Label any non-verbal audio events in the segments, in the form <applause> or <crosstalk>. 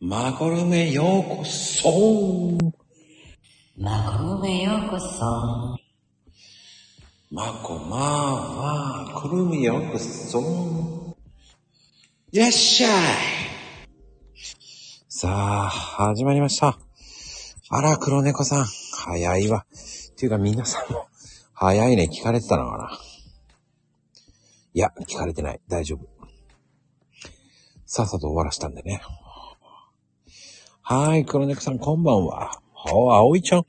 マコルメようこそマコルメようこそ。マコマーマーコルメようこそいらっしゃいさあ、始まりました。あら、黒猫さん、早いわ。っていうか、皆さんも、早いね、聞かれてたのかないや、聞かれてない。大丈夫。さっさと終わらしたんでね。はーい、黒猫さん、こんばんは。お、葵ちゃん。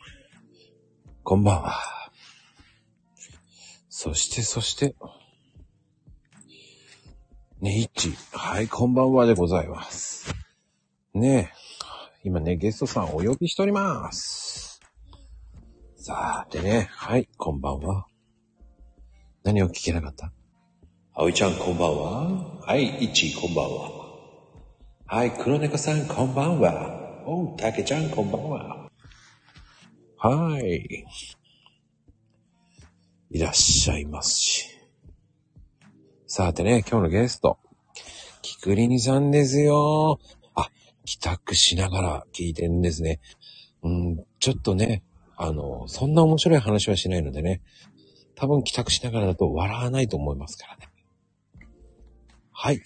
こんばんは。そして、そして。ね、いっち。はい、こんばんはでございます。ねえ。今ね、ゲストさんお呼びしております。さあ、でね、はい、こんばんは。何を聞けなかった葵ちゃん、こんばんは。はい、いっち、こんばんは。はい、黒猫さん、こんばんは。おう、たけちゃん、こんばんは。はい。いらっしゃいますし。さてね、今日のゲスト、キクリニさんですよ。あ、帰宅しながら聞いてるんですね。うん、ちょっとね、あの、そんな面白い話はしないのでね、多分帰宅しながらだと笑わないと思いますからね。はい。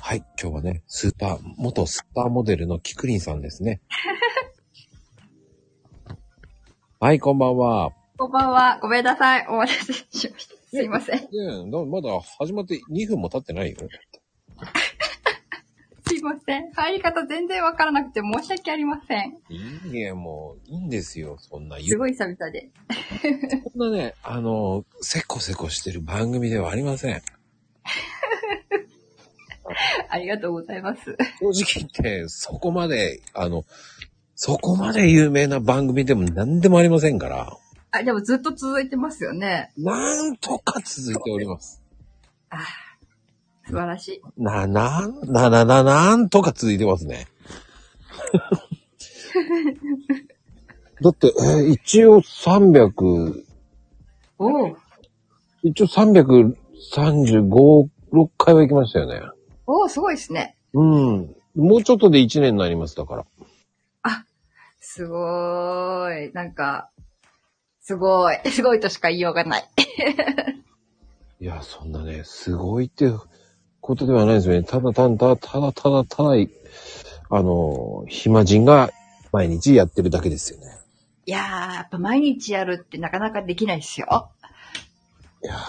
はい、今日はね、スーパー、元スーパーモデルのキクリンさんです <laughs> ね。はい、こんばんは。こんばんは。ごめんなさい。お待たせしました。すいません。ねえなまだ始まって2分も経ってないよ。すいません。入り方全然わからなくて申し訳ありません。いいえ、もう、いいんですよ、そんな。すごい久々で。こんなね、あの、せこせこしてる番組ではありません。 <laughs> ありがとうございます。正直言って、そこまで、あの、そこまで有名な番組でも何でもありませんから、あ、でもずっと続いてますよね。なんとか続いております。あ素晴らしい。な、なん、な、な、な、なんとか続いてます <laughs> ね。だって、えー一応300、おお。一応335、6回は行きましたよね。おお、すごいですね。うん。もうちょっとで1年になります、だから。すごーい。なんか、すごい。すごいとしか言いようがない。いや、そんなね、すごいっていうことではないですよね。ただただ、ただただ、ただ、あの、暇人が毎日やってるだけですよね。いやー、やっぱ毎日やるってなかなかできないですよ。いやーな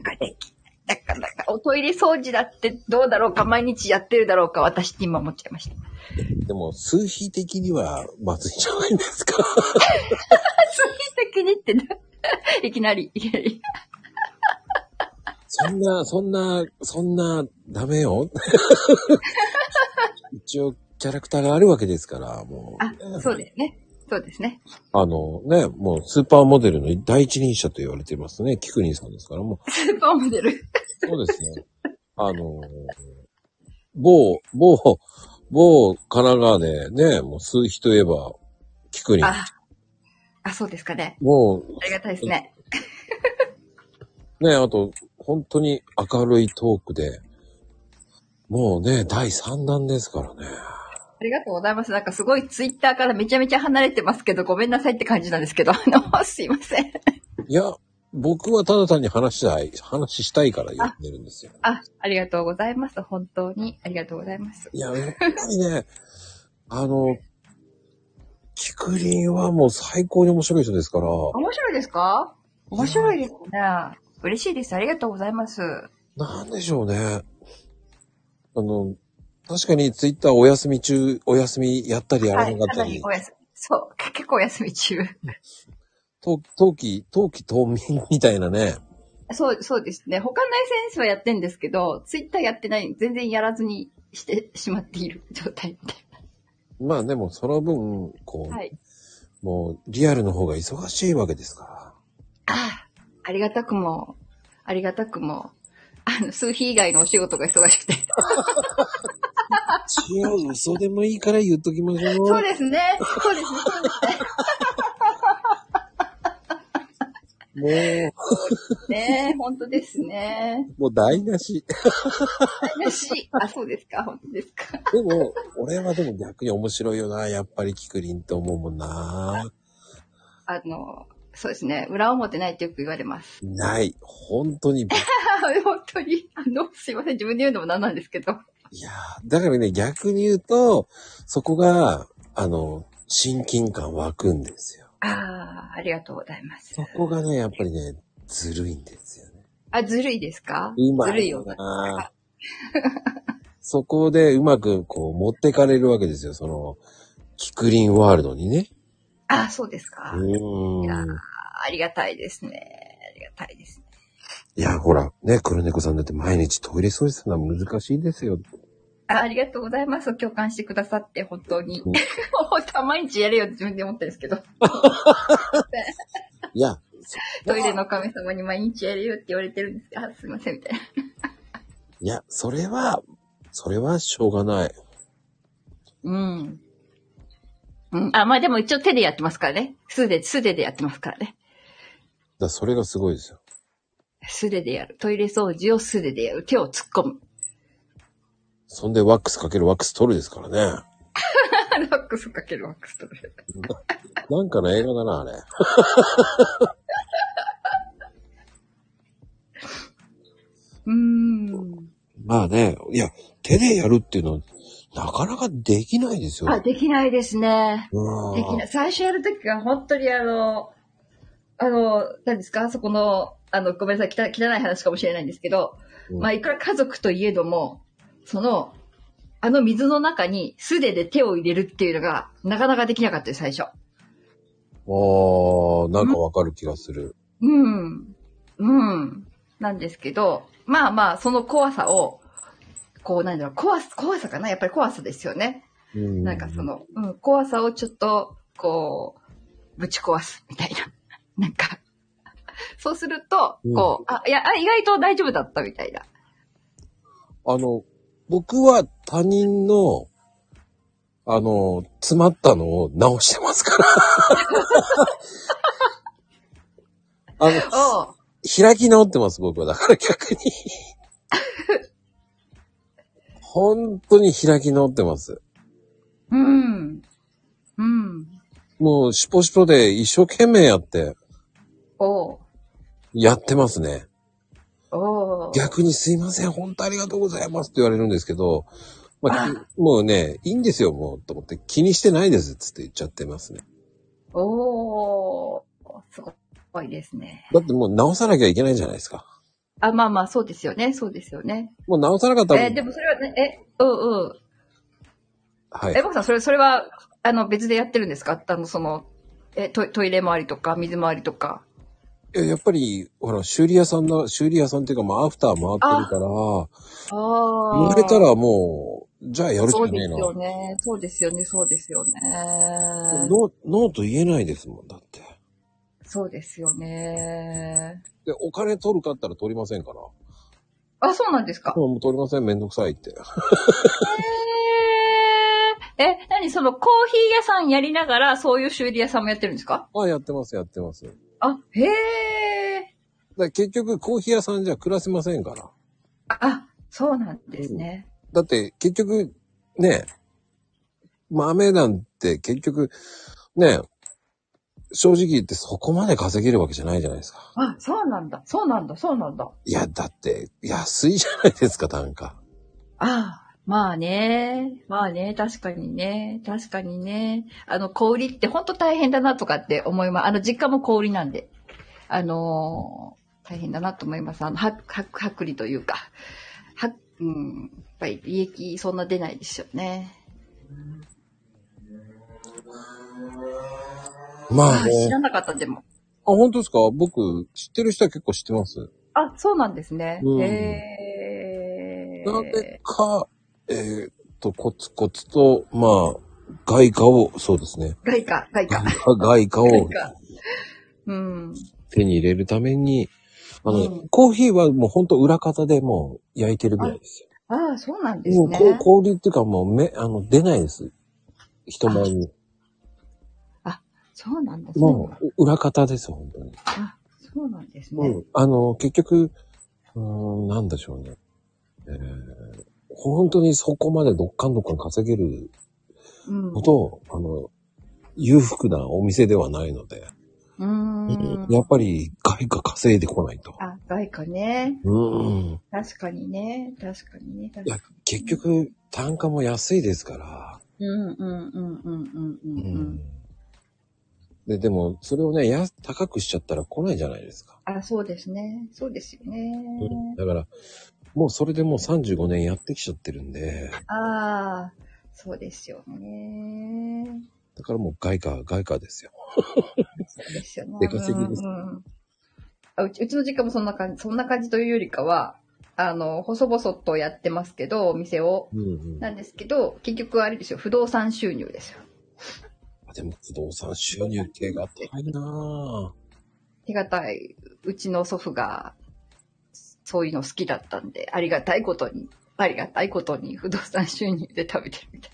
んかできない。だから、なんかおトイレ掃除だってどうだろうか、毎日やってるだろうか、私って今思っちゃいました。でも、数比的には、祭りじゃないですか。水的にってな、 <laughs> いきなり、いきなり。そんな、そんな、そんな、ダメ <laughs> よ。一応、キャラクターがあるわけですから、もう。あ、そうだよね。そうですね。あのね、もうスーパーモデルの第一人者と言われていますね。キクリンさんですから、もう。スーパーモデル。そうです <laughs> ね。あの、某、某、某神奈川でね、もう数比といえば、キクリン。あ、あ、そうですかね。もありがたいですね。うね、あと、本当に明るいトークで、もうね、第3弾ですからね。ありがとうございます。なんかすごいツイッターからめちゃめちゃ離れてますけど、ごめんなさいって感じなんですけど、あ <laughs> の、すいません。いや、僕はただ単に話したい、話したいから言ってるんですよ。あ、ありがとうございます。本当に。ありがとうございます。いや、やっぱりね、 <laughs> あの、キクリンはもう最高に面白い人ですから、面白いですか面白いですね。嬉しいです。ありがとうございます。なんでしょうね。あの、確かにツイッターお休み中、お休みやったりやらなかったり、お休み。そう、結構お休み中。冬冬季、冬季冬眠みたいなね。そう、そうですね。他の SNS はやってんですけど、ツイッターやってない、全然やらずにしてしまっている <laughs> 状態みたいまあでもその分、こう、な。はい。もうリアルの方が忙しいわけですから。ああ、ありがたくも、ありがたくも、あの、数日以外のお仕事が忙しくて。 <laughs> 一応嘘でもいいから言っときましょう。そうですね。そうですね。そうですねもう、ねえ、本当ですね。もう台無し。 <laughs> 悲しい。あ、そうですか、本当ですか。でも、俺はでも逆に面白いよな。やっぱりキクリンと思うもんな。あの、そうですね。裏表ないってよく言われます。ない。本当に。いあ本当に、あの、すいません。自分で言うのもなんなんですけど。やーだからね、逆に言うと、そこが、あの、親近感湧くんですよ。ああ、ありがとうございますそ。こがね、やっぱりね、ずるいんですよね。あ、ずるいですかうまい。ずるいよ。な。 <laughs> そこでうまくこう持ってかれるわけですよ。その、キクリンワールドにね。あ、そうですか。うーん。いいやーや、ありがたいですね。ありがたいですね。ほら、ね、黒猫さんだって毎日トイレ掃除するのは難しいですよ。あありがとうございます。共感してくださって、本当うにん。本当は毎日やれよって自分で思ってるんですけど。いや、トイレの神様に毎日やれよって言われてるんですが、あすいません、みたいな。いや、それは、それはしょうがない。うん。うん。あ、まあでも一応手でやってますからね。素手、素手でやってますからね。だそれがすごいですよ。素手でやる。トイレ掃除を素手でやる。手を突っ込む。 <laughs> そんでワックスかけるワックス取るですからね。ワックスかけるワックスと。なんかの映画だな、あれ。うーん。まあね、いや、手でやるっていうのは、なかなかできないですよ。あ、できないですね。うんできない。最初やるときが本当にあの、あの、何ですかそこの、あの、ごめんなさい、汚い汚い話かもしれないんですけど、うんまあ、いくら家族といえども、その、あの水の中に素手で手を入れるっていうのが、なかなかできなかったです、最初。ああ、なんかわかる気がする。うん。うん。なんですけど、まあまあ、その怖さを、こう、なんだろう、怖さ、怖さかなやっぱり怖さですよね。うんなんかそ。の、うん、怖さをちょっと、こう、ぶち壊すみたいな。 <laughs> なんか、そうすると、こう、あ、いや、あ、意外と大丈夫だったみたいな。あの、僕は他人の、あの、詰まったのを直してますから。 <laughs> あの、おう開き直ってます、僕は。だから逆に。本当に開き直ってます。うん。うん。もう、しぽしぽで一生懸命やって、おうやってますね。おう逆にすいません、本当ありがとうございますって言われるんですけど、まあ、きもうね、いいんですよ、もう、と思って、気にしてないですっつって言っちゃってますね。おうすごいですね。だってもう直さなきゃいけないじゃないですか。あ、まあまあ、そうですよね。そうですよね。もう直さなかったら、えーでもそれはね、え、うんうん。はえ、い。僕さん、それ、それは、あの、別でやってるんですかあの、その、え、トイトイレ回りとか、水回りとか。いややっぱり、ほら、修理屋さんだ、修理屋さんっていうか、まあ、アフター回ってるから、ああ言われたらもう、じゃあやるしそかうでねえすな。よね。そうですよね。そうですよね。ノノーと言えないですもん、だって。そうですよね。で、お金取るかったら取りませんから。あ、そうなんですか。もう取りません、めんどくさいって。へーえ、何そのコーヒー屋さんやりながらそういう修理屋さんもやってるんですかあ、やってます、やってます。だかあ、へえ。ら結局、コーヒー屋さんじゃ暮らせませんから。あ、そうなんですね。だって結局、ね、豆なんて結局、ね、正直言ってそこまで稼げるわけじゃないじゃないですか。あ、そうなんだ。そうなんだ。そうなんだ。いや、だって安いじゃないですか、単価。ああ、まあね。まあね。確かにね。確かにね。あの、小売りって本当大変だなとかって思います。あの、実家も小売りなんで。あのー大変だなと思います。あの、は、は、はくりというか。は、うん。やっぱり利益そんな出ないですよね。まあああ知ね。あ、らなかったでも。本当ですか僕、知ってる人は結構知ってます。あ、そうなんですね。うんへえ。なぜか、えーっと、コツコツと、まあ、外貨を、そうですね。外貨、外貨。外貨外を貨。うん。手に入れるために、あの、うんコーヒーはもう本当裏方でもう焼いてるぐらいですよ。ああ、そうなんですもうね。こう氷っていうかもう目、あの、出ないです。人前に。そうなんですね。もう、裏方ですよ、本当に。あ、そそうなんですうね。ん。あの、結局、うーん、なんでしょうね。えー本当にそこまでどっかんどっかん稼げるうん。ほど、あの、裕福なお店ではないので、うーん。やっぱり外貨稼いでこないと。あ、外貨ね。うん。確かにね。確かにね。確いやかに。結局、単価も安いですから。うんうんうんうんうんうんうん。で、でも、それをね、や、高くしちゃったら来ないじゃないですか。あ、そうですね。そうですよね。だから、もうそれでもう35年やってきちゃってるんで、ああ、そうですよね。だからもう外貨、外貨ですよ。そうですよね。出稼ぎですうんうんあうちうちの実家もそんな感じ、そんな感じというよりかは、あの、細々とやってますけど、お店を。うんうん。なんですけど、結局あれですよ、不動産収入ですよ。あでも、不動産収入系が高いなぁ。手堅い、うちの祖父が、そういうの好きだったんで、ありがたいことに、ありがたいことに不動産収入で食べてるみたい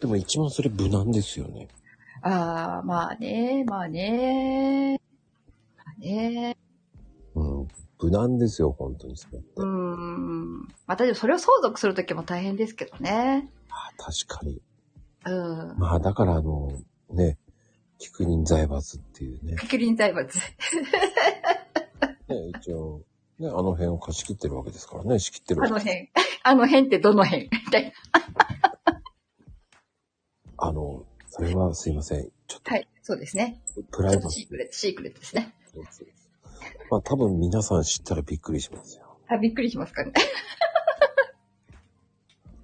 でも一番それ無難ですよね。な。ああ、まあね、まあね、まあね。うん。無難ですよ、本当にそれって。うーん。まあ、大丈夫。それを相続するときも大変ですけどね。あ確かに。うん。まあ、だから、あの、ね、菊人財閥っていうね。竹林財閥。ね、一応、ね、あの辺を貸し切ってるわけですからね、仕切ってるあわけの辺。あの辺ってどの辺みたいな。あの、それはすいません。ちょっはい。そうですね。とプちラょイっとバシシークレット、シークレットですね。ーです。まあ多分皆さん知ったらびっくりしますよ。あ、びっくりしますかね。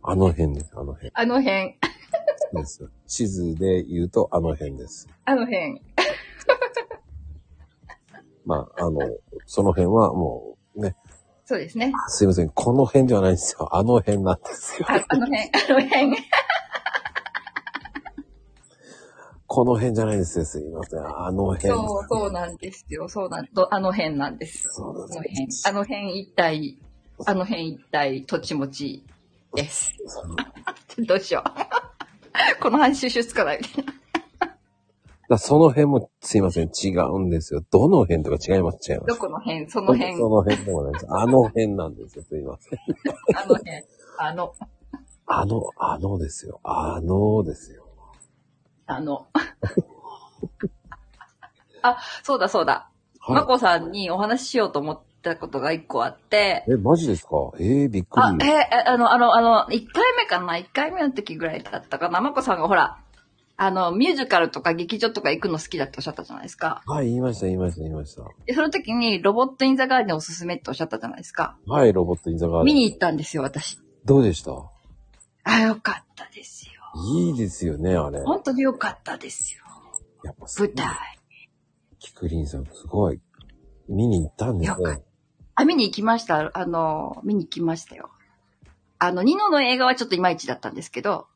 あの辺です、あの辺。あの辺。そうです。地図で言うとあの辺です。あの辺。まあ、あの、その辺はもうね、そうですね。あすいません、この辺ではないんですよ。あの辺なんですよ。ああの辺。あの辺。この辺じゃないですよ、すいません。あの辺。そう、そうなんですよ。そうなんどあの辺なんです。そうなんあの辺で。すあの辺一帯、あの辺一帯、土地持ちです。 <laughs> そうどうしよう。 <laughs> この話収集つかない。だその辺もすいません、違うんですよ。どの辺とか違います、違います。どこの辺その辺。その辺でもないです。あの辺なんですよ、すいません。あのね、あの、あの、あのですよ。あのですよ。あの。 <laughs> あ、そうだそうだ。まはこさんにお話ししようと思ったことが一個あって、い。え、マジですかえー、びっくあ、えり。えあの、あの、あの、1回目かな ?1 回目の時ぐらいだったかなまこさんがほら、あの、ミュージカルとか劇場とか行くの好きだっておっしゃったじゃないですか。はい、言いました、言いました、言いました。で、その時にロボット・イン・ザ・ガーデンおすすめっておっしゃったじゃないですか。はい、ロボットインザガーデ見ン。に行ったんですよ、私。どうでしたあ、よかったですよ。いいですよね、あれ。本当によかったですよ。やっぱすごい舞台。キクリンさん、すごい。見に行ったんですよかね。あ、見に行きました。あの、見に行きましたよ。あの、ニノの映画はちょっといまいちだったんです <laughs> けど。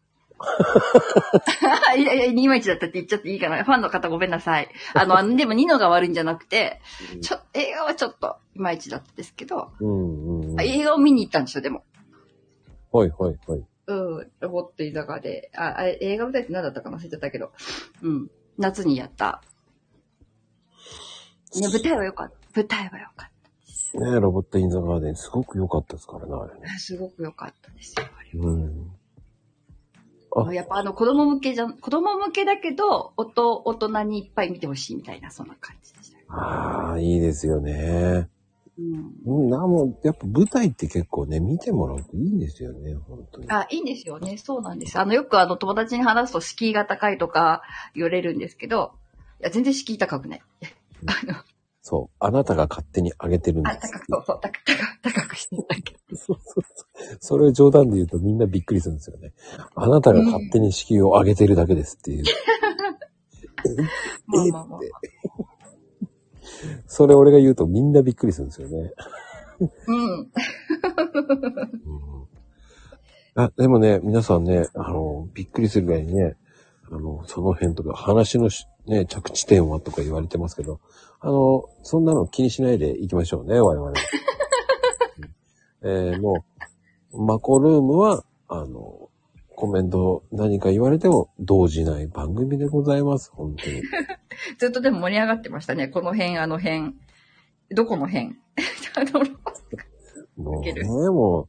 いやいや、いまいちだったって言っちゃっていいかな。ファンの方ごめんなさい。あの、あのでもニノが悪いんじゃなくて、ちょ映画はちょっといまいちだったんですけど、うんうんうん。あはい、映画を見に行ったんですよ、でも。はい、はい。うん、ロボット居酒屋で。あ、あ映画舞台って何だったかな忘れちゃったけど。うん、夏にやった。ね、舞台は良かった。舞台は良かっねロボットインザガーデン、すごく良かったですからね、あれね。た。すごく良かったですよ。あれはうん。あやっぱあの子供向けじゃん、子供向けだけど、おと大人にいっぱい見てほしいみたいな、そんな感じでした。ああ、いいですよね。うん。うん、なもう、やっぱ舞台って結構ね、見てもらうといいんですよね、本当に。あ、いいんですよね。そうなんです。あの、よくあの友達に話すと敷居が高いとか言われるんですけど、いや、全然敷居高くない。そう。あなたが勝手に上げてるんであ、す。高く、そうそう、高く、高く高くしてるだけ。そうそうそう。それを冗談で言うとみんなびっくりするんですよね。あなたが勝手に敷居を上げてるだけですっていう。まあまあまあ。それ俺が言うとみんなびっくりするんですよね。うん。うん、あでもね、皆さんね、あの、びっくりするぐらいにね、あの、その辺とか、話のしね、着地点はとか言われてますけど、あの、そんなの気にしないで行きましょうね、我々。うんえーもう、マコルームは、あの、コメント何か言われても動じない番組でございます。本当に。ずっとでも盛り上がってましたね。この辺、あの辺。どこの辺 <laughs> あのもうけね、るもう、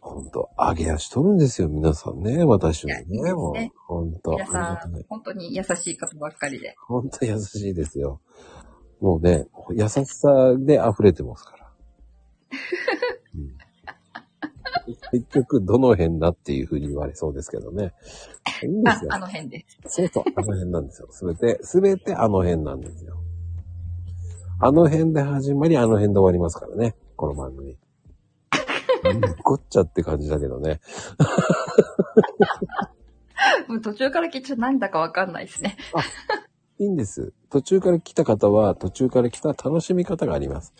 本当上げ足取るんですよ、皆さんね。私もいやいいね、ですもうね。本当皆ありさがたんい、本当に優しい方ばっかりで。本当優しいですよ。もうね、優しさで溢れてます <laughs> から。うん結局、どの辺だっていうふうに言われそうですけどね。いいんであす、よあ。の辺です。そうそう、あの辺なんですよ。すべて、すべてあの辺なんですよ。あの辺で始まり、あの辺で終わりますからね、この番 <laughs> 組。残っちゃって感じだけどね。もう途中から聞いちゃなんだかわかんないですね。いいんです。途中から来た方は、途中から来た楽しみ方があります。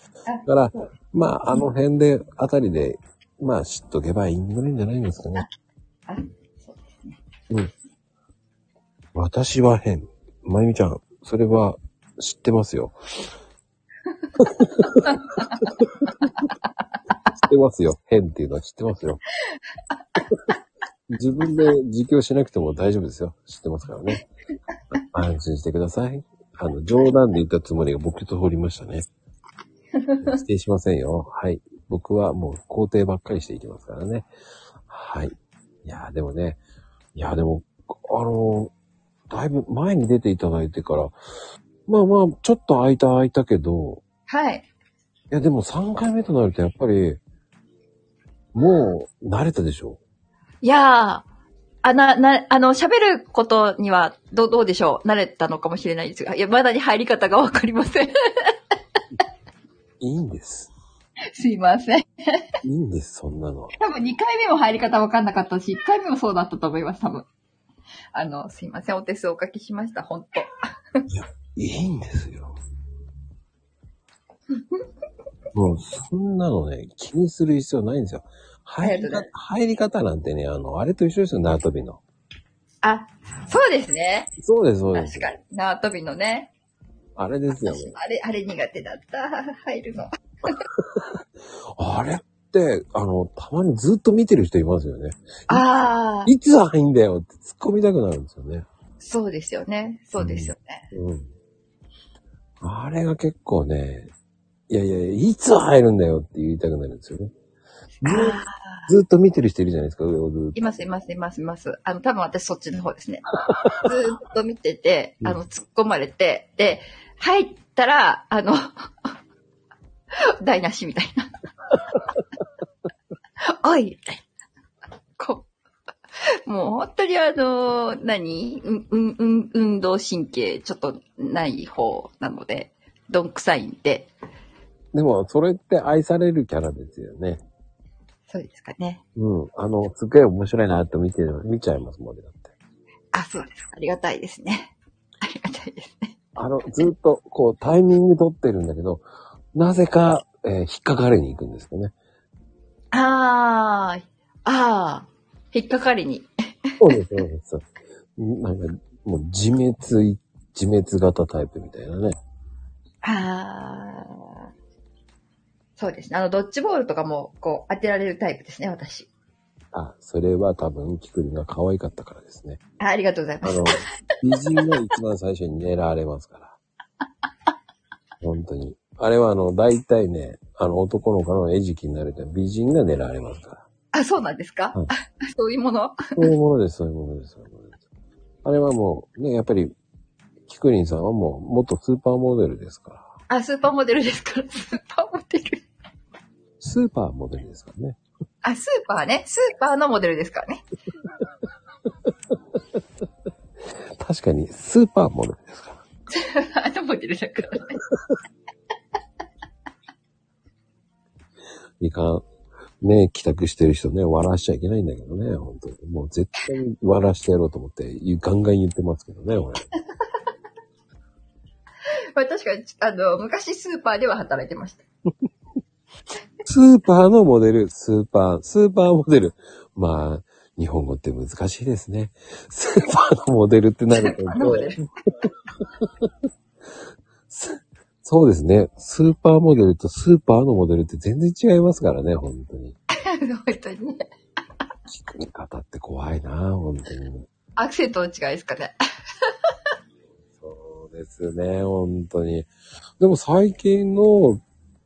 だから、まあ、あの辺で、あたりで、まあ、知っとけばいいんじゃないんじゃないですかね。あそうですね。うん。私は変。まゆみちゃん、それは知ってますよ。 <laughs> 知ってますよ。変っていうのは知ってます <laughs> よ。自分で自供しなくても大丈夫ですよ。知ってますからね。安心してください。あの、冗談で言ったつもりが僕と掘りましたね。否定しませんよ。はい。僕はもう肯定ばっかりしていきますからね。はい。いやーでもね、いや、でも、あの、だいぶ前に出ていただいてから、まあまあ、ちょっと空いた空いたけど、はい。いや、でも3回目となるとやっぱり、もう慣れたでしょいやー。あな、な、あの、喋ることには、どう、どうでしょう慣れたのかもしれないですが、いや、まだに入り方がわかりません。いいんです。 <laughs> すいません。いいんです、そんなのは。多分2回目も入り方わかんなかったし、1回目もそうだったと思います、多分。あの、すいません、お手数おかけしました、本当いいんですよ。 <laughs> もう、そんなのね、気にする必要ないんですよ。入ありりがとうござ方入り方なんてね、あの、あれと一緒ですよ、縄跳びの。あ、そうですね。そうです、そうです確。かに。縄跳びのね。あれですよ、ね。私もあれ、あれ苦手だった。入るの。あれって、あの、たまにずっと見てる人いますよね。ああ、いつ入んだよって突っ込みたくなるんですよね。そうですよね。そうですよね。うん。あれが結構ね、いやいや、いつ入るんだよって言いたくなるんですよね。ずあずっと見てる人いるじゃないですか、上をずっいます、います、います、います。あの、多分私そっちの方ですね。 <laughs> ずーっと見てて、あの、突っ込まれて、で、入ったら、あの、 <laughs> 台無しみたい <laughs> な。おいみたいな。こう。もう本当にあの、何うん、うん、うん、運動神経ちょっとない方なので、どんくさいんで、と。でも、それって愛されるキャラですよね。そうですかね。うん。あの、すっげえ面白いなって見てる、見ちゃいますもんね、だって。あ、そうですか。ありがたいですね。ありがたいですね。あの、ずっと、こう、タイミング取ってるんだけど、なぜか、えー引っかかりに行くんですよね。あー、あー、引っかかりに。そうです、そうです。そうですんなんか、もう自滅い、自滅型タイプみたいなね。あー。そうですね。あの、ドッジボールとかも、こう、当てられるタイプですね、私。あ、それは多分、キクリンが可愛かったからですね。あありがとうございまあすの。、美人が一番最初に狙われますから。本当に。あれはあの、大体ね、あの、男の子の餌食になると美人が狙われますから。あ、そうなんですか、うんそういうものそういうものです、そういうものです、そういうものです。あれはもう、ね、やっぱり、キクリンさんはもう、元スーパーモデルですから。あ、スーパーモデルです <laughs> から、スーパーモデル。スーパーモデルですからね。あ、スーパーね。スーパーのモデルですからね。 <laughs> 確かに、スーパーモデルですから。あのモデルだからね。いかん。ね帰宅してる人ね、笑わしちゃいけないんだけどね、本当に。もう絶対に笑わしてやろうと思って、ガンガン言ってますけどね、俺。まあ確かに、あの、昔スーパーでは働いてました。スーパーのモデル、スーパー、スーパーモデル。まあ、日本語って難しいですね。スーパーのモデルってなるとスーパーのモデル。すそうですね。スーパーモデ <laughs> ルとスーパーのモデルって全然違いますからね、本当に。本当にね。作り方って怖いな、本当に。アクセントの違いですかね。そうですね、本当に。でも最近の、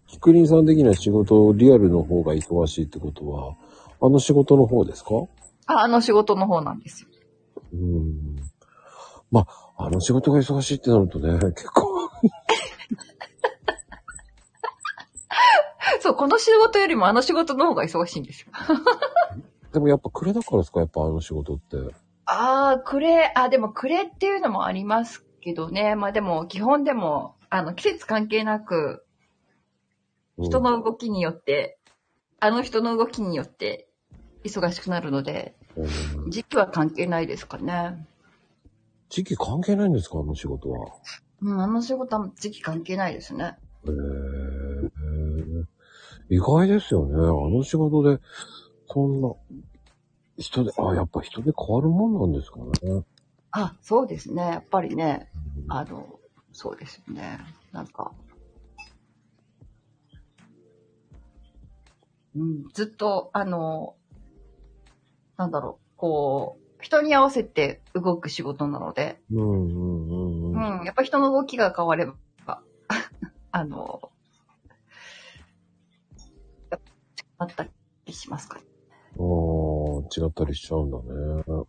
ひくりんさん的な仕事、リアルの方が忙しいってことは、あの仕事の方ですかああの仕事の方なんですよ。うん。まあ、あの仕事が忙しいってなるとね、 <laughs> 結構、そう、この仕事よりもあの仕事の方が忙しいんですよ。でもやっぱ暮れだからですか、やっぱあの仕事って。ああ、クレ、あ、でもクレっていうのもありますけどね。まあでも、基本でも、あの、季節関係なく、うん人の動きによって、あの人の動きによって、忙しくなるので、うん時期は関係ないですかね。時期関係ないんですか、あの仕事は。うん、あの仕事は時期関係ないですね。へー意外ですよね。あの仕事で、そんな、人で、あ、やっぱ人で変わるもんなんですかね。あ、そうですね。やっぱりね、あの、そうですよね。なんか、うん、ずっと、あの、なんだろう、こう、人に合わせて動く仕事なので、うんうんうんううん。ん、やっぱ人の動きが変われば、 <laughs> あの、あったりしますかね。ああ、違ったりしちゃうんだね。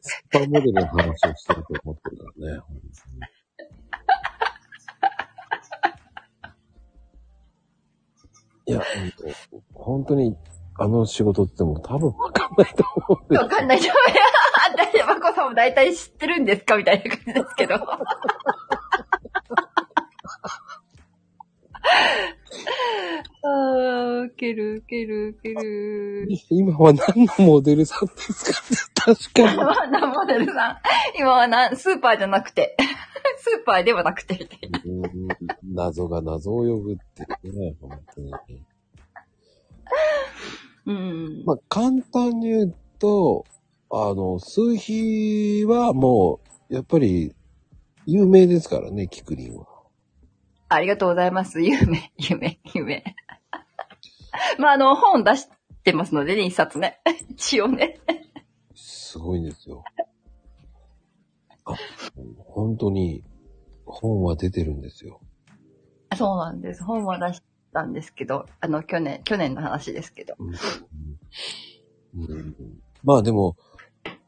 スッパモデルの話をしてると思ってるからね。いや、本当に、あの仕事ってもう多分わかんないと思うんです <laughs> わかんないじゃん。あんた、ヤマコさんも大体知ってるんですかみたいな感じですけど。あー、ウケる、ウケる、ウケる。今は何のモデルさんですかって確か今は何モデルさん今は何スーパーじゃなくて。スーパーではなくて。に。謎が謎を呼ぶっていうね、本当に。うん。まあ、簡単に言うと、あの、数比はもう、やっぱり、有名ですからね、キクリンは。ありがとうございます。夢、夢、夢。まあ、あの、本出してますのでね、一冊ね。一応ね。すごいんですよ。あ、本当に、本は出てるんですよ。そうなんです。本は出したんですけど、あの、去年、去年の話ですけど。うんまあでも、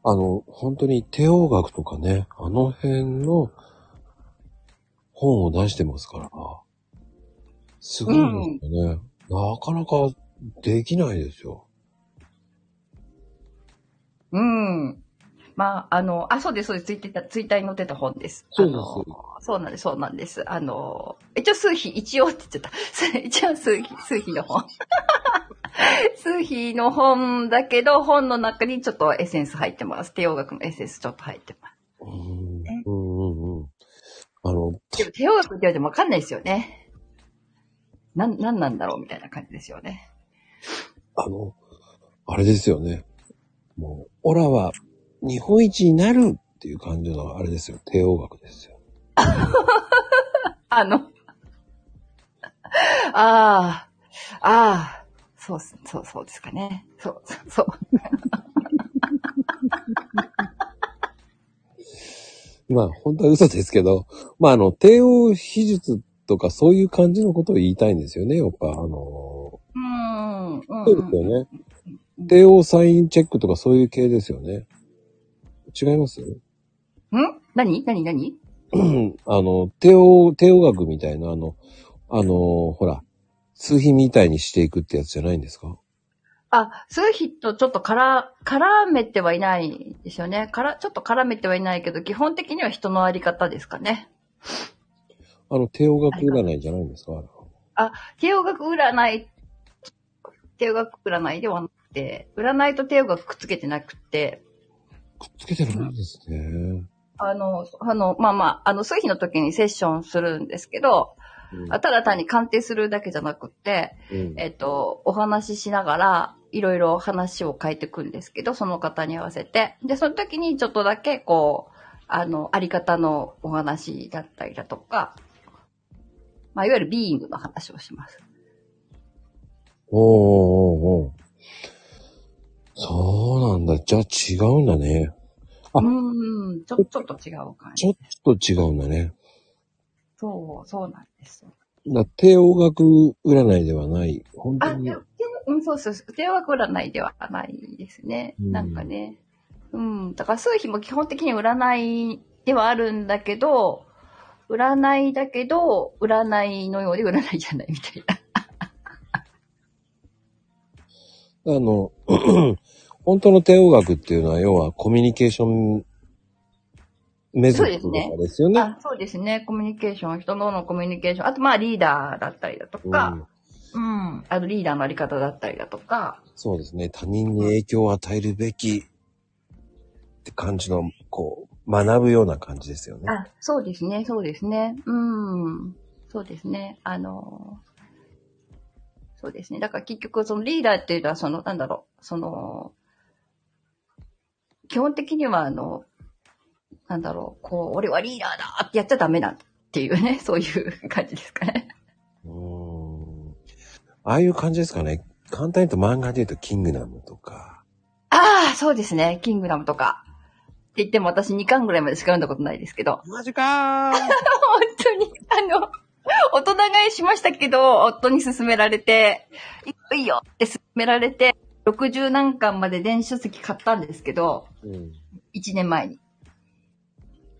あの、本当に帝王学とかね、あの辺の本を出してますから、すごいですよね。なかなかできないですよ。うん。まあ、あの、あ、そうです、そうです。ツイッター、ツイッターに載ってた本です。そうですあのそうなんです、そうなんです。あの、一応数比、一応って言っちゃった <laughs> す。一応数比、数比の本。 <laughs> 数比の本だけど、本の中にちょっとエッセンス入ってます。帝王学のエッセンスちょっと入ってます。うん、うん、うんうん。あの、でも、帝王学って言われてもわかんないですよね。なん、なんなんだろうみたいな感じですよね。あの、あれですよね。もう、オラは日本一になるっていう感じのあれですよ。帝王学ですよ。あの、 <laughs> ああ、ああ、そうっす、そう、そうですかね。そう、そうそう。まあ、本当は嘘ですけど、まあ、あの、帝王秘術とかそういう感じのことを言いたいんですよね、やっぱ、あのうーん、うん。そうですよねう。ん帝王サインチェックとかそういう系ですよね。違いますん何何何うんあの、帝王、帝王学みたいな、あの、あの、ほら、数比みたいにしていくってやつじゃないんですかあ、数比とちょっとから、絡めてはいないですよね。から、ちょっと絡めてはいないけど、基本的には人のあり方ですかね。あの、帝王学占いじゃないんですかあれ帝王学占い、帝王学占いではなくて、占いと帝王学くっつけてなくて、くっつけてないんですね。あの、あの、まあまあ、あの、数比の時にセッションするんですけど、あただ単に鑑定するだけじゃなくって、うんえっと、お話ししながら、いろいろ話を変えていくんですけど、その方に合わせて。で、その時にちょっとだけ、こう、あの、あり方のお話だったりだとか、まあ、いわゆるビーイングの話をします。おーおーおーそうなんだ。じゃあ違うんだね。あうん、ちょ、ちょっと違う感ちじ。ょっと違うんだね。そう、そうなんですよ。だ帝王学占いではない。本当あ、にで。うん、そうそうそう。手は占いではないですね。うんなんかね。うん。だから、数秘も基本的に占いではあるんだけど、占いだけど、占いのようで占いじゃないみたいな。あの、 <clears throat> 本当の帝王学っていうのは、要はコミュニケーションメソッドとかですよね。あそうですね。コミュニケーション、人とのコミュニケーション。あと、まあ、リーダーだったりだとうか、んうん、あの、リーダーのあり方だったりだとか、そうですね。他人に影響を与えるべきって感じの、こう、学ぶような感じですよね。あ、そうですね、そうですね。うん。そうですね。あの、そうですね。だから結局、そのリーダーっていうのは、その、なんだろう、その、基本的には、あの、なんだろう、こう、俺はリーダーだってやっちゃダメなんだっていうね、そういう感じですかね。うーん。ああいう感じですかね。簡単に言うと漫画で言うとキングダムとか。ああ、そうですね。キングダムとか。って言っても私2巻ぐらいまでしか読んだことないですけど。マジかー本当に、あの、大人買いしましたけど、夫に勧められて、いいよいいよって勧められて、60何巻まで電子書籍買ったんですけど、うん。 1年前に。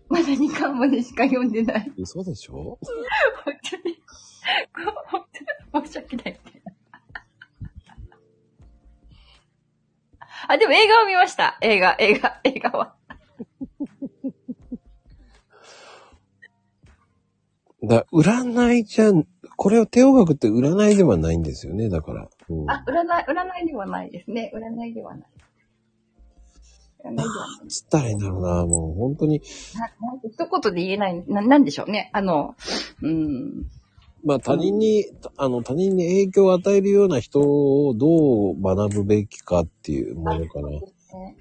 まだ2巻までしか読んでない。嘘でしょ本当に、本当に申し訳ない。あ、でも映画を見ました。映画、映画、映画は。だ占いじゃん、これを帝王学って占いではないんですよね、だから。うん、あ、占い、占いではないですね。占いではない。占いではない。つったらいいんだろうな、もう本当に、なんて一言で言えない、ななんでしょうね。あの、うん。まあ他人に、あの他人に影響を与えるような人をどう学ぶべきかっていうものかな。ね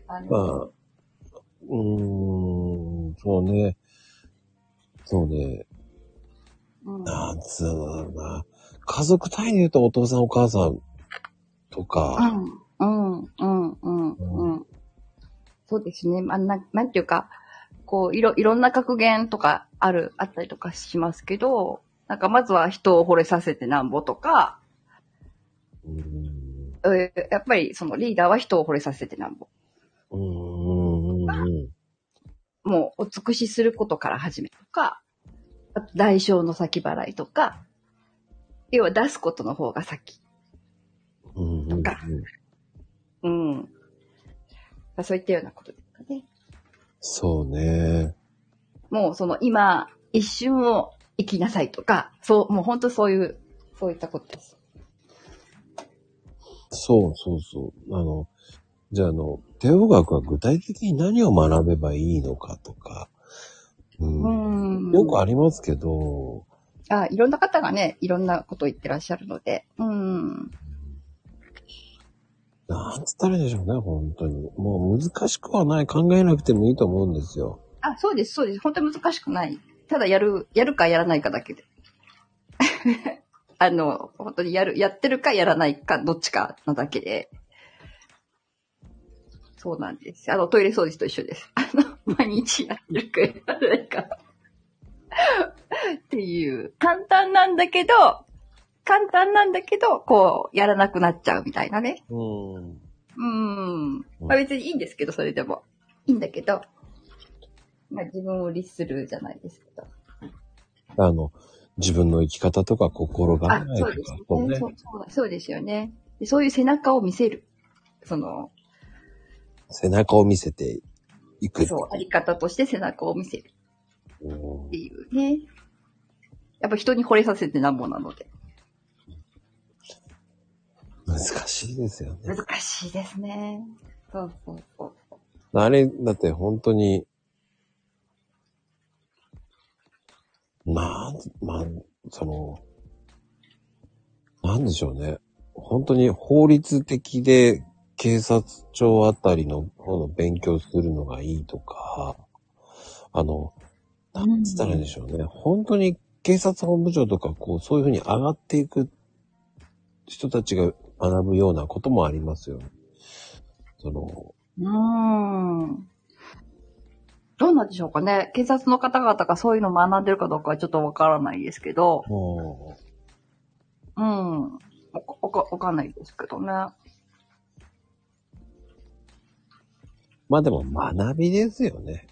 あのまあ、うーん、そうね。そうね。うん、なんつうのだろうな。家族単位で言うとお父さんお母さんとか、うん、うん、うん、うん。うん、そうですね。まあ、ななんていうか、こう、いろ、いろんな格言とかある、あったりとかしますけど、なんかまずは人を惚れさせてなんぼとか、うーん、えーやっぱりそのリーダーは人を惚れさせてなんぼ。うーん、うーん、もう、お尽くしすることから始めるとか、あと、代償の先払いとか、要は出すことの方が先。うーん、うーん。かうん。あそういったようなことですかね。そうね。もうその今、一瞬を生きなさいとか、そう、もう本当そういう、そういったことです。そうそうそう。あの、じゃあ、あの、帝王学は具体的に何を学べばいいのかとか、うん。んよくありますけど、あ、いろんな方がね、いろんなことを言ってらっしゃるので、うん。なんつったらいいんでしょうね、本当に。もう難しくはない。考えなくてもいいと思うんですよ。あ、そうです、そうです。本当に難しくない。ただやる、やるかやらないかだけで。 <laughs> あの、本当にやる、やってるかやらないか、どっちかのだけで。そうなんです。あの、トイレ掃除と一緒です。あの、毎日やってるかやらないか。 <laughs> っていう。簡単なんだけど、簡単なんだけど、こう、やらなくなっちゃうみたいなね。うん。うん。まあ別にいいんですけど、それでも。いいんだけど。まあ自分を律するじゃないですけど。あの、自分の生き方とか心があ、ないとそうかですね、こうそうそうだそうですよねでそういう背中を見せる。その、背中を見せていく。そう、あり方として背中を見せるうんっていうね。やっぱ人に惚れさせてなんぼなので。難しいですよね難。しいですね。そうそうそう。あれ、だって本当に、まあ、まあ、その、なんでしょうね。本当に法律的で警察庁あたりの方の勉強するのがいいとか、あの、なんつったらいいんでしょうね。本当に警察本部長とか、こう、そういうふうに上がっていく人たちが学ぶようなこともありますよ。その、うーん。どうなんでしょうかね。警察の方々がそういうのを学んでるかどうかはちょっとわからないですけど、もうん。わかわかわかんないですけどね。う、まあでも学びですよね。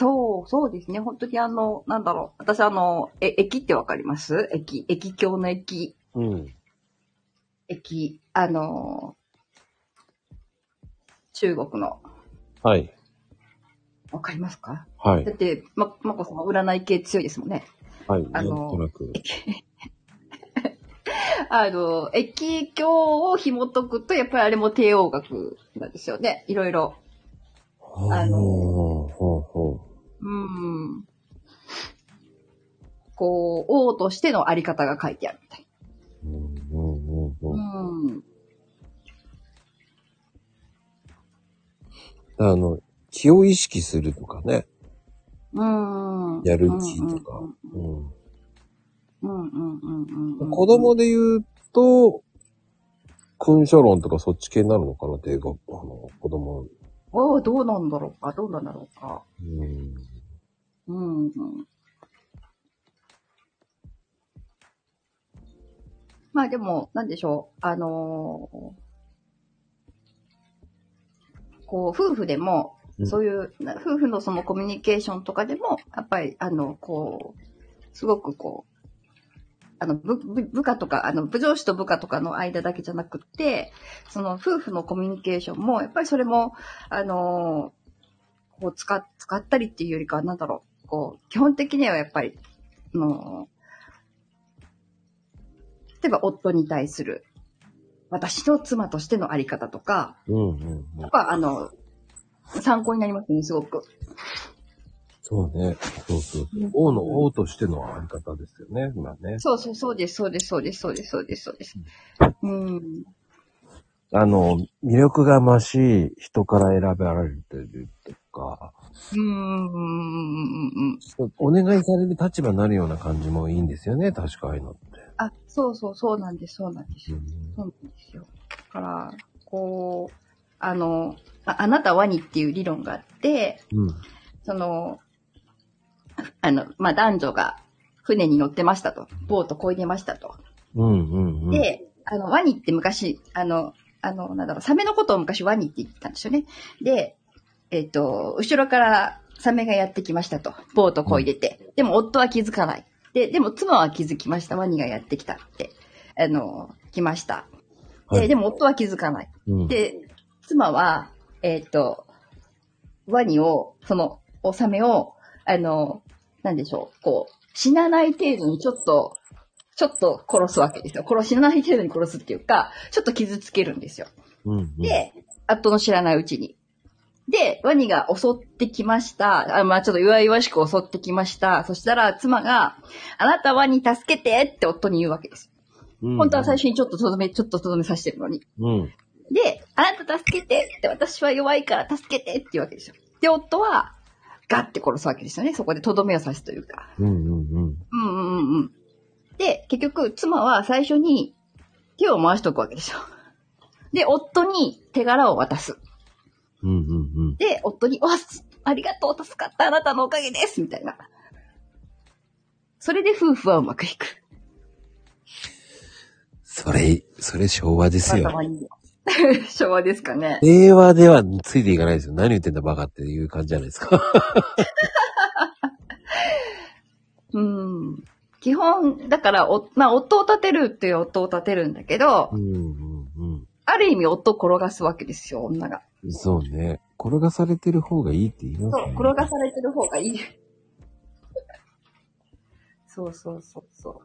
そう、そうですね。本当にあの、なんだろう。私あの、え、駅ってわかります駅、駅境の駅、うん。駅、あの、中国の、はい。わかりますかはだい。って、ま、まこさんは占い系強いですもんね。はい。なあんのとなく。あの、駅境を紐解くと、やっぱりあれも帝王学なんですよね。いろいろ。ほうあのほうほ。うん。こう、王としてのあり方が書いてあるみたいううんうんうんうん。な。うん。あの、気を意識するとかね。うん。やる気とか。うん。うんうんうんうんうん。子供で言うと、勲章論とかそっち系になるのかなっていうか、あの、子供。おーどうなんだろうか、どうなんだろうか。うん。うん、うん。まあでも、なんでしょう。あのーこう、夫婦でもう、んそういう、な夫婦のそのコミュニケーションとかでも、やっぱり、あの、こう、すごくこう、あの、部、部部下とか、あの、部上司と部下とかの間だけじゃなくって、その夫婦のコミュニケーションも、やっぱりそれも、あのーこう使っ、使ったりっていうよりかは、なんだろう、こう、基本的にはやっぱり、あの、例えば夫に対する、私の妻としてのあり方とか、うんうんうんやっ。ぱあの、参考になりますね、すごく。そうね。そうそううん。王の王としてのあり方ですよね。今ね。そうそう、そうです、そうです、そうです、そうです、そうです、そうです。うん。あの、魅力が増しい人から選べられてるとか、うん、うん、うん。お願いされる立場になるような感じもいいんですよね。確かああいうのって。あ、そうそう、そうなんです、そうなんですうよ。んそうなんですよ。だから、こう、あの、ああなたはにっていう理論があって、うん。その、あの、まあ、男女が船に乗ってましたと。ボート漕いでましたと。うんうんうん。で、あの、ワニって昔、あの、あの、なんだろう、サメのことを昔ワニって言ってたんですよね。で、えっ、と、後ろからサメがやってきましたと。ボート漕いでて。でも夫は気づかない。で、でも妻は気づきました。ワニがやってきたって。あの、来ました。で、はいでも夫は気づかない。うん、で、妻は、えっ、と、ワニを、その、おサメを、あの、なんでしょう、こう、死なない程度にちょっと、ちょっと殺すわけですよ。殺しない程度に殺すっていうか、ちょっと傷つけるんですよ。うんうん、で、後の知らないうちに。で、ワニが襲ってきました。あまあちょっと弱々しく襲ってきました。そしたら妻が、あなたワニ助けてって夫に言うわけです。本当は最初。初にちょっととどめ、ちょっととどめさせてるのに。うん。で、あなた助けてって、私は弱いから助けてっていうわけですよ。で、夫は、ガッて殺すわけですよね。そこでとどめを刺すというか。うんうんうん。うんうんうんうん。で、結局、妻は最初に手を回しとくわけですよ。で、夫に手柄を渡す。うんうんうん。で、夫に、わっ、ありがとう、助かった、あなたのおかげですみたいな。それで夫婦はうまくいく。それ、それ昭和ですよ。頭いいよ <laughs> 昭和ですかね。令和ではついていかないですよ。何言ってんだバカっていう感じじゃないですか。うん。基本、だから、お、まあ、夫を立てるっていう夫を立てるんだけど、うんうんある意味夫を転がすわけですよ、女が。うん。そうね。転がされてる方がいいって言いますそうよ、ね。転がされてる方がいい。そうそうそうそ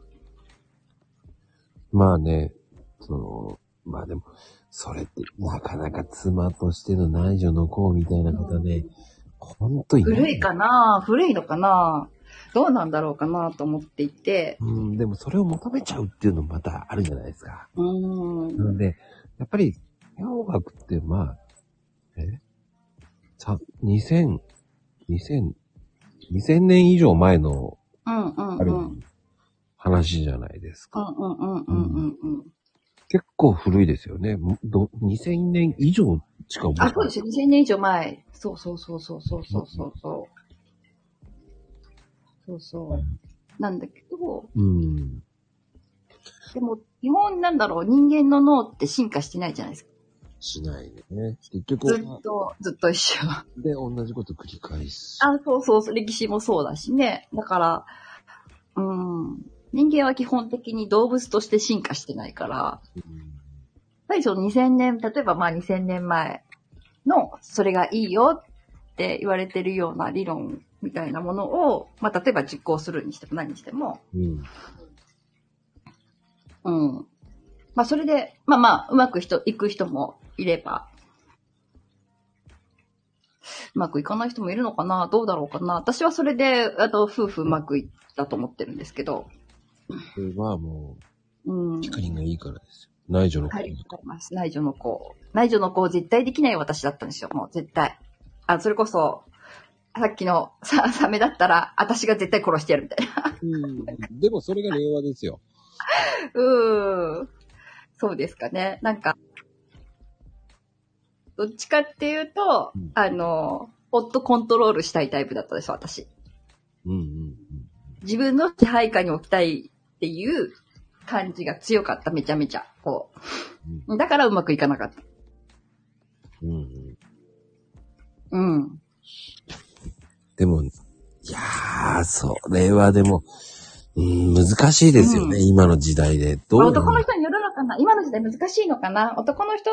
う。まあね、その、まあでも、それって、なかなか妻としての内助の功みたいな方ね、ほんといな古い。かな古いのかなどうなんだろうかなと思っていて。うん、でもそれを求めちゃうっていうのもまたあるじゃないですか。うー。なんので、やっぱり、洋楽って、まあ、えさ、2000、2000、2000年以上前の、うんうんうん。あうるんうん話じゃないですか。うんうんうんうんうん。結構古いですよね。もど2000年以上しかあ、そうですよ。2000年以上前。そうそうそうそうそうそうそうそう。そうそう。なんだけど、うん。でも、基本なんだろう、人間の脳って進化してないじゃないですか。しないでね。結ず局、っと、ずっと一緒。あ、で、同じこと繰り返す。そう <laughs> そうそう、歴史もそうだしね。だから、うん、人間は基本的に動物として進化してないから、うんやっぱりその2000年、例えばまあ2000年前の、それがいいよって言われてるような理論みたいなものを、まあ例えば実行するにしても何にしても、うん。うん。まあそれで、まあまあ、うまく人、いく人もいれば、うまくいかない人もいるのかなどうだろうかな私はそれで、あと夫婦うまくいったと思ってるんですけど、それはもう、うん。ピクリンがいいからですよ。内助の子はい、わかります。内助の子。内助の子を絶対できない私だったんですよ、もう絶対。あ、それこそ、さっきのさサメだったら、私が絶対殺してやるみたいな。うんでもそれが令和ですよ。うーん。そうですかね。なんか、どっちかっていうとうん、あの、夫コントロールしたいタイプだったんですよ、私。うんうん自分の支配下に置きたいっていう感じが強かった、めちゃめちゃ。こう。だからうまくいかなかった。うん。うんうん、うん。でも、いやー、それはでも、うん、難しいですよね、う今の時代で。どうな男の人によるのかな今の時代難しいのかな男の人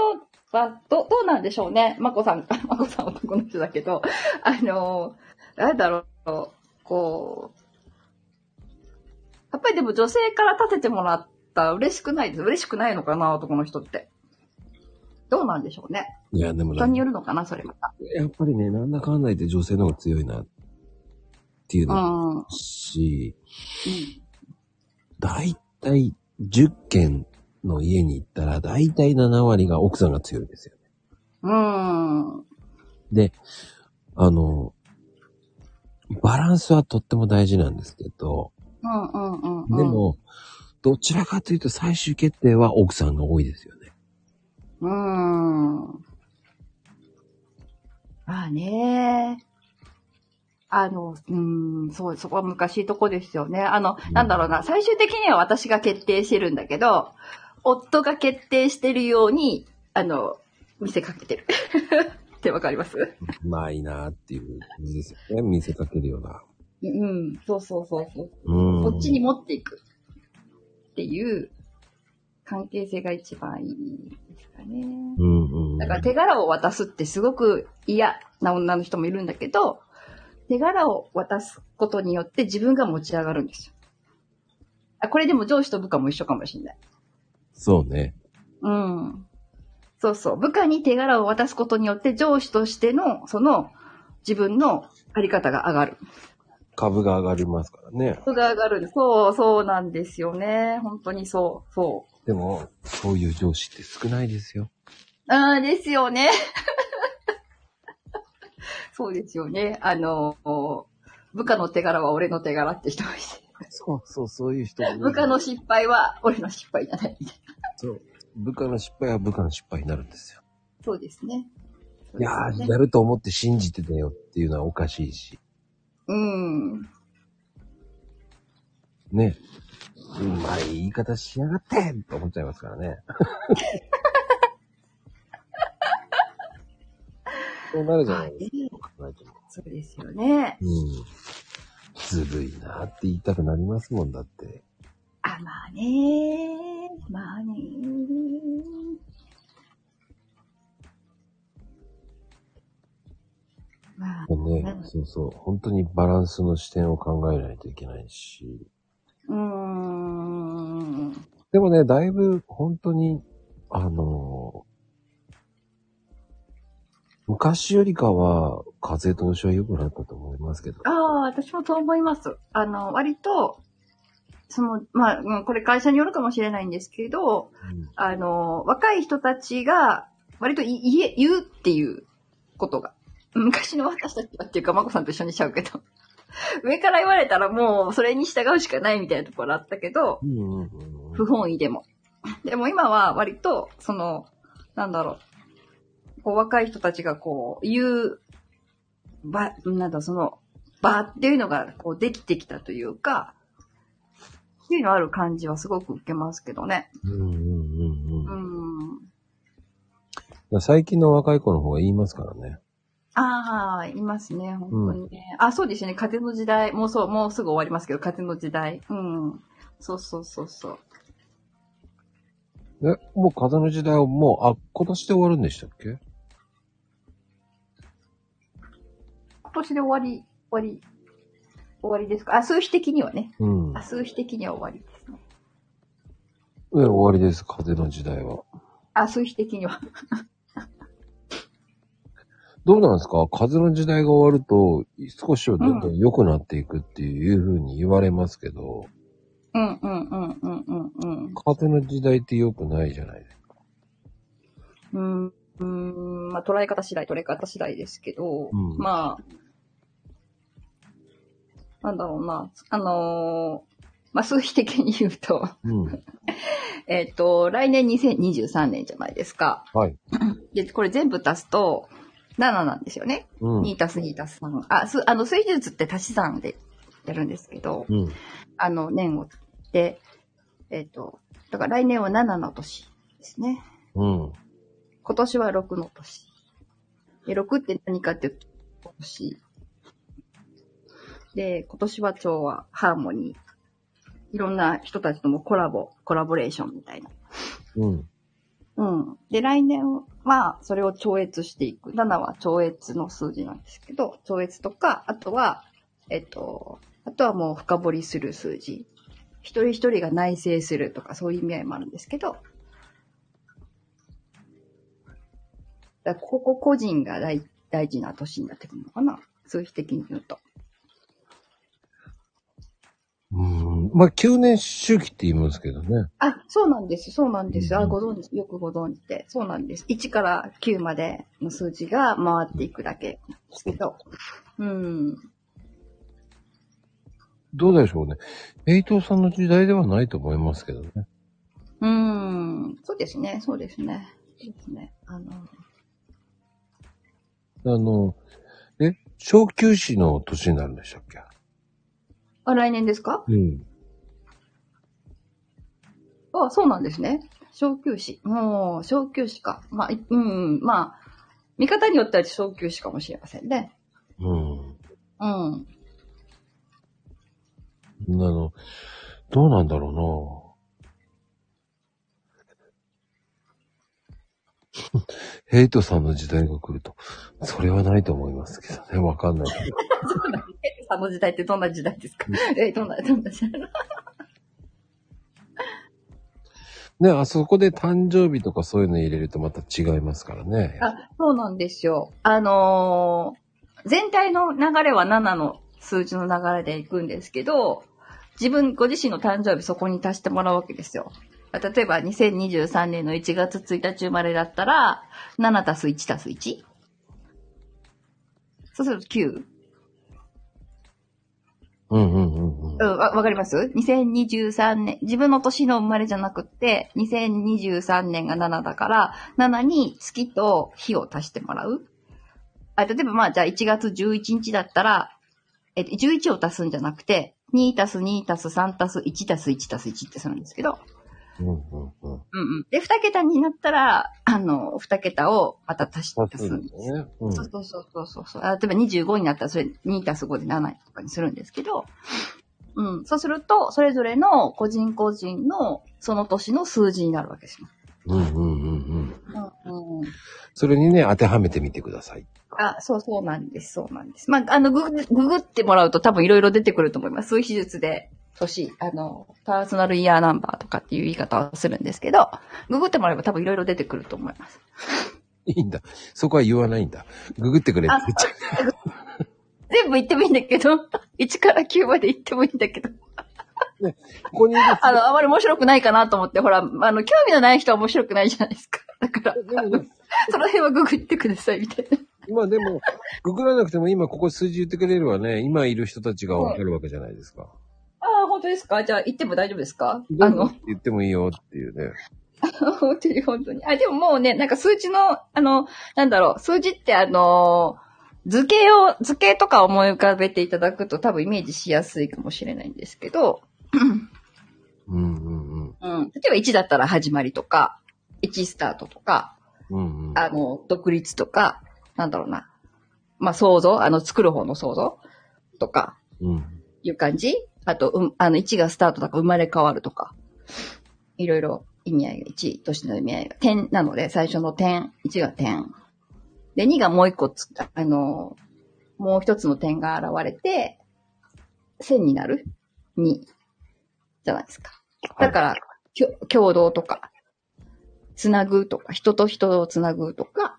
はど、どうなんでしょうねまこさん、 <laughs> まこさんは男の人だけど、あの、なんだろう、こう、やっぱりでも女性から立ててもらったら嬉しくないです。嬉しくないのかな男の人って。どうなんでしょうねいや、でも人なによるのかなそれまた。やっぱりね、なんだかんだ言って女性の方が強いな、っていううのもん。うんあるし、だいたい10件の家に行ったら、だいたい7割が奥さんが強いですよ。うん。で、あの、バランスはとっても大事なんですけど、うんうんうんうん。で、も、どちらかというと最終決定は奥さんが多いですよね。うん。まあね。あの、うん、そう、そこは難しいとこですよね。あの、うんなんだろうな、最終的には私が決定してるんだけど、夫が決定してるように、あの、見せかけてる。 <laughs> ってわかりますうまいなーっていう感じですよね。見せかけるような。うん、そうそうそうそう。うん。こっちに持っていく。っていう関係性が一番いいですかね。うんうんうん。だから手柄を渡すってすごく嫌な女の人もいるんだけど、手柄を渡すことによって自分が持ち上がるんですよ。あ、これでも上司と部下も一緒かもしれない。そうね。うん。そうそう。部下に手柄を渡すことによって上司としての、その、自分のあり方が上がる。株が上がりますからね。人が上がる。そう、そうなんですよね。本当にそう、そう。でも、そういう上司って少ないですよ。ああ、ですよね。 <laughs> そうですよね。あの、部下の手柄は俺の手柄って人もいて、そうそう、そういう人が多い。部下の失敗は俺の失敗じゃない。そう。部下の失敗は部下の失敗になるんですよ。そうですね。そういでやすー、ねやると思って信じてたよっていうのはおかしいし。うん。ね。うまい言い方しやがってと思っちゃいますから <laughs> ね。そうなるじゃないですか。考えてもそうですよね。うん。ずるいなって言いたくなりますもんだって。あ、まあね。まあね。まあ、もうねう、んそうそう。本当にバランスの視点を考えないといけないし。うーん。でもね、だいぶ本当に、あの昔よりかは風通しは良くなったと思いますけど。ああ、私もそう思います。あの、割と、その、まあ、うんこれ会社によるかもしれないんですけうど、んあの、若い人たちが、割とい言え、言うっていうことが。昔の私たちはっていうか、まこさんと一緒にしちゃうけど。上から言われたらもう、それに従うしかないみたいなところあったけど、うんうんうんうん不本意でも。でも今は割と、その、なんだろう、こう若い人たちがこう、言う、ば、なんだ、その、場っていうのがこうできてきたというか、っていうのある感じはすごく受けますけどね。うんうんうんううん。だかん。ら最近の若い子の方が言いますからね。ああ、いますね、本当にね。あ、そうですね、風の時代。もうそう、もうすぐ終わりますけど、風の時代。うん。そうそうそうそう。え、もう風の時代をもう、あ、今年で終わるんでしたっけ今年で終わり、終わり、終わりですかあ、数比的にはね。うん。あ、ね、数比的には終わりですね。終わりです、風の時代は。あ、数比的には。どうなんですか風の時代が終わると、少しはどんどん良くなっていくっていうふうに言われますけど、うんうんうんうんうん風の時代って良くないじゃないですか。うん。うん、まあ捉え方次第、捉え方次第ですけど、うんまあ、なんだろうな、あのーまあ数比的に言うと、 <laughs> うん。えっ、と、来年2023年じゃないですか。はい。で、これ全部足すと、7なんですよね。うん。 2足す2足す3。あ、す、あの、水術って足し算でやるんですけど、うん。あの、年をで、えっ、と、だから来年は7の年ですね。うん。今年は6の年。で、6って何かっていうと、年。で、今年は調和、ハーモニー。いろんな人たちともコラボ、コラボレーションみたいな。うん。うん。で、来年は、それを超越していく。7は超越の数字なんですけど、超越とか、あとは、えっと、あとはもう深掘りする数字。一人一人が内省するとか、そういう意味合いもあるんですけど、だからここ個人が大大事な年になってくるのかな数比的に言うと。うん。まあ、9年周期って言いますけどね。あ、そうなんです、そうなんです。うあ、んご存知、よくご存知で。そうなんです。1から9までの数字が回っていくだけなんですけど。うん。どうでしょうね。平等さんの時代ではないと思いますけどね。うん。そうですね、そうですね。そうですね。あの、あの、え、小休止の年になるんでしたっけあ、来年ですかうん。あ、そうなんですね。小休止。もう、小休止か。まあ、いうん、まあ、見方によっては小休止かもしれませんね。うん。 <laughs> うん。あの、どうなん <laughs> だろうなヘイトさんの時代が来ると、それはないと思いますけどね、わかんないけど。あの時代ってどんな時代ですか <laughs> え、どんな、どんな時代ね、あそこで誕生日とかそういうの入れるとまた違いますからね。あ、そうなんですよ。あのー全体の流れは7の数字の流れでいくんですけど、自分、ご自身の誕生日そこに足してもらうわけですよ。例えば2023年の1月1日生まれだったら、7足す1足す 1? そうすると 9? うんうんうんうんう。ん、わ、わかります ?2023 年、自分の年の生まれじゃなくって、2023年が7だから、7に月と日を足してもらう。あ、例えばまあ、じゃあ1月11日だったら、えっと、11を足すんじゃなくて、2足す2足す3足す1足す1足す1ってするんですけど、うんうんうん。うんうん。で、2桁になったら、あの、2桁をまた足しそう足ですすよんですよ。ね。うんそうそうそうそうそうそう。あ例えば25になったらそれ2足す5で7とかにするんですけど、うん。そうすると、それぞれの個人個人のその年の数字になるわけですよ。うんうんうんうん。うん、うん。それにね、当てはめてみてください。あ、そうそうなんです、そうなんです。まあ、あの、ググググってもらうと多分いろいろ出てくると思います。数秘術で、年、あの、パーソナルイヤーナンバーとかっていう言い方をするんですけど、ググってもらえば多分いろいろ出てくると思います。いいんだ。そこは言わないんだ。ググってくれって言っちゃう全部言ってもいいんだけど、1から9まで言ってもいいんだけど。ここにいるあの、あまり面白くないかなと思って、ほら、あの、興味のない人は面白くないじゃないですか。 <laughs> だから、でもねその辺はググってください、みたいな。まあでも、ググらなくても今ここ数字言ってくれればね、今いる人たちがわかるわけじゃないですか。ああ、本当ですかじゃあ行っても大丈夫ですかどあうぞのっ、て言ってもいいよっていうね。本当に本当に。あ、でももうね、なんか数値の、あの、なんだろう、数字ってあの、図形を、図形とか思い浮かべていただくと多分イメージしやすいかもしれないんですけど、うんうんうん。うん。例えば1だったら始まりとか、1スタートとか、うんうん。あの、独立とか、なんだろうな。まあ、想像、あの、作る方の想像とか、うん。、いう感じあと、うん、あの、1がスタートだから生まれ変わるとか、いろいろ意味合いが1、としての意味合いが点なので、最初の点、1が点。で、2がもう一個つ、あの、もう一つの点が現れて、線になる ?2 じゃないですか。だからら、きょ共同とか、つなぐとか、人と人をつなぐとか、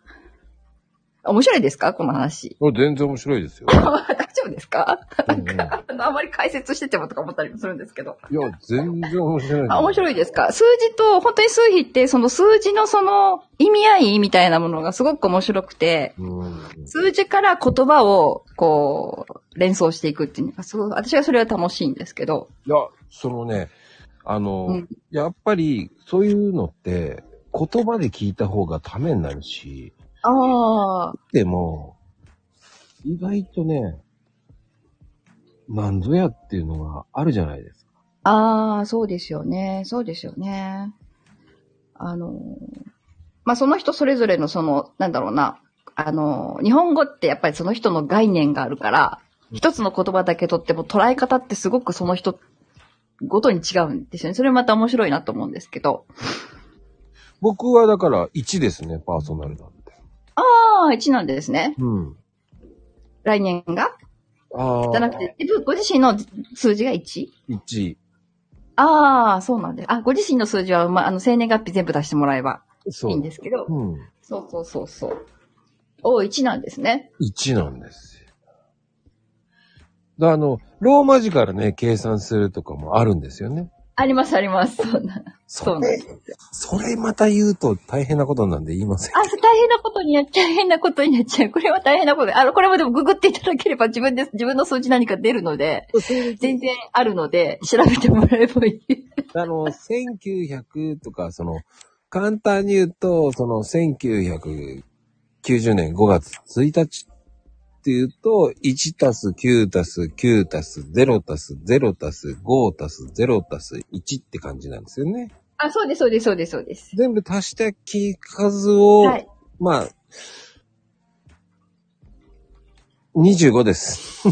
面白いですかこの話。はい、全然面白いですよ。 <laughs> 大丈夫ですかうんうんあ <laughs> のあまり解説しててもとか思ったりもするんですけど。いや、全然面白いね。あ、面白い。いですか数字と、本当に数比って、その数字のその意味合いみたいなものがすごく面白くて、うん。数字から言葉を、こう、連想していくっていうのが、すごい、私はそれは楽しいんですけど。いや、そのね、あの、うんやっぱり、そういうのって、言葉で聞いた方がためになるし、ああ、でも、意外とね、なんぞやっていうのがあるじゃないですか。ああ、そうですよね。そうですよね。あのー、まあ、その人それぞれのその、なんだろうな、あのー、日本語ってやっぱりその人の概念があるから、一つの言葉だけとっても捉え方ってすごくその人ごとに違うんですよね。それまた面白いなと思うんですけど。僕はだから1ですね、パーソナルなんで。ああ、1なんですね。うん。来年がああ。じゃなくて、自分ご自身の数字が 1? 1。ああ、そうなんです。あ、ご自身の数字は、まあ、あの、生年月日全部出してもらえばそう。いいんですけど。うん。そうそうそうそう。お、1なんですね。 1なんですよ。だあの、ローマ字からね、計算するとかもあるんですよね。ありますあります。そんな。そうなんです。それまた言うと大変なことなんで言いません。あ、大変なことになっちゃう。大変なことになっちゃう。これは大変なことで。あの、これもでもググっていただければ自分で、自分の数字何か出るので、全然あるので、調べてもらえばいい。 <laughs> あの、1900とか、その、簡単に言うと、その、1990年5月1日っていうと、1たす9たす9たす0たす0たす5たす0たす1って感じなんですよね。あ、そうです、そうです、そうです、そうです。全部足した木数を、はい。まあ、25です。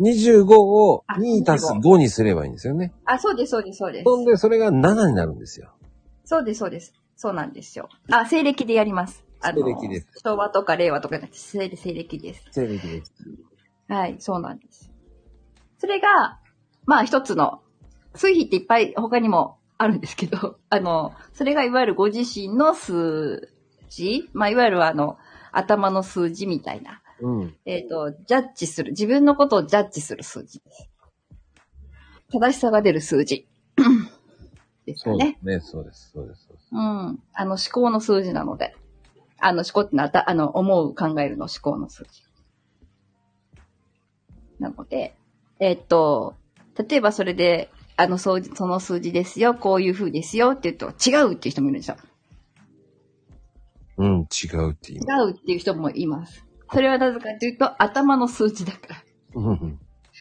25をあ2足す25 5にすればいいんですよね。あ、そうです、そうです、そうです。そんで、それが7になるんですよ。そうです、そうです。そうなんですよ。あ、西暦でやります。あの西暦です。昭和とか令和とかじゃなくて西暦西暦です。正力です。はい、そうなんです。それが、まあ一つの、数比っていっぱい他にもあるんですけど、 <laughs> あの、それがいわゆるご自身の数字、まあいわゆるあの、頭の数字みたいな、うん。えっ、と、ジャッジする、自分のことをジャッジする数字です。正しさが出る数字。ですかそうねで。すね。そうです。そうです。そうですうん。あの、思考の数字なので。あの、思考ってのはた、あの、思う、考えるの思考の数字。なので、えっと、例えばそれで、あの、そうその数字ですよ、こういう風ですよって言うと、違うっていう人もいるんですよ。うん、違うって言います。違うっていう人もいます。それはなぜかというと、頭の数字だから。うんうん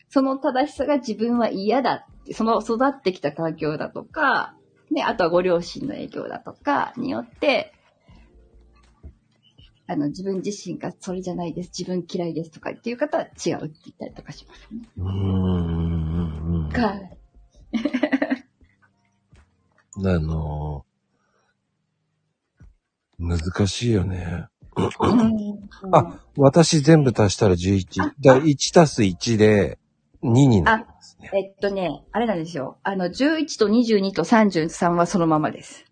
その正しさが自分は嫌だって、その育ってきた環境だとか、ね、あとはご両親の影響だとかによって、あの、自分自身がそれじゃないです、自分嫌いですとかっていう方は違うって言ったりとかしますね。うーん。うんうんかあのー難しいよね。あ、私全部足したら11。だ1足す1で2になりますね。えっとね、あれなんですよ。あの、11と22と33はそのままです。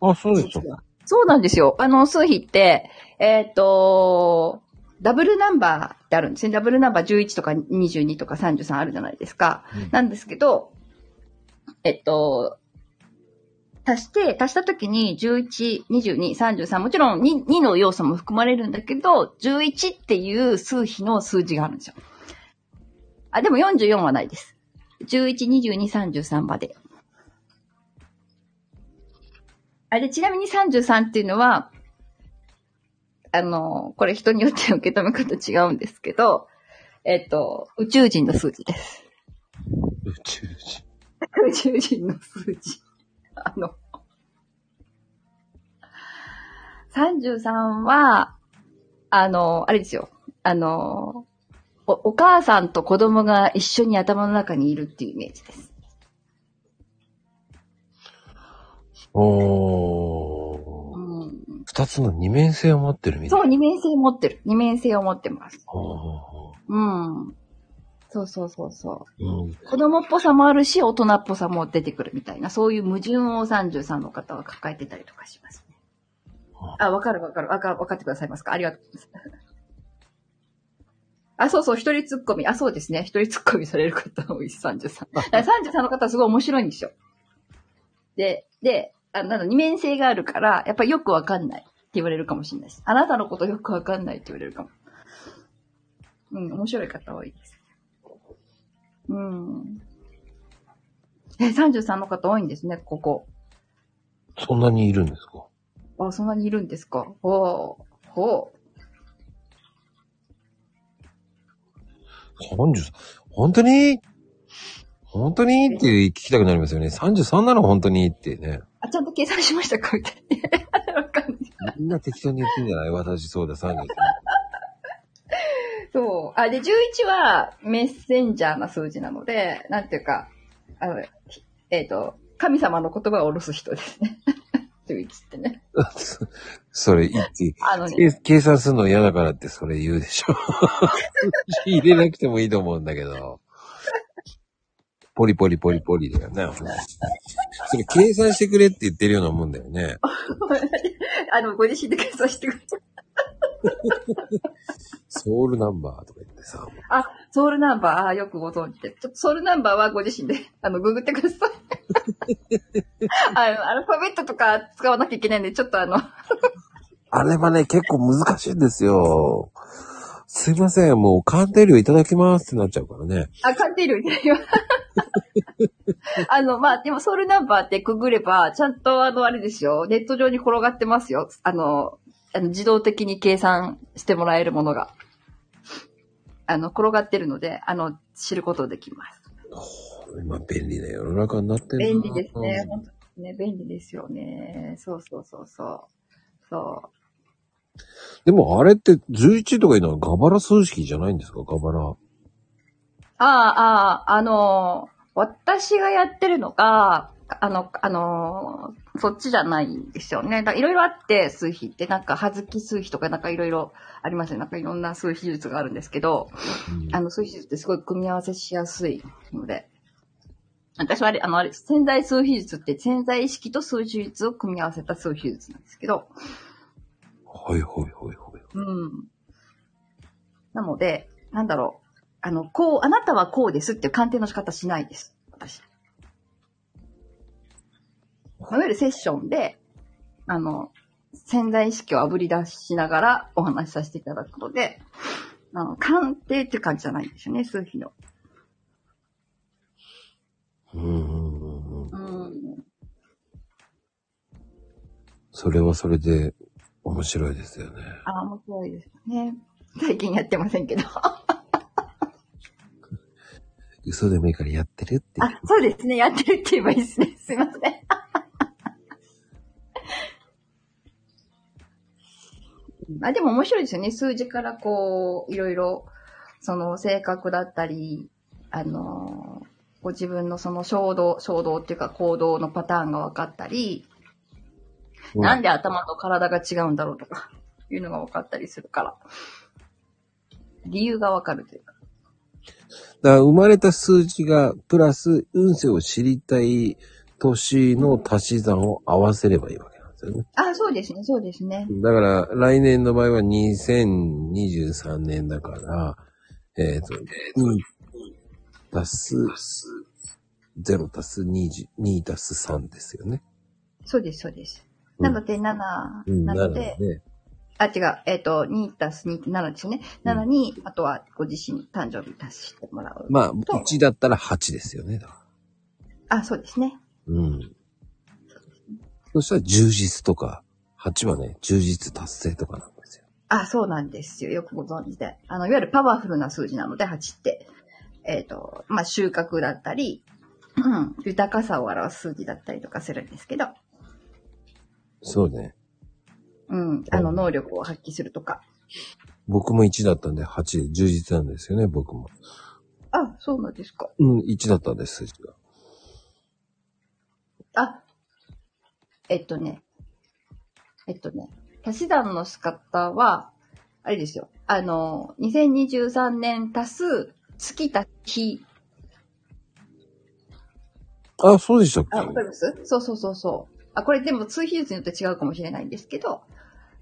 あ、そうです実か。はそうなんですよ。あの、数比って、えっ、と、ダブルナンバーってあるんですね。ダブルナンバー11とか22とか33あるじゃないですか。うんなんですけど、えっと、足して、足した時に11、22、33、もちろん 2, 2の要素も含まれるんだけど、11っていう数比の数字があるんですよ。あ、でも44はないです。11、22、33まで。あれ、ちなみに33っていうのは、あの、これ人によって受け止め方違うんですけど、えっと、宇宙人の数字です。宇宙人。宇宙人の数字。あの、33は、あの、あれですよ。あの、おお母さんと子供が一緒に頭の中にいるっていうイメージです。おうー。ん、二つの二面性を持ってるみたいそな。う、二面性持ってる。二面性を持ってます。そ。うん。そうそうそうそううん。う。子供っぽさもあるし、大人っぽさも出てくるみたいな、そういう矛盾を33の方は抱えてたりとかしますね。あ、わかるわかる。わか、わかってくださいますかありがとうございます。あ、そうそう、一人突っ込み。あ、そうですね。一人突っ込みされる方多いです、33。だから33の方はすごい面白いんですよ。で、で、あなの二面性があるから、やっぱりよくわかんないって言われるかもしれないし、あなたのことよくわかんないって言われるかも。うん、面白い方多いです。うん。え、33の方多いんですね、ここ。そんなにいるんですかあ、そんなにいるんですか。ほう。ほう。 ?33。本当に本当にって聞きたくなりますよね。33なの本当にってね。あ、ちゃんと計算しましたかみたいな。 <laughs> わかんない。みんな適当に言ってんじゃない私そうだ、33。そう。あ、で、11はメッセンジャーな数字なので、なんていうか、あの、ひえっ、と、神様の言葉を下ろす人ですね。11ってね。 <laughs> それ、いち、あのね、計計算するの嫌だからってそれ言うでしょ。入れなくてもいいと思うんだけど。ポリポリポリポリだよね。それ計算してくれって言ってるようなもんだよね。 <laughs> あの、ご自身で計算してください。ソウルナンバーとか言ってさ。あ、ソウルナンバー、あよくご存知で。ちょっとソウルナンバーはご自身で、あの、ググってください。あの、アルファベットとか使わなきゃいけないんで、ちょっとあの、あれはね、結構難しいんですよ。すいません、もう鑑定料いただきますってなっちゃうからね。あ、鑑定料いただきます。あの、まあ、でもソウルナンバーってくぐれば、ちゃんとあの、あれですよ、ネット上に転がってますよ。あの、あの自動的に計算してもらえるものが。あの、転がってるので、あの、知ることできます。今便利な世の中になってるな便利ですね。本当ですね、便利ですよね。そうそうそうそう。そう。でもあれって11とかいうのはガバラ数式じゃないんですかガバラ。ああ、ああ、あのー、私がやってるのが、あの、あのー、そっちじゃないんですよね。だいろいろあって、数比って、なんか、はずき数比とか、なんかいろいろありますね。なんかいろんな数比術があるんですけど、うんあの、数比術ってすごい組み合わせしやすいので。私はあれ、あの、あれ、潜在数比術って潜在意識と数比術を組み合わせた数比術なんですけど、はいはいはいはい。うん。なので、なんだろう。あの、こう、あなたはこうですっていう鑑定の仕方しないです。私。いわゆるセッションで、あの、潜在意識をあぶり出しながらお話しさせていただくので、あの、鑑定っていう感じじゃないんですよね、数比の。うんうんうんうん。うん。それはそれで面白いですよね。あ、面白いですね。最近やってませんけど。嘘でもいいからやってるって。あ、そうですね。やってるって言えばいいですね。 <laughs> すいません。あでも面白いですよね。数字からこう、いろいろ、その性格だったり、あのーご自分のその衝動、衝動っていうか行動のパターンが分かったり、なんで頭と体が違うんだろうとか、 <laughs> いうのが分かったりするから。理由が分かるというか。だから生まれた数字が、プラス運勢を知りたい年の足し算を合わせればいいわけなんですよね。あ、そうですね、そうですね。だから、来年の場合は2023年だから、えっ、と、うん、足す、0足す2、2足す3ですよね。そうです、そうです。うなんので、7うん、ななののでで、、あ、違う、えっ、と、2たす2って7ですよね。7に、あとはご自身誕生日足してもらう。まあ、そう1だったら8ですよね。だからあ、そうですね。うん。そしたら充実とか、8はね、充実達成とかなんですよ。あ、そうなんですよ。よくご存知で。あの、いわゆるパワフルな数字なので、8って。えっ、と、まあ、収穫だったり、 <clears throat> うん、豊かさを表す数字だったりとかするんですけど、そうね。うん、あの、能力を発揮するとか。僕も1だったんで、8で充実なんですよね、僕も。あ、そうなんですか。うん、1だったんです、数字が。あ、えっとね、えっとね、足し算の仕方は、あれですよ。あの、2023年足す月足す日。あ、そうでしたっけあ、わかりますそうそうそうそう。あ、これでも通比率によって違うかもしれないんですけど、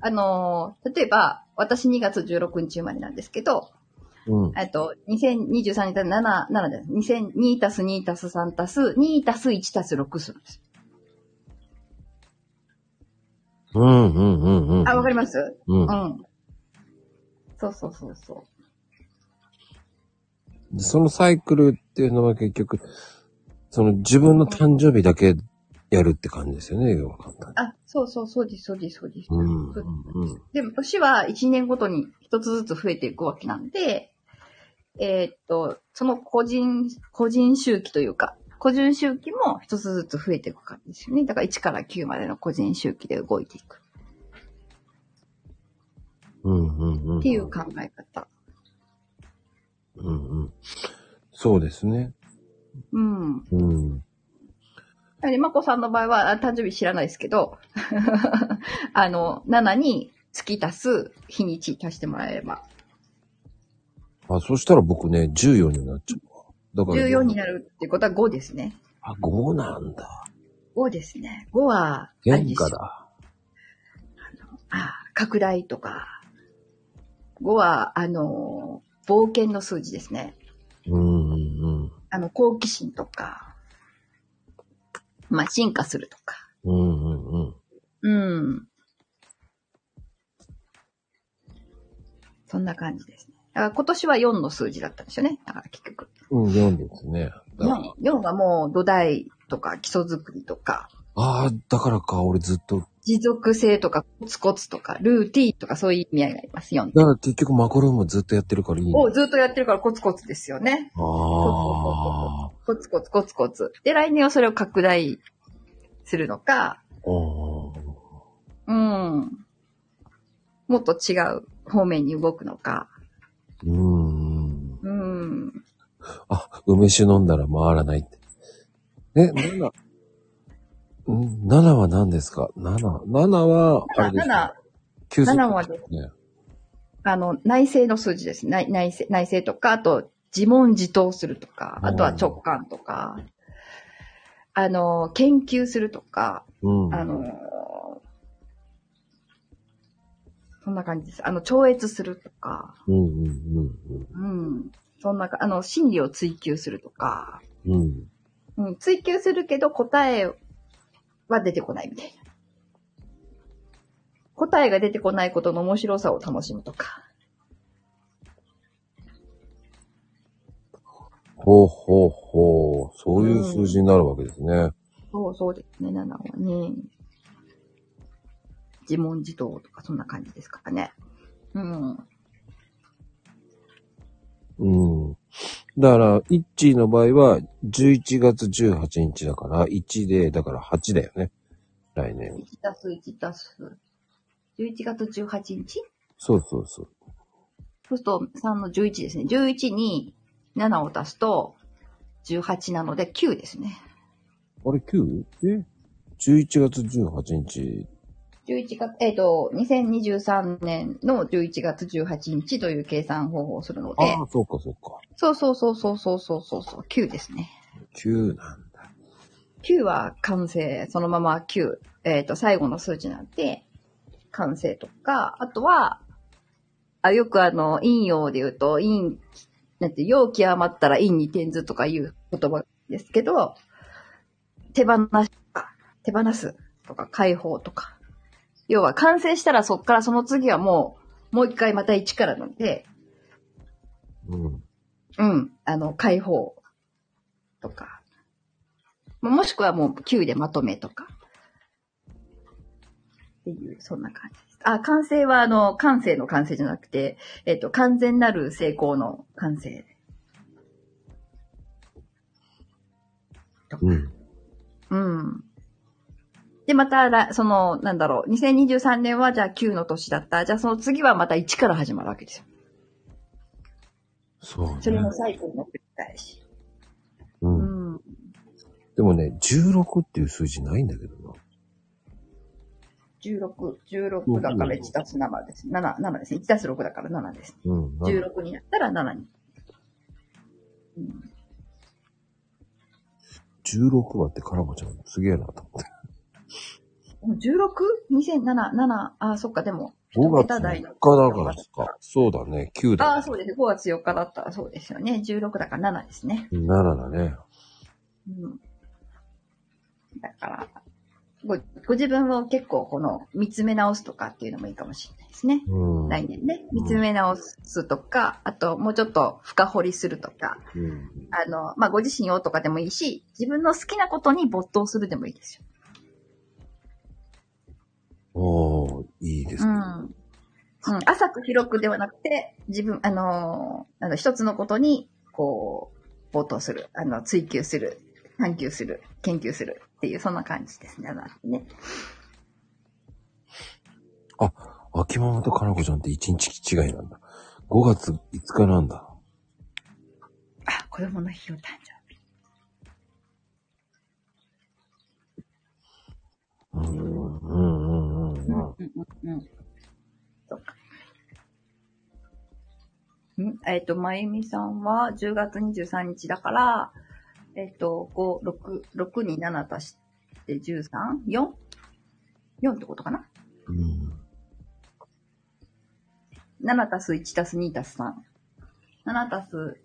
あの、例えば、私2月16日生まれなんですけど、うん。えっと、2023年7、7です。2002足す2足す3足す2足す1足す6するんです。うん、うん、うん、うん。あ、わかりますうんう。ん。そうそうそうそそのサイクルっていうのは結局、その自分の誕生日だけやるって感じですよね、要は簡単う。あ、そうそう、そうです、そうです、そうです。に。うん、そううん、でも、年は1年ごとに一つずつ増えていくわけなんで、えーっと、その個人、個人周期というか、個人周期も一つずつ増えていく感じですよね。だから1から9までの個人周期で動いていくうん、うん、うん。っていう考え方。うん、うん。そうですね。うん。うん。なので、まこさんの場合は、あ誕生日知らないですけど、 <laughs> あの、7に月足す日にち足してもらえれば、あ、そしたら僕ね、14になっちゃうわ。だから、 14になるってことは5ですね。あ、5なんだ。 5ですね。5は、あれ変です化よだ。あ拡大とか。5は、あの、冒険の数字ですね。うん、うん、あの、好奇心とか、まあ、進化するとか。うん。うん、うん、うん。うん。そんな感じですね。だから今年は4の数字だったんですよね。だから結局。うん、4ですね。だから 4, 4はもう土台とか基礎作りとか、ああ、だからか、俺ずっと。持続性とかコツコツとか、ルーティーンとかそういう意味合いがあります。4。だから結局マコルームずっとやってるからいいね。をずっとやってるからコツコツですよね。ああ。コツコツコツコツ。で、来年はそれを拡大するのか、ああ。うん。もっと違う方面に動くのか、うーん。うん。あ、梅酒飲んだら回らないって。え、7。うん、7は何ですか ?7。7は、あれです7か、9 7はですね。あの、内政の数字です。内内政内政とか、あと、自問自答するとか、あとは直感とか、あの、研究するとか、うん。あの、そんな感じです。あの、超越するとか、うんうんうんうん。そんなか、あの、真理を追求するとか、うん。うん。うん、追求するけど答えは出てこないみたいな。答えが出てこないことの面白さを楽しむとか。ほうほうほう。そういう数字になるわけですね。そうそうですね、7はね。自問自答とかそんな感じですからね。うん。うん。だから、イッチーの場合は、11月18日だから、1で、だから8だよね。来年。 1たす1たす。11月18日そうそうそう。そうすると3の11ですね。11に7を足すと18なので9ですね。あれ 9? え ?11 月18日。 11月、えっ、と、2023年の11月18日という計算方法をするのあで、あ、そうかそうか。そうそうそうそうそうそうそうそう、9ですね。 9なんだ。 9は完成、そのまま9、えっ、と、最後の数字なんで、完成とか、あとは、あよくあの、陰陽で言うと、陰、なんて、陽気余ったら陰に転ずとかいう言葉ですけど、手放すとか、手放すとか、解放とか、要は完成したらそっからその次はもう、もう一回また一からなんで、うん。うん、あの、解放とか、ももしくはもう Q でまとめとか、っていう、そんな感じです。あ、完成はあの、完成の完成じゃなくて、えっと、完全なる成功の完成。うん。うん。で、またら、その、なんだろう、2023年はじゃあ9の年だった。じゃあその次はまた1から始まるわけですよ。そうそねれ。のサイクルの繰り返し。う。うんん。でもね、16っていう数字ないんだけどな。 16、16だから1たす7です。7、7ですね。1たす6だから7です。うん。なん16になったら7に。うん16はってカラマちゃんすげえなと思って。もう 16?2007、7、あ、そっか、でも、 5月一桁4日台のだからか。そうだね、9だ、ね。あ、そうです。5月4日だったらそうですよね。16だから7ですね。 7だね。うん。だから、ご、ご自分を結構この、見つめ直すとかっていうのもいいかもしれないですね。うん。来年ね。うん見つめ直すとか、あと、もうちょっと深掘りするとか、うん。あの、まあ、ご自身をとかでもいいし、自分の好きなことに没頭するでもいいですよ。おー、いいですうね。ん。うん。浅く広くではなくて、自分、あのー、あの、一つのことに、こう、没頭する。あの、追求する。探求する。研究する。っていう、そんな感じですね。なね。秋ママとかなこちゃんって1日違いなんだ。5月5日なんだ。あ、子供の日の誕生日。うん、うん、うん、うんうん。うん、うん。そっか。んえっ、と、まゆみさんは10月23日だから、えっ、と、5、6、6に7足して13、4? 4ってことかなうん。 7たす1たす2たす3。7たす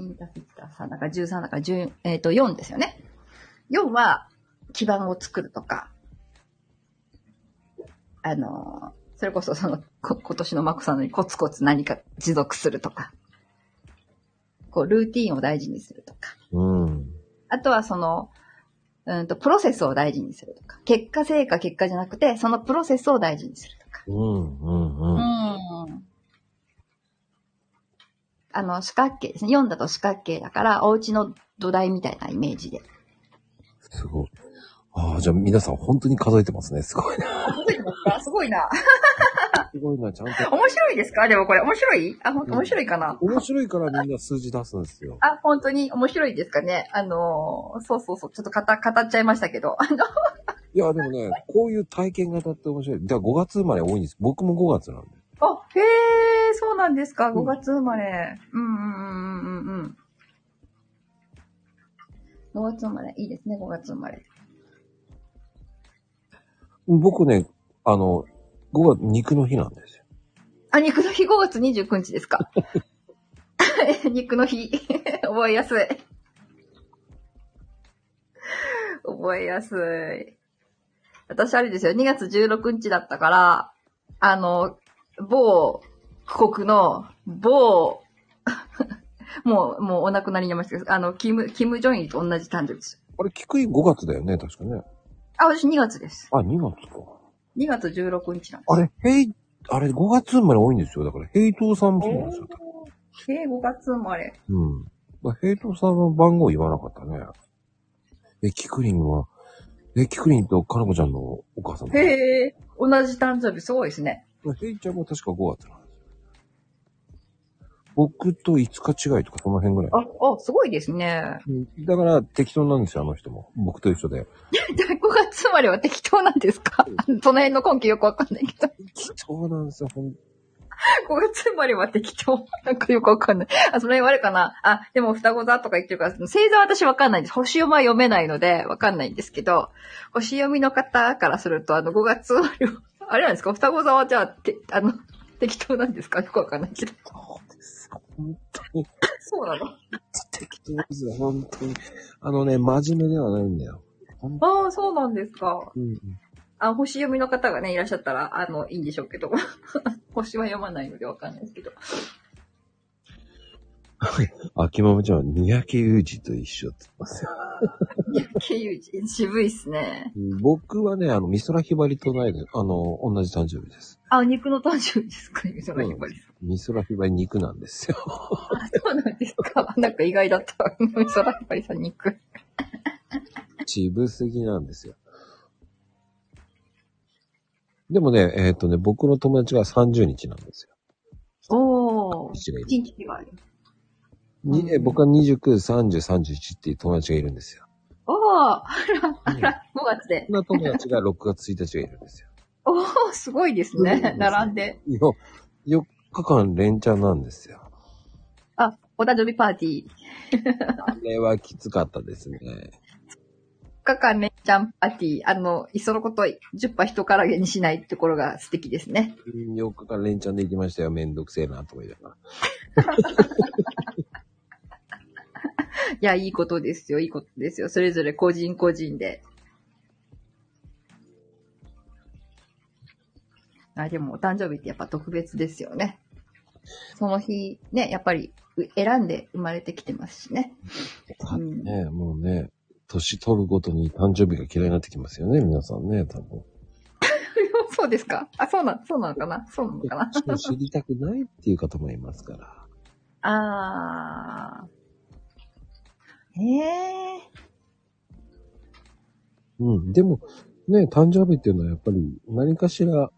2たす1たす3だから13だから10、えっ、と4ですよね。4は基盤を作るとか、あのー、それこそその、こ今年のマコさんのようにコツコツ何か持続するとか、こう、ルーティンを大事にするとか、うん。あとはその、うんと、プロセスを大事にするとか、結果成果結果じゃなくて、そのプロセスを大事にするとか、うん、うん、うん。うんあの、四角形ですね。4だと四角形だから、お家の土台みたいなイメージで。すごい。ああ、じゃあ皆さん本当に数えてますね。すごいな。すごいな。 <laughs> すごいな、ちゃんと。面白いですかでもこれ、面白いあ、本当うん面白いかな、面白いからみんな数字出すんですよ。あ、本当に面白いですかねあのーそうそうそう、ちょっと語語っちゃいましたけど。あのいや、でもね、こういう体験型って面白い。じゃあ5月生まれ多いんです。僕も5月なんで。あ、へえ、そうなんですか。5月生まれ。うんうんうんうんうんうん。5月生まれ。いいですね、5月生まれ。僕ね、あの、5月肉の日なんですよ。あ、肉の日5月29日ですか。 <laughs> 肉の日。覚えやすい。覚えやすい。私あれですよ、2月16日だったから、あの、某国の、某、 <laughs> もう、もうお亡くなりになりましたけど、あの、キム、キム・ジョンイルと同じ誕生日です。あれ、菊井5月だよね、確かね。あ、私2月です。あ、2月か。 2月16日なんです。あれ、ヘイ、あれ、5月生まれ多いんですよ。だから、ヘイトーさんもそうなんですよ。えー、5月生まれ。うん。だからヘイトーさんの番号言わなかったね。え、キクリンは、え、キクリンとカナコちゃんのお母さんも。ヘへえ、同じ誕生日、すごいですね。イちゃんも確か5月なんですよ。僕と5日違いとかその辺ぐらい。あ、あ、すごいですね。 <laughs> うんだから適当なんですよ、あの人も。僕と一緒で。じゃあ5月生まれは適当なんですかその辺の根拠よくわかんないけど。5適当なんですよ、ほん月生まれは適当。なんかよくわかんない。あ、その辺はあれかな。あ、でも双子座とか言ってるから、星座は私わかんないです。星読みは読めないので、わかんないんですけど、星読みの方からすると、あの5月生まれは、あれなんですか双子座はじゃあ、てあの、適当なんですかよくわかんないけど。そうですよ。本そうなの当適当ですよ、本当に。あのね、真面目ではないんだよ。ああ、そうなんですか。うん。あ、星読みの方がね、いらっしゃったら、あの、いいんでしょうけど。 <laughs> 星は読まないのでわかんないですけど。秋マムちゃんは三宅裕二と一緒って言ってますよ。経由人、渋いっすね。僕はね、あの、美空ひばりとないで、あの、同じ誕生日です。あ、お肉の誕生日ですかゆうさんがやっぱり。美空ひばり肉なんです <laughs> よ。あ、そうなんですか。なんか意外だった。美空ひばりさん肉。渋すぎなんですよ。でもね、えっ、とね、僕の友達が30日なんですよ。おー。一がいる一日違い。にえ僕は29、30、31っていう友達がいるんですよ。おー。うん5月で。そんな友達が6月1日がいるんですよ。おー、すごいですね。並んで。よ、4日間連チャンなんですよ。あ、お誕生日パーティー。あれはきつかったですね。 4日間めっちゃんパーティー。あの、いっそのこと10杯人からげにしないところが素敵ですね。 4日間連チャンで行きましたよ。めんどくせえなと思いながら。いや、いいことですよ、いいことですよ。それぞれ個人個人で。あ、でもお誕生日ってやっぱ特別ですよね。その日、ね、やっぱりう選んで生まれてきてますしね。うんねえもうね、年取るごとに誕生日が嫌いになってきますよね。皆さんね、多分。 <laughs> そうですかあ、そうな、そうなのかなそうなのかな年を知りたくないっていう方もいますから。あー。えー。うん。でも、ね、誕生日っていうのはやっぱり何かしら、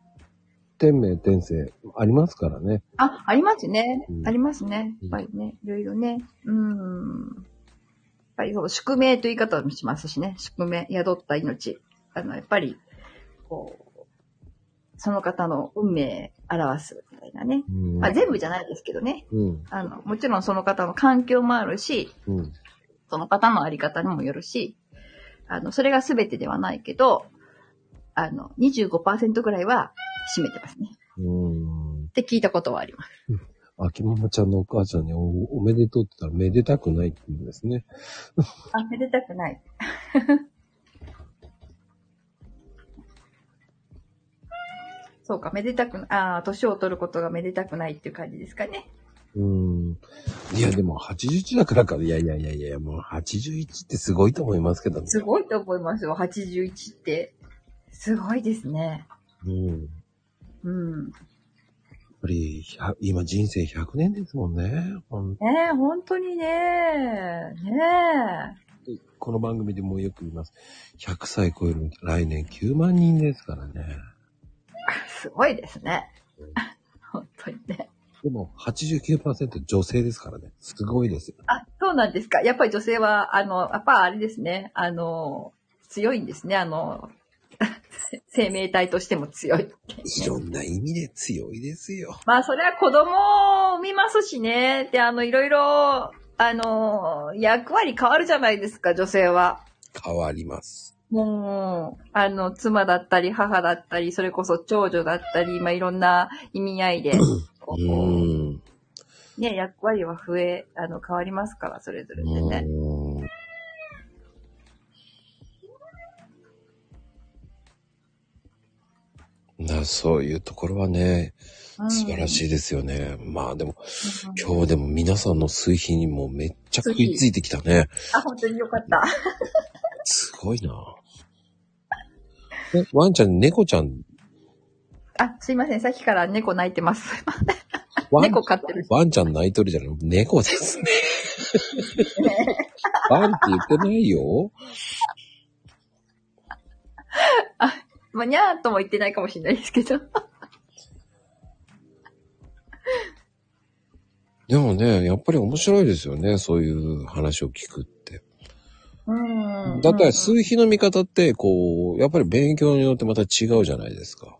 天命、天性、ありますからね。あ、ありますねう。んありますね。うやんっぱりね、いろいろね。うん。やっぱりそう、宿命という言い方もしますしね。宿命、宿った命。あの、やっぱり、こう、その方の運命表すみたいなね。うん。まあ、全部じゃないですけどね。うん。あの、もちろんその方の環境もあるし、うん。その方のあり方にもよるし、あの、それが全てではないけど、あの、25%ぐらいは占めてますね。うん。って聞いたことはあります。秋ママちゃんのお母ちゃんにおおめでとうって言ったらめでたくないって言うんですね。あ、めでたくない。 <laughs> そうか、めでたくな、ああー、年を取ることがめでたくないっていう感じですかね。うん。いや、でも81だからか、いやいやいやいや、もう81ってすごいと思いますけどね。すごいと思いますよ、81って。すごいですね。うん。やっうん。ぱり、ひゃ今人生100年ですもんね。ほんねえ、本当にねねえ。この番組でもよく言います。100歳超える、来年9万人ですからね。すごいですね。 <laughs> 本当にね。でも89%女性ですからね。すごいですよ。あ、そうなんですか。やっぱり女性は、あの、やっぱあれですね。あの、強いんですね。あの、 <laughs> 生命体としても強いっていうね。いろんな意味で強いですよ。まあ、それは子供を産みますしね。で、あの、いろいろ、あの、役割変わるじゃないですか、女性は。変わります。もう、あの、妻だったり、母だったり、それこそ長女だったり、まあ、いろんな意味合いで、こううーん。ね、役割は増え、あの、変わりますから、それぞれでね。うーんなそういうところはね、素晴らい。しいですよね。まあでも、うん今日でも皆さんの水費にもめっちゃ食いついてきたね。あ、本当によかった。すごいなえ、ワンちゃん、猫ちゃん、あ、すいません。さっきから猫泣いてます。ワン <laughs> 猫飼ってるし。ワンちゃん泣いとるじゃない猫ですね。ワンって言ってないよ。まあ、にゃーとも言ってないかもしれないですけど。でもね、やっぱり面白いですよね。そういう話を聞くって。うんだって、数比の見方って、こう、やっぱり勉強によってまた違うじゃないですか。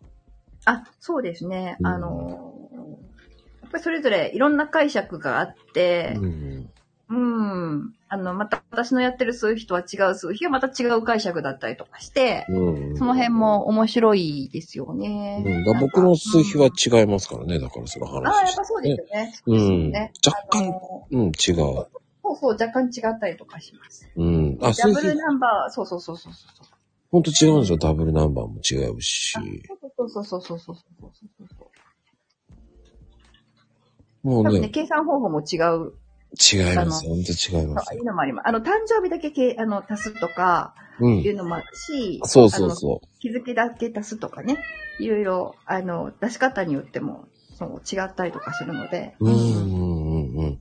あ、そうですね。うんあのー、やっぱりそれぞれいろんな解釈があって、うん。うん、あの、また私のやってる数比とは違う数比がまた違う解釈だったりとかして、うん。その辺も面白いですよね。うん、だから僕の数比はうん違いますからね。だからその話。ああ、やっぱそうですよね。うんね。若あの干、うん、違う。そうそう、若干違ったりとかします。うん。あ、ダ数ブル比、ナンバー、そうそうそうそうそう。ほんと違うんですよ。ダブルナンバーも違うし。そうそうそうそうそうそうそうそう。もう多分ね、ね、計算方法も違う。違います。ほんと違いまあすい。うのもあります。あの、誕生日だけけあの足すとか、ういん。うのもあるし、そうそうう。そ日付だけ足すとかね、いろいろ、あの、出し方によっても、そう、違ったりとかするので。う。うんうんうんうん。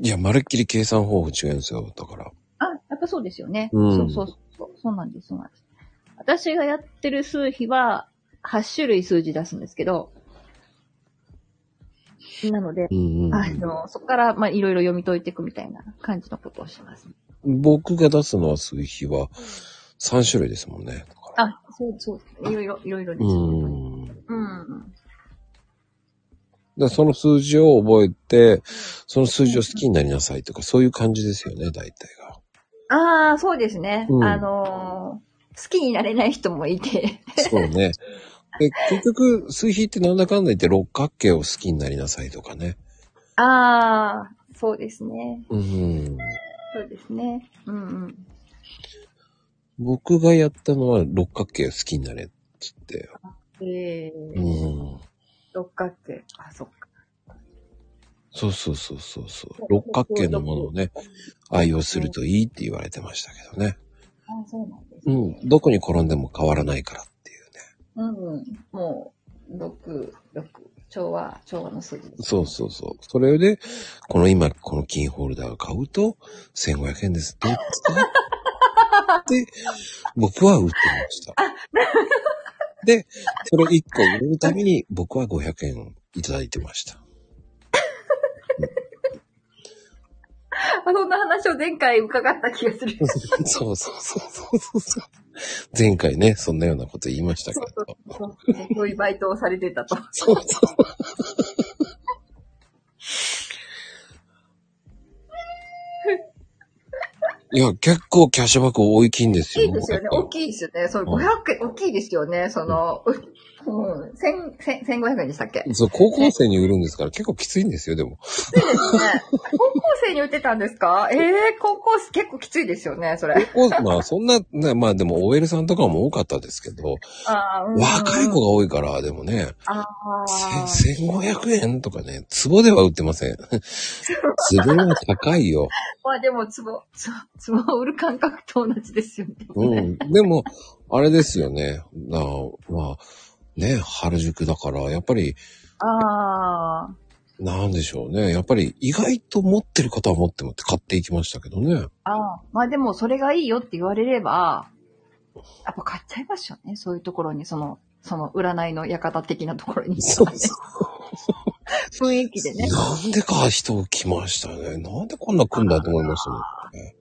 いや、まるっきり計算方法違うんですよ。だから。あ、やっぱそうですよね。うんそうそうそう。そうなんです、そうなんです。私がやってる数比は、8種類数字出すんですけど、なのでう、んうん、うあん。の、そこから、まあ、いろいろ読み解いていくみたいな感じのことをします。僕が出すのは数比は3種類ですもんね。だからあ、そう、そう。いろいろ、いろいろです。うん。だかうん。らその数字を覚えて、その数字を好きになりなさいとか、そういう感じですよね、大体が。ああ、そうですね。うんあのー好きになれない人もいて。 <laughs> そう <laughs> ね。で、結局、数比ってなんだかんだ言って六角形を好きになりなさいとかね。ああ、そうですね。うん。そうですね。うんうん。僕がやったのは六角形を好きになれっつって。えうー、ん。六角形。あ、そっか。そうそうそうそうそう。六角形のものをね、愛用するといいって言われてましたけどね。あそうなんですうね。ん。どこに転んでも変わらないからっていうね。うん、うん。もう、六、六。調和、調和の数字です。そうそうそう。それで、この今、このキーホルダーを買うと、1500円ですって。で、僕は売ってました。で、それ1個売れるために、僕は500円いただいてま <laughs> した。 <laughs> あ、そんな話を前回伺った気がする。そうそうそうそうそう。前回ね、そんなようなこと言いましたけそうそうど。そう。そういうバイトをされて <laughs> たと。そうそう。いや、結構キャッシュバック大きいんです大よ。きいですよね。大きいですよね。それ500円、大きいですよね。その、うん、千、千、千五百円でしたっけね。そう、高校生に売るんですから結構きついんですよ、でも。高校生に売ってたんですかええ高校生結構きついですよね、それ。高校まあそんな、ね、まあでも OL さんとかも多かったですけど、ああ、うん若い子が多いから、でもね、ああ。せ1500円とかね、壺では売ってま <laughs> せん。壺は高いよ。まあでも、つぼ、つつぼを売る感覚と同じですよね。うん。でも、あれですよね。なまあ、ね、原宿だから、やっぱり、ああ。なんでしょうね。やっぱり意外と持ってる方は持ってもって買っていきましたけどね。ああ。まあでも、それがいいよって言われれば、やっぱ買っちゃいますよね。そういうところに、その、その占いの館的なところに。雰囲気でね。なんでか人来ましたね。なんでこんな来んだと思いましたね。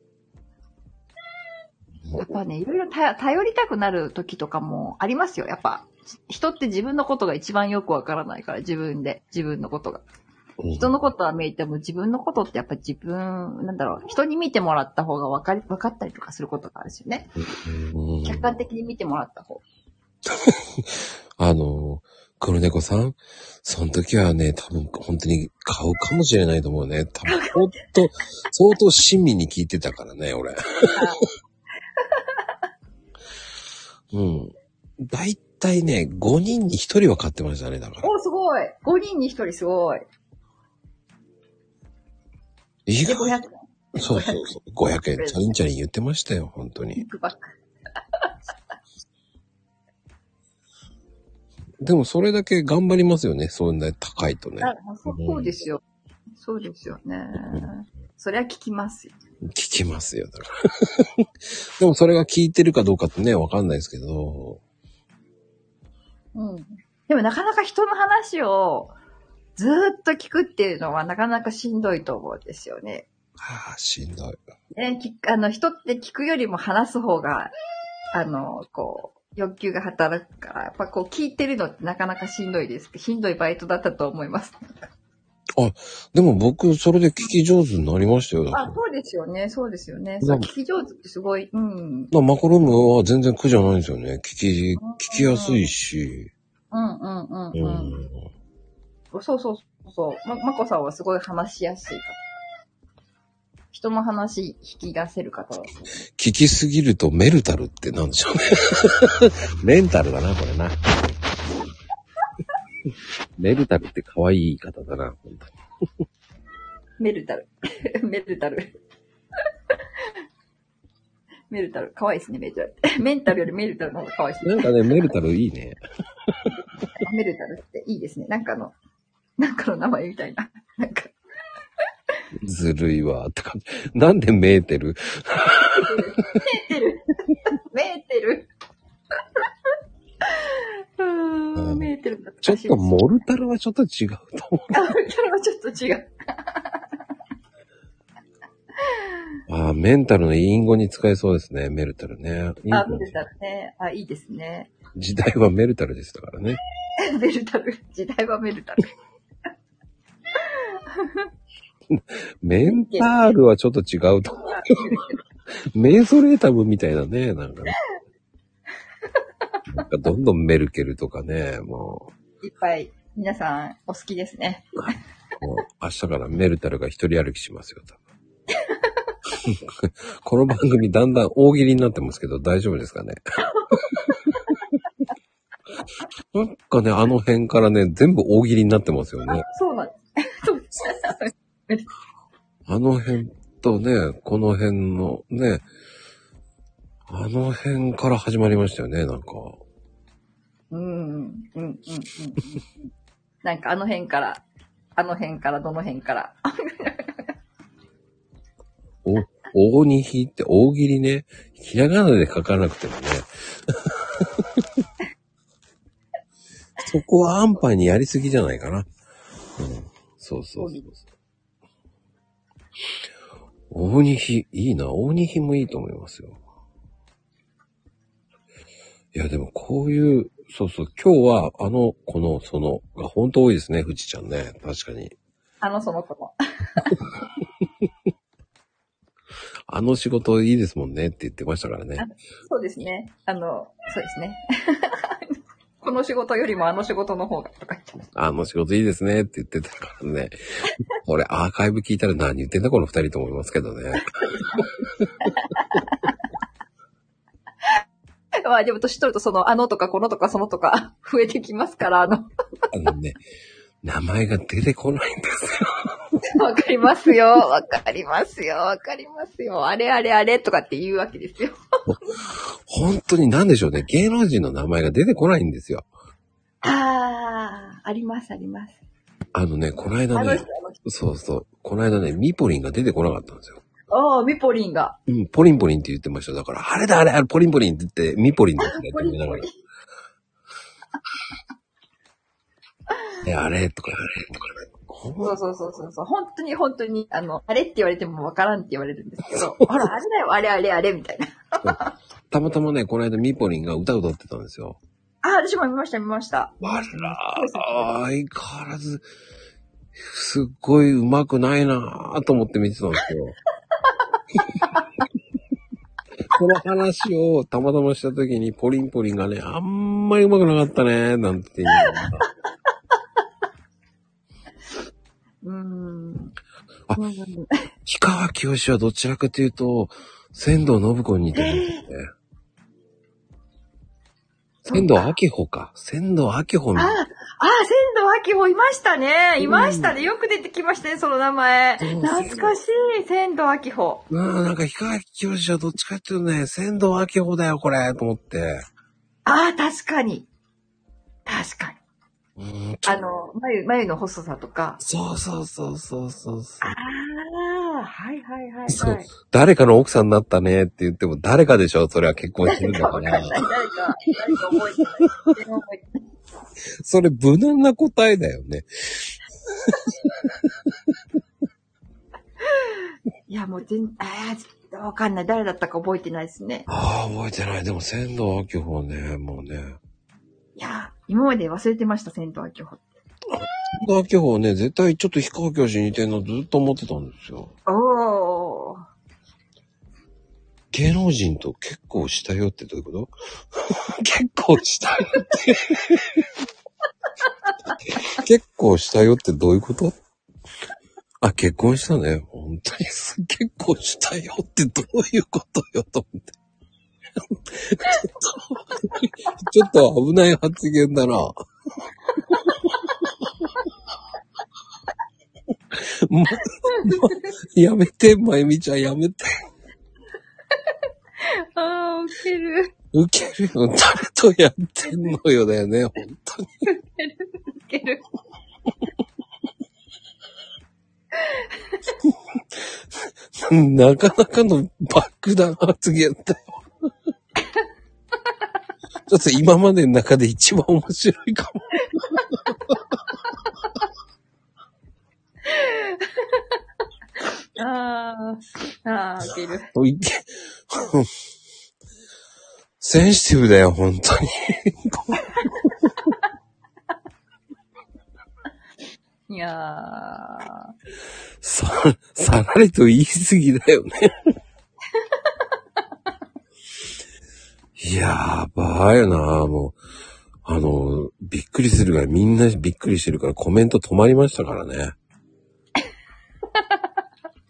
やっぱね、いろいろた頼りたくなる時とかもありますよ。やっぱ、人って自分のことが一番よくわからないから、自分で、自分のことが。うん人のことは見えても、自分のことってやっぱ自分、なんだろう、人に見てもらった方がわかり、わかったりとかすることがあるんですよね。うん客観的に見てもらった方。あの、黒猫さん、その時はね、多分本当に買うかもしれないと思うね。多分ほんと、相当親身に聞いてたからね、俺。うん。大体ね、5人に1人は買ってましたね、だから。お、すごい !5 人に1人すごい。意で、外500そうそうそう。500円、チャリンチャリン言ってましたよ、本当に。円バック。でもそれだけ頑張りますよね、そんな高いとね。あそそうですよ。そうですよね。そりゃ聞きますよ。聞きますよ、だから。 <laughs> でもそれが聞いてるかどうかってね、わかんないですけど。うん。でもなかなか人の話をずーっと聞くっていうのはなかなかしんどいと思うんですよね。ああ、しんどい。ね、聞くあの、人って聞くよりも話す方が、あの、こう、欲求が働くから、やっぱこう聞いてるのってなかなかしんどいです。しんどいバイトだったと思います。でも僕、それで聞き上手になりましたよ、だからあ、そうですよね。そうですよね。そう、聞き上手ってすごい。うん。まあマコルームは全然苦じゃないんですよね。聞き、聞きやすいし。うんうんうんううん。ん。そうそうそうそう。ま、まこさんはすごい話しやすいから。人の話引き出せる方ですよね。聞きすぎるとメルタルってなんでしょうね。 <laughs> メンタルだな、これな。メルタルって可愛い言い方だな、本当に。メルタル。 <laughs> メルタル。 <laughs> メルタル。かわいいですね、メルタル。メ <laughs> ンタルよりメルタルの方がかわいいですね。なんかね、メルタルいいね。メルタルっていいですね。なんかの、なんかの名前みたいな。なんか、ずるいわ、って感じ。なんでメーテルメーテル。メーテル。うーん、メーテルだちょっとモルタルはちょっと違うと思あ、メルタルはちょっと違う。う。ああ、メンタルの隠語に使えそうですね、メルタルね。あ、メルタルね。あ、いいですね。時代はメルタルでしたからね。メルタル。 <laughs> 時代はメルタル。メンタールはちょっと違うと思あう。メンソレータブみたいだね、なんかね。なんかどんどんメルケルとかね、もいっぱい、皆さんお好きですね。う、もう明日からメルタルが一人歩きしますよ、多分。 <laughs> この番組だんだん大喜利になってますけど大丈夫ですかね <laughs> なんかね、あの辺からね、全部大喜利になってますよね。そうなんです。そうです。あの辺とね、この辺のね、あの辺から始まりましたよね、なんか。うん、うん、うん、うん。なんかあの辺から、あの辺から、どの辺から。お、大にひって大喜利ね。ひらがなで書かなくてもね。 <laughs> そこは安牌にやりすぎじゃないかな。うん。そうそうそう。大にひ、いいな。大にひもいいと思いますよ。いや、でもこういう、そうそう、今日はあの、この、その、が本当多いですね、富士ちゃんね。確かに。あの、その子の。あの仕事いいですもんねって言ってましたからね。そうですね。あの、そうですね。 <laughs> この仕事よりもあの仕事の方がとか言ってましあの仕事いいですねって言ってたからね。 <laughs> 俺アーカイブ聞いたら何言ってんだこの二人と思いますけどね。た。まあでも年取るとその、あのとかこのとかそのとか増えてきますから、あの、あのね、名前が出てこないんですよ。わかりますよ、わかりますよ、わかりますよ、あれあれあれとかって言うわけですよ。本当に何でしょうね。芸能人の名前が出てこないんですよ。ああ、ありますあります。あのね、この間あのね人、、あの人。そうそう、この間ね、ミポリンが出てこなかったんですよ。ああ、ミポリンが。うん、ポリンポリンって言ってました。だから、あれだあれあれ、ポリンポリンって言って、ミポリンだってポ言いリなンがらポ <laughs> リン。。え、あれとか、あれとか、ほんまそうそうそうそうそう。本当に本当に、あの、あれって言われてもわからんって言われるんですけど、ほら、あれだよ、あれあれあれみたいな。たまたまね、この間ミポリンが歌歌ってたんですよ。あ、私も見ました見ました。あら、相変わらず、すっごい上手くないなぁと思って見てたんですよ。 <laughs> この話をたまたました時にポリンポリンがね、あんまり上手くなかったね、なんて言うのがうーん。あ氷川きよしはどちらかというと、仙道信子に似てるんですよね。仙道明穂か。仙道明穂あ、のあ、仙道明穂いましたね。いましたね。よく出てきましたね、その名前。そう懐かしい、仙道明穂。うん、なんか、氷川きよしはどっちかっていうとね、仙道明穂だよ、これ、と思って。ああ、確かに。確かに。うん、ちょあの、眉、眉の細さとか。そうそうそうそうそうそう。ああ、はいはいはいはい。そう誰かの奥さんになったねって言っても、誰かでしょそれは結婚してる誰んだかわかかんない。ら。誰か、誰か覚えてない。全然覚えてないそれ、無難な答えだよね。いや、もう全、ああ、ちょっとわかんない。誰だったか覚えてないですね。ああ、覚えてない。でも、仙道明穂はね、もうね。いやー、今まで忘れてました、仙道明穂。仙道明穂はね、絶対ちょっと氷川きよしに似てるのずっと思ってたんですよ。おー。芸能人と結構したよってどういうこと <laughs> 結構したよって。結構したよってどういうことあ、結婚したね。本当にす、結婚したよってどういうことよ、と思って。ちょっと、ちょっと危ない発言だな。 <laughs> もう、もう <laughs> やめて、まゆみちゃん、やめて。ああ、ウケる。ウケるよ。誰とやってんのよだよね、本当に。ウケる。なかなかの爆弾発言だよ。 <laughs> ちょっと今までの中で一番面白いかも。ああ、ああ、ウケる。おいけ。 <laughs> センシティブだよ、本当に。いやー。さ、さらりと言い過ぎだよね。やばいよな、もう。あの、びっくりするから、みんなびっくりしてるから、コメント止まりましたからね。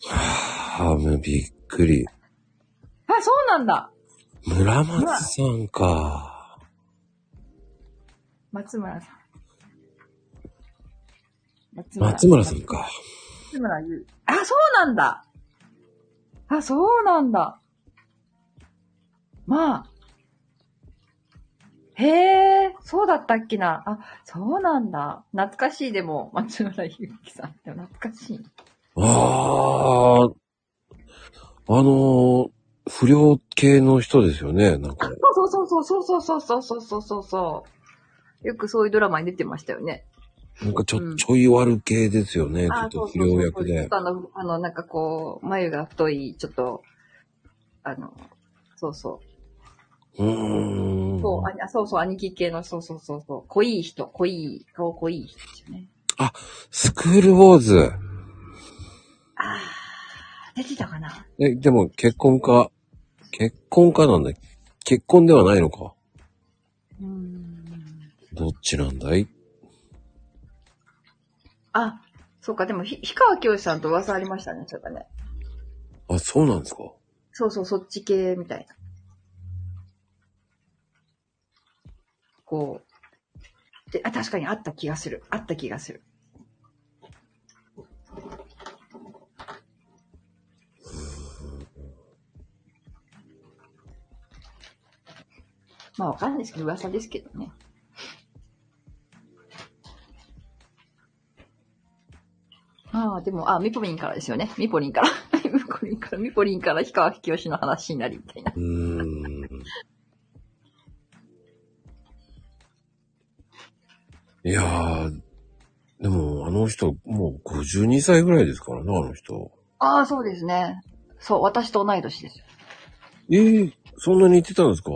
はあ、もうびっくり。あ、そうなんだ。村松さんか。松村さん。松松村さんか。松村優。あ、そうなんだ。あ、そうなんだ。まあ。へえ、そうだったっけな。あ、そうなんだ。懐かしい、でも、松村ゆうきさん。でも懐かしい。ああ、あのー不良系の人ですよね、なんか。そうそうそうそうそうそうそうそうそうそうそう。よくそういうドラマに出てましたよね。なんかちょ、うんちょい悪系ですよね、ちょあっと不良役そうそうそうちょでっ。とあの、あの、なんかこう、眉が太い、ちょっと、あの、そうそう。うーん。そう、ああそうそう、兄貴系の、そうそうそうそう、濃い人、濃い、顔濃い人ですよね。スクールウォーズ。あー、出てたかなえ、でも結婚か。結婚かなんだ。結婚ではないのか。うーん。どっちなんだいあ、そうか、でも、ひ、氷川きよしさんと噂ありましたね、ちょっとね。あ、そうなんですか。そうそう、そっち系みたいな。こう。で、あ、確かにあった気がする。あった気がする。まあ、わかんないですけど、噂ですけどね。ああ、でも、あ、ミポリンからですよね。ミポリンから。ミポリンから、ミポリンから、氷川きよしの話になり、みたいな。うーん。いやー、でもあの人、もう52歳ぐらいですからね、あの人。ああ、そうですね。そう、私と同い年です。ええそんなに言ってたん <laughs> ですか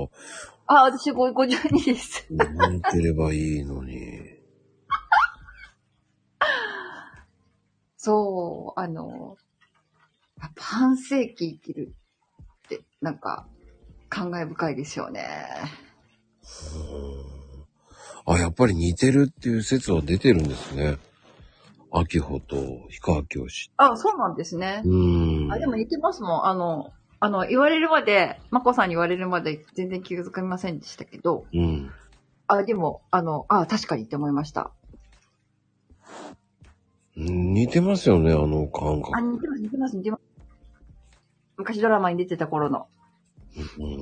あ、私ご52です。泣いてればいいのに。そう、あの、やっぱ半世紀生きるって、なんか、感慨深いですよね。あ、やっぱり似てるっていう説は出てるんですね。秋穂と氷川きよし。あ、そうなんですねう。ーん。あ、でも似てますもん。あの、あの、言われるまで、まこさんに言われるまで全然気づかみませんでしたけど、うん。あ、でも、あの、あ、確かにって思いました。うん似てますよね、あの感あ、覚。似てます、似てます、似てます。昔ドラマに出てた頃の。うん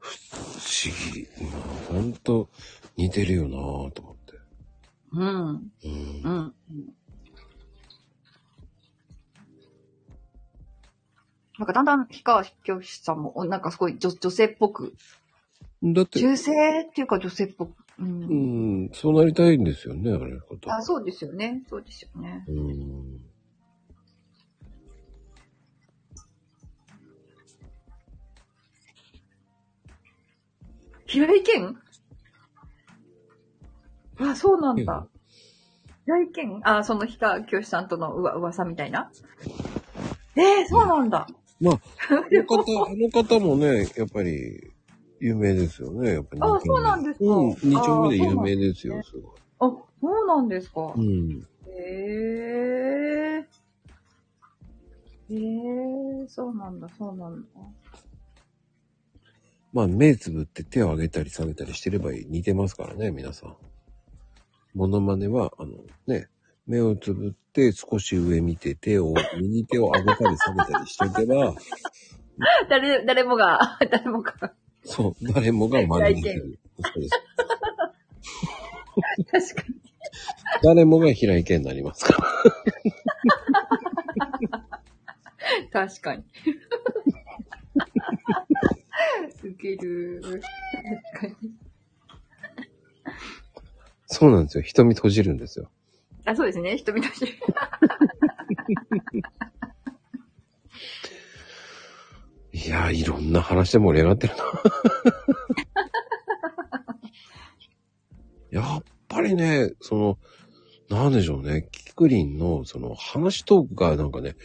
不思議。ほんと似てるよなぁと思って。うん、うんうん。なんかだんだん氷川きよしさんも、おなんかすごい女女性っぽく、だって、中性っていうか女性っぽく。うう。んん、そうなりたいんですよね、あれのこと。あ、そうですよね。そうですよね。うん。平井堅あ、そうなんだ。平井堅あ、その氷川きよしさんとのうわ噂みたいな。ええそうなんだ。まあ、あの方、あの方もね、やっぱり、有名ですよね、やっぱり。あそうなんですかうん、二丁目で有名ですよ、すごい。ああ、そうなんですかう。ん。へえ。へえ、そうなんだ、そうなんだ。まあ、目つぶって手を上げたり下げたりしてれば似てますからね、皆さん。モノマネは、あのね、目をつぶって少し上見て手を、右手を上げたり下げたりしておけば、 <laughs> <laughs> 誰、誰もが、 <laughs> 誰もが。そう、誰もが真似できる。そうです。確かに。誰もが平井健になりますから。確かに。ウケる。確かに。そうなんですよ。瞳閉じるんですよ。あ、そうですね。人見たし。いやー、いろんな話で盛り上がってる <laughs> な。やっぱりね、その、なんでしょうね、キクリンの、その、話トークがなんかね、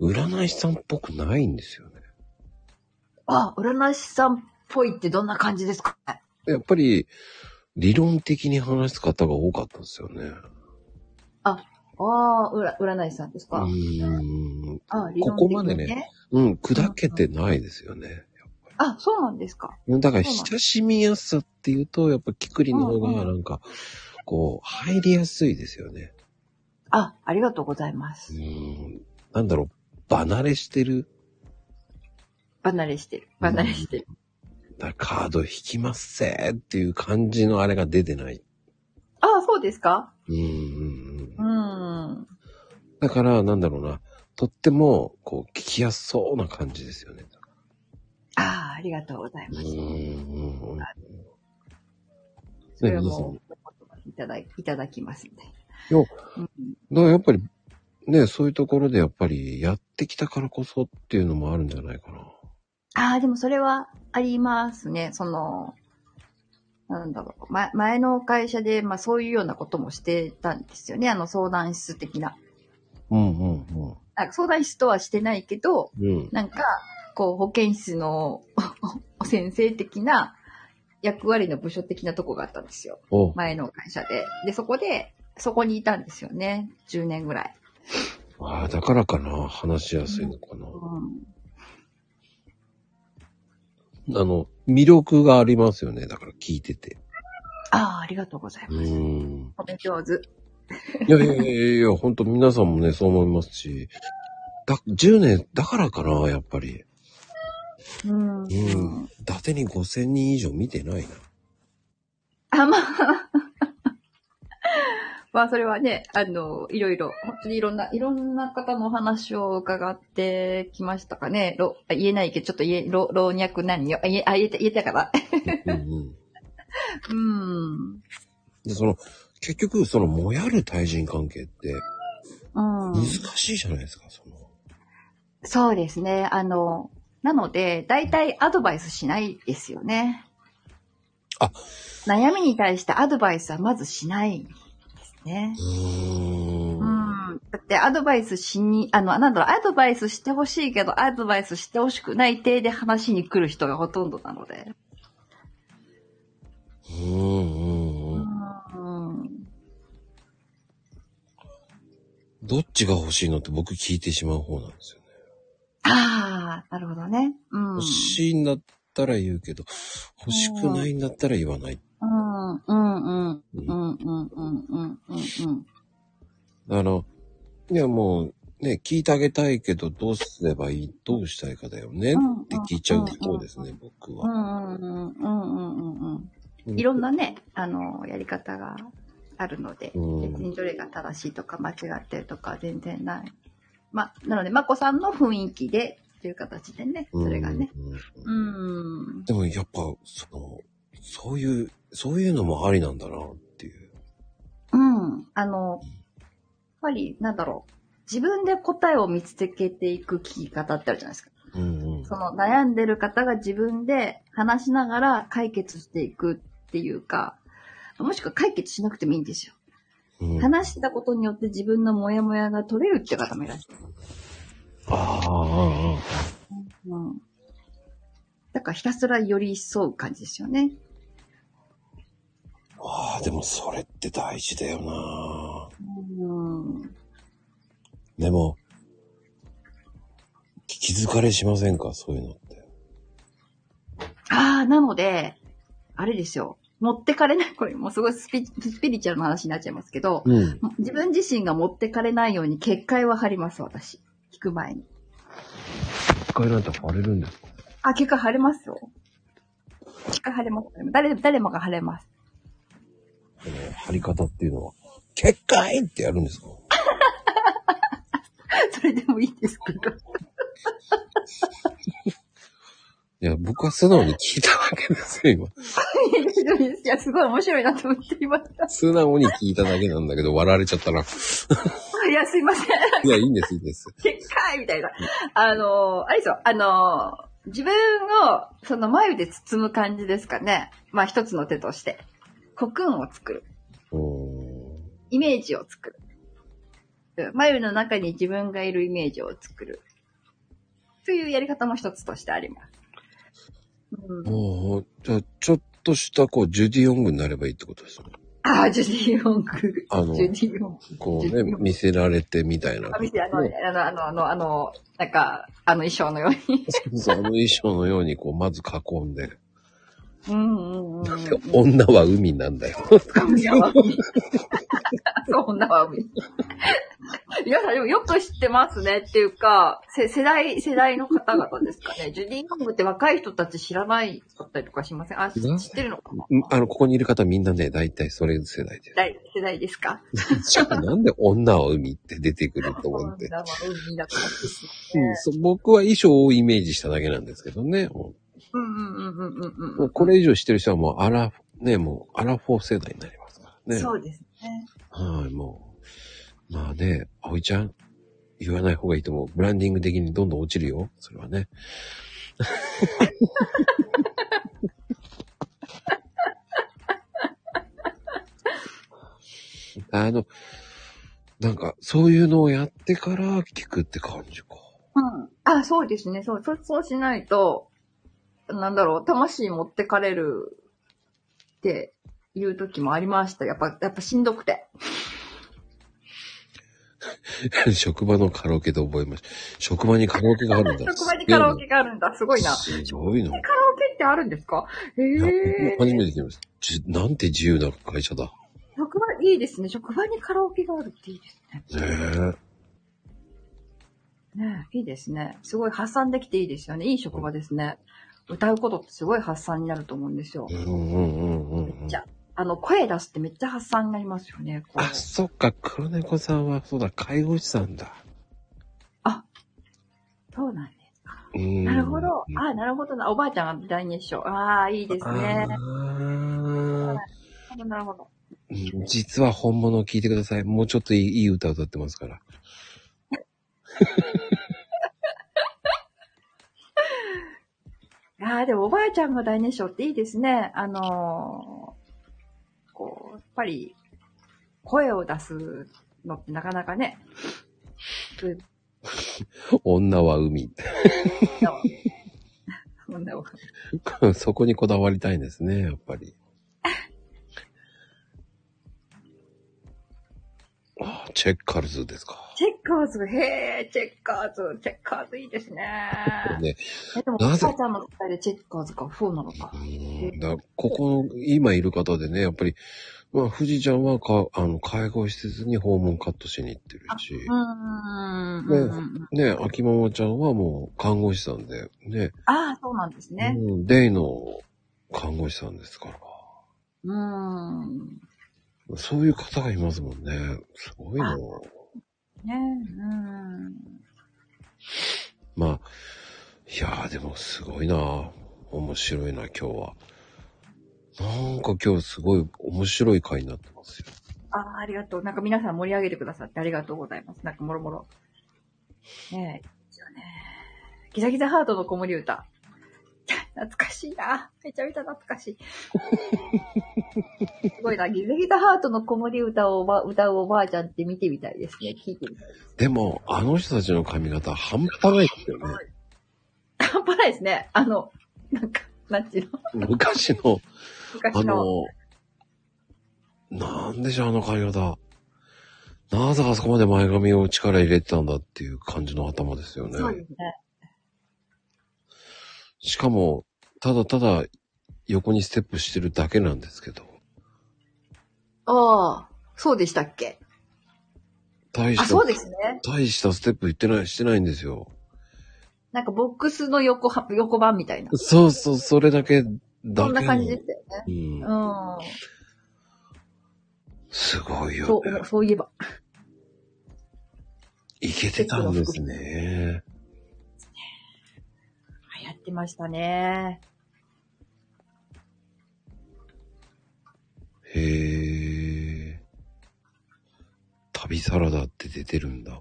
占い師さんっぽくないんですよね。あ、占い師さんっぽいってどんな感じですかやっぱり、理論的に話す方が多かったんですよね。ああ、うら占い師さんですうか、ん。あ理こ論こ的までにねね。うん、砕けてないですよね。あ、そうなんですか。だから、そうなんだ親しみやすさっていうと、やっぱキクリンの方うんうが、んなんか、こう、入りやすいですよね。あ、ありがとうございまうす。ん。なんだろう、離れしてる。離れしてる。離れしてる。だからカード引きますせーっていう感じのあれが出てない。あそうですかうんうんううん。ん。だから、なんだろうな、とっても、こう、聞きやすそうな感じですよね。ああ、ありがとうございうまんす。うんうん。それはもう、いただいただきますみたいな。ようんだからやっぱり、ね、そういうところでやっぱりやってきたからこそっていうのもあるんじゃないかな。ああ、でもそれはありますね。その、なんだろう。ま、前の会社で、まあそういうようなこともしてたんですよね。あの相談室的な。うんうんうん。あ相談室とはしてないけど、うん。なんか、こう保健室の <laughs> 先生的な役割の部署的なとこがあったんですよ。お前の会社で。で、そこで、そこにいたんですよね。10年ぐらい。ああ、だからかな。話しやすいのかな。うん。あの、魅力がありますよね。だから聞いてて。ああ、ありがとうございうます。ん。お上手。いやいやいやいや、本当皆さんもね、そう思いますし。だ、10年、だからかな、やっぱり。うん。うん。伊達に5000人以上見てないな。あ、まあ。 <laughs> まあ、それはね、あの、いろいろ、本当にいろんな、いろんな方のお話を伺ってきましたかね。ろあ言えないけど、ちょっと言え、老老若男女。あ、言え、あ言えた、言えたから。うんうん。 <laughs> うん。で、その、結局、その、もやる対人関係って、うん難。しいじゃないですか、その。そうですね。あの、なので、大体アドバイスしないですよね。あ悩みに対してアドバイスはまずしないですね。ううーん。んだってアドバイスしに、あの、なんだろう、アドバイスしてほしいけど、アドバイスしてほしくない体で話しに来る人がほとんどなので。うんうんううん。ん。どっちが欲しいのって僕聞いてしまう方なんですよね。ああ、なるほどね。うん。うん欲、しいんだったら言うけど、欲しくないんだったら言わない。うん、うん、うん、うん、うん、うん、うん。あの、いやもう、ね、聞いてあげたいけど、どうすればいいどうしたいかだよねうんって聞いちゃう方ですね、僕うは。ん、うん、うん、うん、うん、うん。うんいろんなね、あの、やり方があるので、うん別にどれが正しいとか間違ってるとか全然ない。ま、なので、まこさんの雰囲気で、という形でね、それがね。うんうんうん。でもやっぱ、その、そういう、そういうのもありなんだなっていう。うん。あの、やっぱり、なんだろう。自分で答えを見つけていく聞き方ってあるじゃないですか。うんうん。その悩んでる方が自分で話しながら解決していくっていうか、もしくは解決しなくてもいいんですよ。うん話したことによって自分のモヤモヤが取れるって方もいらっしゃる。ああ、ああああうん。だからひたすら寄り添う感じですよね。あああ、でもそれって大事だよなうん。でも、気づかれしませんかそういうのって。ああ、なので、あれですよ。持ってかれない、これもうすごいスピスピリチュアルの話になっちゃいますけど、うん。自分自身が持ってかれないように結界は張ります、私。引く前に。一回なんて貼れるんですかあ、結界張れますよ。結界張れます。誰、誰もが張れます。 <laughs> この貼り方っていうのは。結界ってやるんですかそれでもいいですけど。 <laughs> いや、僕は素直に聞いたわけですよ、今。 <laughs> いや、すごい面白いなと思っていました。素直に聞いただけなんだけど、笑われちゃったな。いや、すいません。いや、いいんです、いいんです。結界みたいな。あの、あれですよ、あの、自分を、その眉で包む感じですかね。まあ、一つの手として。コクーンを作る。うーん。イメージを作る。うん眉の中に自分がいるイメージを作る。というやり方も一つとしてあります。うん、もう、じゃあ、ちょっとした、こう、ジュディ・ヨングになればいいってことですね。ああ、ジュディ・ヨング。あのジュディ・ヨング。こうジュデね、ィヨング見せられてみたいな。あ見てあの、ねあの、あの、あの、あの、なんか、あの衣装のように。そうあの衣装のように、こう、まず囲んで。うんうんうんうん。女は海なんだよ。女は海。 <laughs> そう、女は海。皆さん、でもよく知ってますねっていうか、せ世代、世代の方々ですかね。ジュディ・ヨングって若い人たち知らないだったりとかしませんあ、知知らないってるのかなあの、ここにいる方みんなね、大体それ世代で世。代、世代ですかじゃあなんで女は海って出てくると思って。女は海だからですうねん、そ僕は衣装をイメージしただけなんですけどね。もうんうんうんうんうんうもううこれ以上してる人はもうアラ、ね、もうアラフォー世代になりますからん。ね。そうですね。はい、もう。まあね、葵ちゃん、言わない方がいいと思う。ブランディング的にどんどん落ちるよ。それは <laughs> ね。あの、なんか、そういうのをやってから聞くって感じか。 <laughs> うん。あ、そうですね。そう、そうそうしないと、なんだろう、魂持ってかれるっていう時もありました。やっぱ、やっぱしんどくて。職場のカラオケで覚えました。職場にカラオケがあるんだ。職場にカラオケがあるんだ。すごいな。カすごいな。すごいな。ラオケってあるんですかえいやえ僕も初めて聞きました。じなんて自由な会社だ。職場、いいですね。職場にカラオケがあるっていいですねね。ねえいいですね。すごい発散できていいですよね。いい職場ですね。歌うことってすごい発散になると思うんですよえ。う。んうんうんうんうん。じゃあの、声出すってめっちゃ発散になりますよね。こうあ、そっか、黒猫さんは、そうだ、介護士さんだ。そうなんです。うーんなるほど。あなるほどな。おばあちゃんが第二章。ああ、いいですあね。ーなるほど。うん実は本物を聞いてください。もうちょっといいいい歌を歌ってますから。ああ、でもおばあちゃんが第二章っていいですね。あのーこう、やっぱり、声を出すのってなかなかね、 <laughs> そういう女は海。 <laughs> のはそんなことそこにこだわりたいんですね、やっぱ <laughs> り。あ、チェッカーズですか。チェッカーズ、へえ、チェッカーズ、チェッカーズいいですね。これね、えでも、おばなあちぜゃんの世代でチェッカーズか、そうなのかう。んだここ、今いる方でね、やっぱり、まあ、富士ちゃんはか、あの、介護施設に訪問カットしに行ってるし、うーん、ねうんうん。ね、秋ママちゃんはもう看護師さんで、ね、ああ、そうなんですね。うん、デイの看護師さんですから。うーん。そういう方がいますもんね。すごいなあ。ねうーん。まあ、いやーでもすごいな。面白いな、今日は。なんか今日すごい面白い回になってますよ。ああ、ありがとう。なんか皆さん盛り上げてくださってありがとうございます。なんかもろもろ。ねえ、いいですよね。ギザギザハートの子守歌。 <laughs> 懐かしいな。めちゃめちゃ懐かし <laughs> い。すごいな。ギザギザハートの子守歌をおば歌うおばあちゃんって見てみたいですね。聞いてみたい。でも、あの人たちの髪型半端ないですよね。半端ないですね。あの、なんか、なんていうの昔の、あ昔の。の、なんでしょう、あの髪型。なぜあそこまで前髪を力入れてたんだっていう感じの頭ですよね。そうですね。しかも、ただただ横にステップしてるだけなんですけど、ああ、そうでしたっけ大あ、しそうた、ですね。大したステップ言ってない、してないんですよ。なんかボックスの横は、横版みたいな。そうそう、それだけ、だけのそんな感じでしたよね。うんう。ん。すごいそよ、ねう、。そういえば。いけてたんですね。流行ってましたね。へえ。旅サラダって出てるんだ。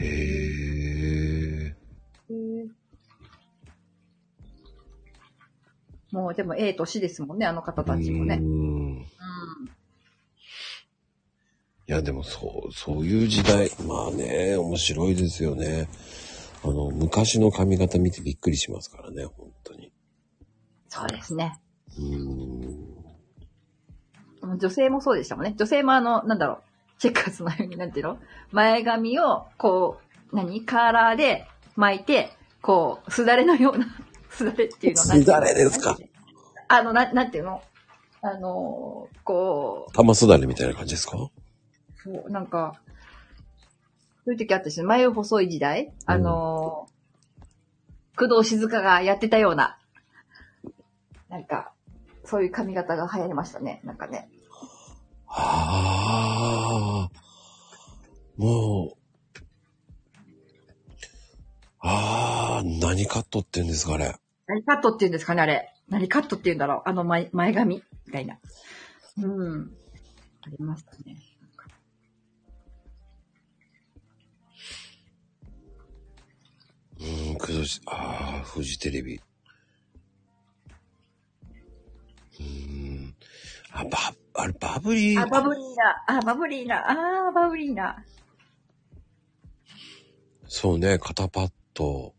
へえ。もうでも、ええ年ですもんね、あの方たちもうね。ん。いや、でもそう、そういう時代。まあね、面白いですよね。あの、昔の髪型見てびっくりしますからね、本当に。そうですね。うん。女性もそうでしたもんね。女性もあの、なんだろう、チェッカーズのように、なんていうの前髪を、こう、何カーラーで巻いて、こう、すだれのような、 <laughs> すだれっていうのなんていうすのだれですかあの、な、なんていうのあのー、こ玉すだれみたいな感じですかう、そうなんか、そういう時あったし、前細い時代、あのー、工藤静香がやってたような、なんか、そういう髪型が流行りましたね、なんかね。ああ、もう、ああ、何カットって言うんですか、あれ。何カットって言うんですかね、あれ。何カットって言うんだろうあの前、前髪みたいな。うん。ありましたね。うん、くどし、ああ、フジテレビ。うーん。あ、ば、あれ、バブリー。あ、バブリーナ。あ、バブリーナ。あー、バブリーナ。そうね、肩パッド。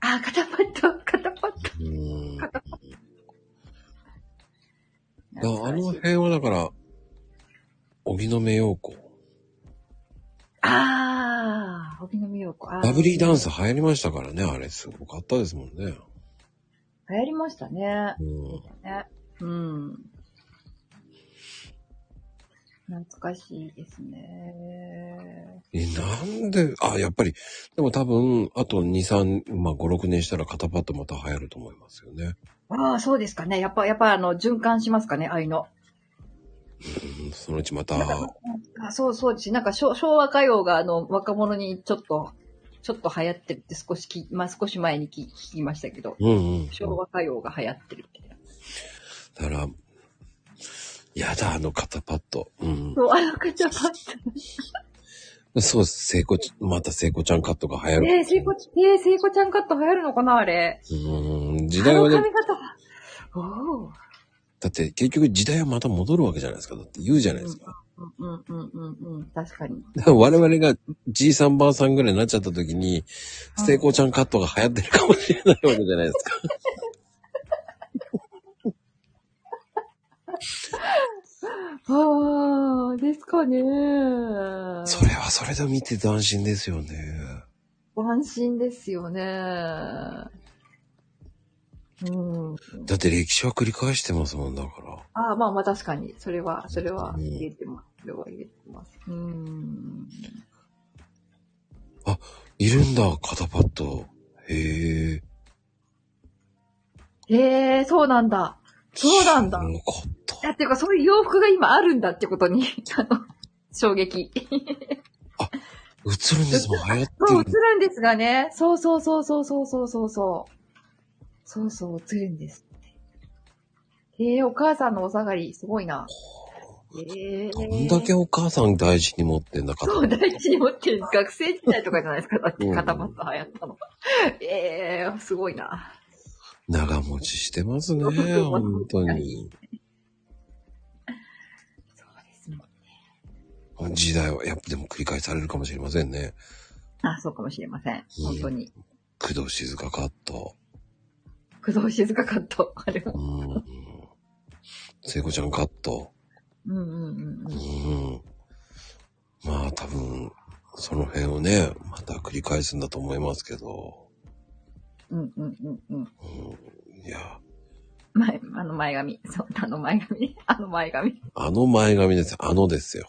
あー、肩パッド、肩パッド。うーん。だか懐らあかしのい辺はだから、荻野目洋子。あー、帯の美陽子。あバブリーダンス。ス流行りましたからね、あれ、すごかったですもんね。流行りましたね。うん。ねうん。懐かしいですね。え、なんで、あ、やっぱり、でも多分、あと2、3、まあ5、6年したら肩パッドまた流行ると思いますよね。ああ、そうですかね。やっぱ、やっぱ、あの、循環しますかね、ああいうの。うん、そのうちまた、あそうそうですなんか昭昭和歌謡があの若者にちょっと、ちょっと流行ってるって少し聞き、まあ、少し前に聞聞きましたけど、うんうん。昭和歌謡が流行ってるみたいな。だから、やだ、あの肩パッド。うん。そう、あの方は、そうです、聖子ち、また聖子ちゃんカットが流行る。えー、聖子、えー、聖子ちゃんカット流行るのかなあれ。うん、あ時代のはね、髪型は。おお。だって結局時代はまた戻るわけじゃないですか。だって言うじゃないですか。 <laughs> うんうんうんうんうん、確かに。だから我々がじいさんばあさんぐらいになっちゃった時に、うん聖子ちゃんカットが流行ってるかもしれないわけじゃないですか。ああ、ですかね。それはそれで見て斬新ですよね。安心ですよね。うん。だって歴史は繰り返してますもんだから。ああ、まあまあ確かに。それは、それはうん言えてます。それは言えてます。うーん。いるんだ、肩パッド。へえ。ええそうなんだ。そうな <laughs> んだ知らなかった。だっていうか、そういう洋服が今あるんだってことに、あの、衝撃。映るんですもん、流行そう、っ映てる。るんですがね。そうそうそうそうそうそうそうそう。そうそう、映るんですって。ええお母さんのお下がり、すごいな。ええどんだけお母さん大事に持ってんだ、肩そパう、ッド。大事に持ってる。学生時代とかじゃないですか。だってうん肩パッド流行ったの。ええすごいな。長持ちしてますね、そう本当に。そうですもん。時代は、やっぱでも繰り返されるかもしれませんね。あ、そうかもしれません。本当に。工藤静香カット。工藤静香カット。あれは。うん。聖子ちゃんカット。うんうんうんうん。うん。まあ多分、その辺をね、また繰り返すんだと思いますけど、うんうんうんううん、ん。いや、前、あの前髪。そう、あの前髪。あの前髪。 <laughs> あの前髪です。あのですよ。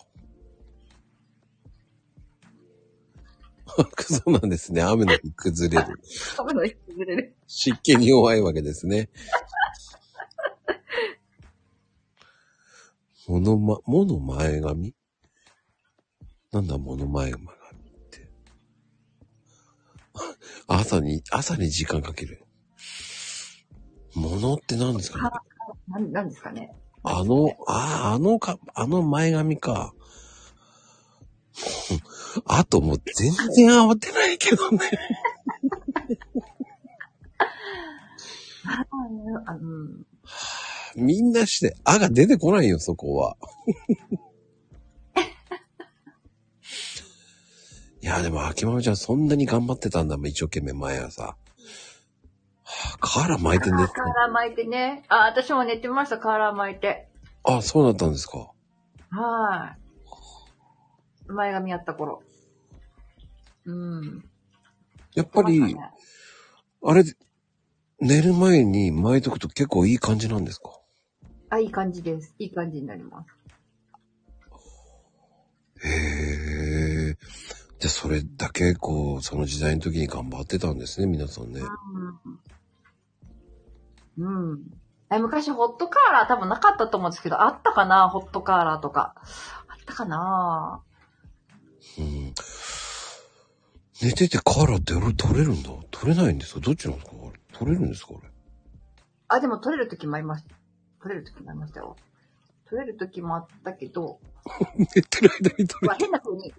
<laughs> そうなんですね。雨の日崩れる。髪の毛崩れる。湿気に弱いわけですね。ものま、もの前髪なんだ、もの前髪って。朝に、朝に時間かける。ものって何ですかねなん、なんですかね。あの、ああ、あのか、あの前髪か。 <laughs> あともう全然慌てないけどね。ああ、うん。みんなして、あが出てこないよ、そこは。いや、でも、秋豆ちゃん、そんなに頑張ってたんだもん、一生懸命毎朝。はあカーラ巻いてんですカね。ーラー巻いてね。あ、私も寝てました、カーラー巻いて。あ、そうだったんですか。はい。前髪やった頃。うん。やっぱり、あれ、寝る前に巻いとくと結構いい感じなんですかあ、いい感じです。いい感じになります。へえ。じゃあ、それだけ、こう、その時代の時に頑張ってたんですね、皆さんね。うん。うん。え昔、ホットカーラー多分なかったと思うんですけど、あったかなホットカーラーとか。あったかなうん。寝ててカーラー出る、取れるんだ。取れないんですかどっちなんですかあれ取れるんですかあれ。あ、でも取れる時もありました。取れる時もありましたよ。取れる時もあったけど、寝てる間に取まあ、変な風に、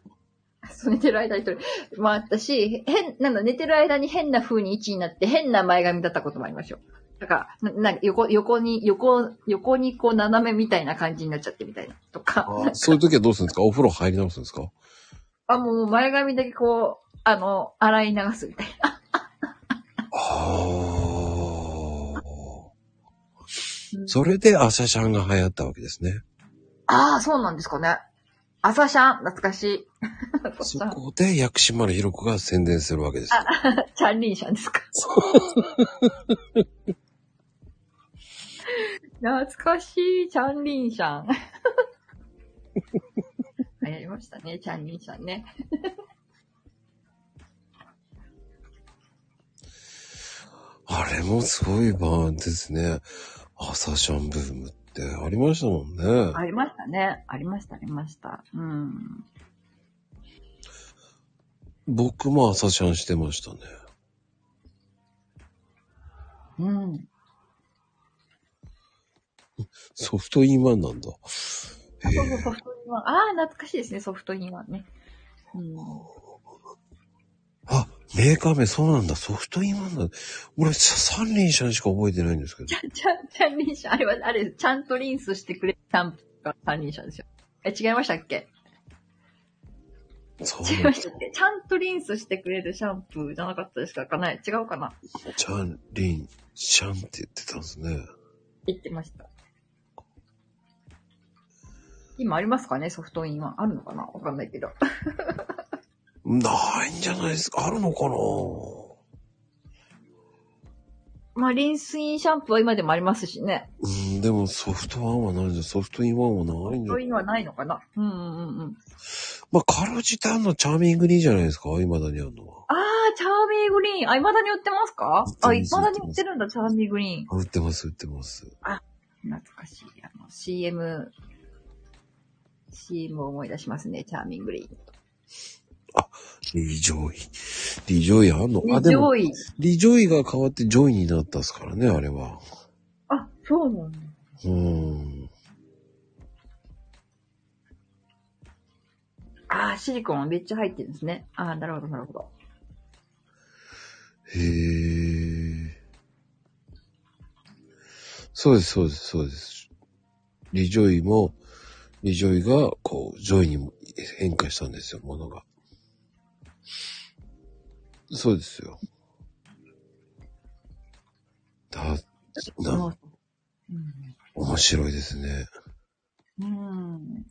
そう寝てる間に撮る。まあ、私、変、なんだ、寝てる間に変な風に位置になって、変な前髪だったこともありましょう。だから、ななんか横、横に、横、横にこう斜めみたいな感じになっちゃってみたいな。とか。る。そういう時はどうするんですかお風呂入り直すんですかあ、もう前髪だけこう、あの、洗い流すみたいな。ああ。うんそれで朝シャンが流行ったわけですね。ああ、そうなんですかね。朝シャン、懐かしい。そこで薬師丸ひろ子が宣伝するわけです。チャンリンシャンですか。懐かしい、チャンリンシ <laughs> ャン。流行りましたね、チャンリンシャンね。あれもすごいバーンですね。朝シャンブームってありましたもんね。ありましたね。ありました、ありました。うん。僕も朝シャンしてましたね。うん。ソフトインワンなんだ。あ、へそうそえう、ソフトインワン。ああ、懐かしいですね、ソフトインワンね。うん。あ、メーカー名そうなんだ。ソフトインワンだ。俺、さ三輪車にしか覚えてないんですけど。チャン、チャンリンシャン、あれは、あれ、ちゃんとリンスしてくれるシャンプーがチャンリンシャンですよ。え、違いましたっけそう違ないんまだ。したっけちゃんとリンスしてくれるシャンプーじゃなかったですかかな違うかなチャン、リン、シャンって言ってたんですね。言ってました。今ありますかねソフトインワン。あるのかなわかんないけど。 <laughs> ないんじゃないですか。あるのかなまあ、リンスインシャンプーは今でもありますしね。うん、でもソフトワンはないんだ。ソフトインワンはないんだソフ。トインはないのかなうんうんうんうん。まあ、カルジタンのチャーミングリーじゃないですか。未だにあるのは。あー、チャーミーグリーン。あ、未だに売ってますか売ってまあ、す未だに売ってるんだ、チャーミーグリーン。売ってます、売ってます。懐かしい。あの、CM、CM を思い出しますね、チャーミングリーン。リジョイ。リジョイあんのあ、でも、上位。リジョイが変わってジョイになったっすからね、あれは。あ、そうなんだ。うーん。あー、シリコンめっちゃ入ってるんですね。あー、なるほど、なるほど。へえ。そうです、そうです、そうです。リジョイも、リジョイが、こう、ジョイに変化したんですよ、ものが。そうですよ。だ、なうん面白いですね。うん。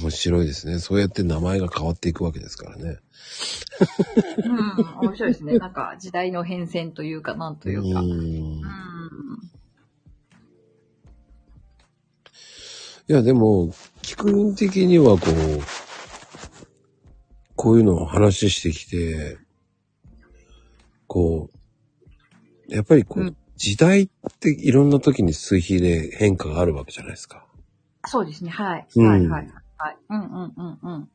面白いですね。そうやって名前が変わっていくわけですからね。うん。面白いですね。なんか、時代の変遷というか、なんというか。うん。ん。いや、でも、聞く的にはこう、こういうのを話してきて、こう、やっぱりこう、うん時代っていろんな時に水比で変化があるわけじゃないですか。そうですね。はい。うんはい、はい。はい。うん、うん、うん、うん。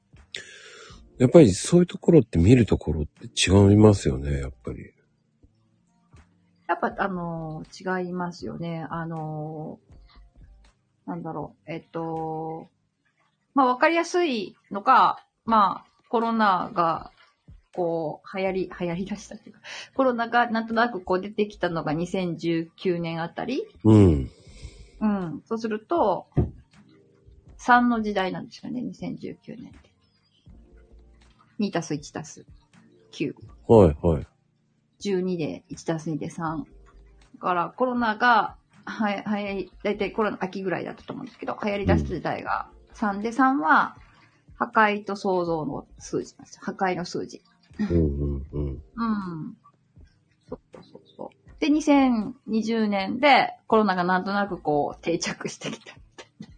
やっぱりそういうところって見るところって違いますよね、やっぱり。やっぱ、あのー違いますよね。あのーなんだろう。えっと、まあ、わかりやすいのが、まあ、コロナが、こう、流行り、流行り出したっていうか、コロナがなんとなくこう出てきたのが2019年あたりうん。うん。そうすると、3の時代なんですよね、2019年って。2たす1たす9。はい、はい。 12で1たす2で3。だからコロナが、はい、はい、だいたいコロナ秋ぐらいだったと思うんですけど、流行り出した時代が3で、3は破壊と創造の数字なんですよ。破壊の数字。うん、うん、うん。うん。そうそうそう。で、2020年でコロナがなんとなくこう定着してきたみたい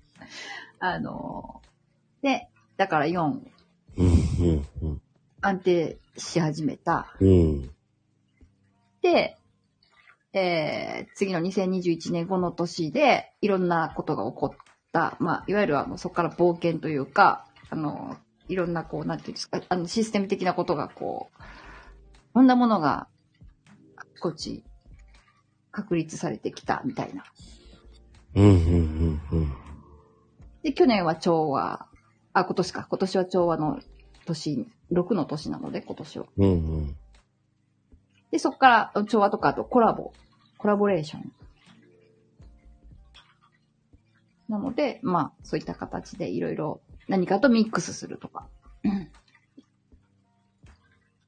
な。あのーで、だから4うん、うん、安定し始めた。うん。うん。で、えー、次の2021年後の年でいろんなことが起こった。まあ、いわゆるあの、そこから冒険というか、あのーいろんなこう、なんていうんですか、あの、システム的なことがこう、いろんなものがあちこち確立されてきたみたいな。うん、うん、うん、うん。で、去年は調和、あ、今年か、今年は調和の年、6の年なので、今年は。うん、うん。で、そこから調和とかあとコラボ、コラボレーション。なので、まあ、そういった形でいろいろ何かとミックスするとか。 <clears throat> うん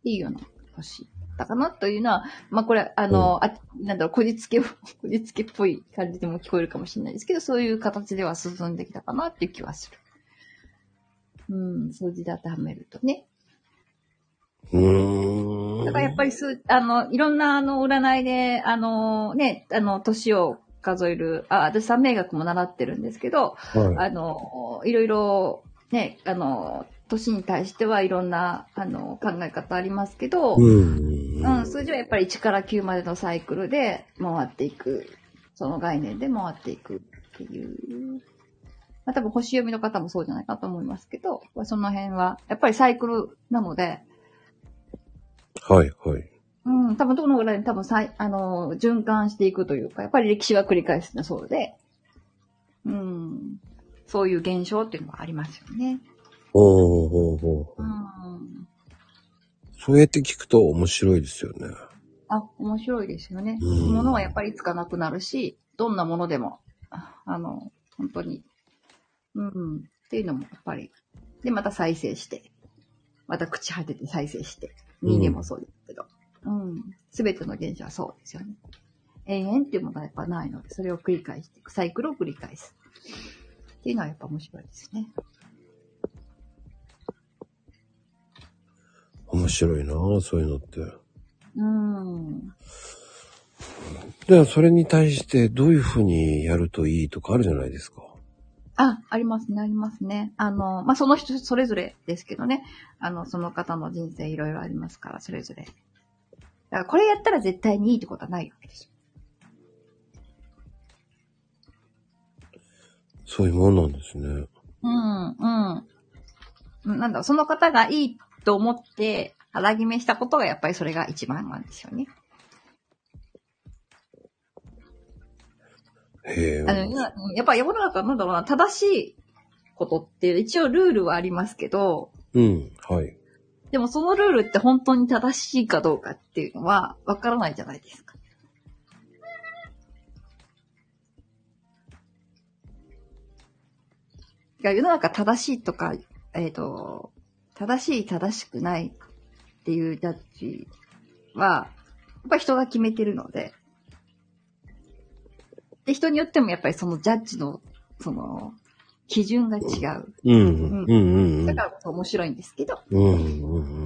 いいような年だかなというのは、まあこれ、あの、あなんだろう、こじつけ、 <laughs> こじつけっぽい感じでも聞こえるかもしれないですけど、そういう形では進んできたかなっていう気はする。うん、数字で当てはめるとね。うーん。だからやっぱりす、あの、いろんなあの、占いで、あの、ね、あの、年を数える、あ、私三名学も習ってるんですけど、はあの、いろいろ、ね、あの、年に対してはいろんな、あの、考え方ありますけど、い。うん、うん。数字はやっぱり1から9までのサイクルで回っていく、その概念で回っていくっていう。まあ多分星読みの方もそうじゃないかと思いますけど、まあその辺は、やっぱりサイクルなので、はい、はい。うん、多分どのぐらいに多分さい、あの、循環していくというか、やっぱり歴史は繰り返すのそうで、うん、そういう現象っていうのはありますよね。おーほうほうほううん。そうやって聞くと面白いですよね。あ、面白いですよね。うんものはやっぱりいつかなくなるし、どんなものでも、ああの、本当に、うん、っていうのもやっぱり、で、また再生して、また朽ち果てて再生して、うん人間もそうですけど、うん、すべての現象はそうですよね。永遠っていうものはやっぱないので、それを繰り返していく、サイクルを繰り返す。っていうのはやっぱ面白いですね。面白いなぁ、そういうのって。うん。では、それに対してどういうふうにやるといいとかあるじゃないですか。あ、ありますね、ありますね。あの、まあ、その人それぞれですけどね。あの、その方の人生いろいろありますから、それぞれ。だから、これやったら絶対にいいってことはないわけですよ。そういうもんなんですね。うん、うん。なんだろう、その方がいいと思って、腹決めしたことがやっぱりそれが一番なんですよね。へあの、え。今やっぱり世の中なんだろうな、正しいことって一応ルールはありますけど、うん、はい。でもそのルールって本当に正しいかどうかっていうのはわからないじゃないですか。いや世の中正しいとか、えっ、と、正しい正しくないっていうジャッジは、やっぱり人が決めてるので、で、人によってもやっぱりそのジャッジの、その、基準が違う。うん、うん、うん、うだん。からこそ面白いんですけど。うん、うん、うん。んうん。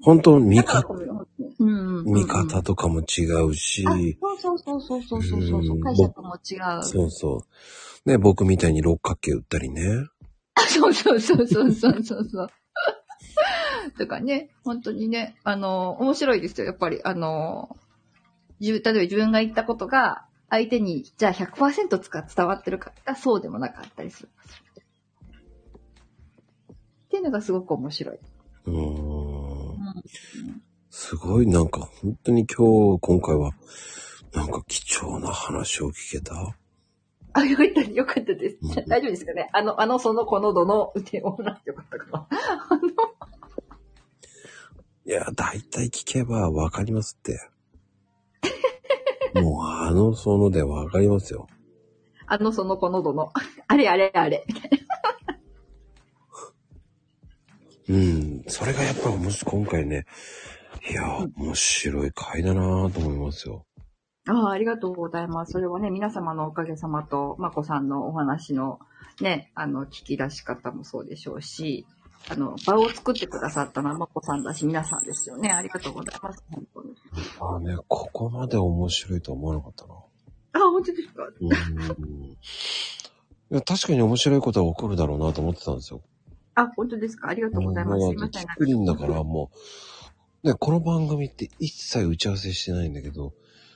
本当、見だから方、こそ、うんうんうん。見方とかも違うし、あそうそうそうそうそうそうそうんう。解釈も違う。そうそう。ね、僕みたいに六角形打ったりね。あそうそうそうそうそうそうそう。とかね、本当にね、あの、面白いですよ。やっぱり、あの、自分、例えば自分が言ったことが、相手に、じゃあ100%つか伝わってるかがそうでもなかったりする。っていうのがすごく面白い。うーん。すごい、なんか本当に今日、今回は、なんか貴重な話を聞けた。あ、よかった、よかったですうん。大丈夫ですかねあの、あの、その、この、どの、って、おらよかったかな。いや、だいたい聞けばわかります <laughs> って。もうあのそのでわかりますよ。あの、その、この、どの。 <laughs> あれ、あれ、あれ。うん。それがやっぱもし今回ね、いや、面白い回だなぁと思いますよ。ああ、ありがとうございます。それはね、皆様のおかげさまと、まこさんのお話のね、あの、聞き出し方もそうでしょうし、あの、場を作ってくださったのはまこさんだし、皆さんですよね。ありがとうございます。本当に。ああね、ここまで面白いとは思わなかったな。あ、本当ですかうんいや確かに面白いことは起こるだろうなと思ってたんですよ。あ、本当ですかありがとうございます。もすういだっまてせんキ。ックリンだからもう、ね、この番組って一切打ち合わせしてないんだけど、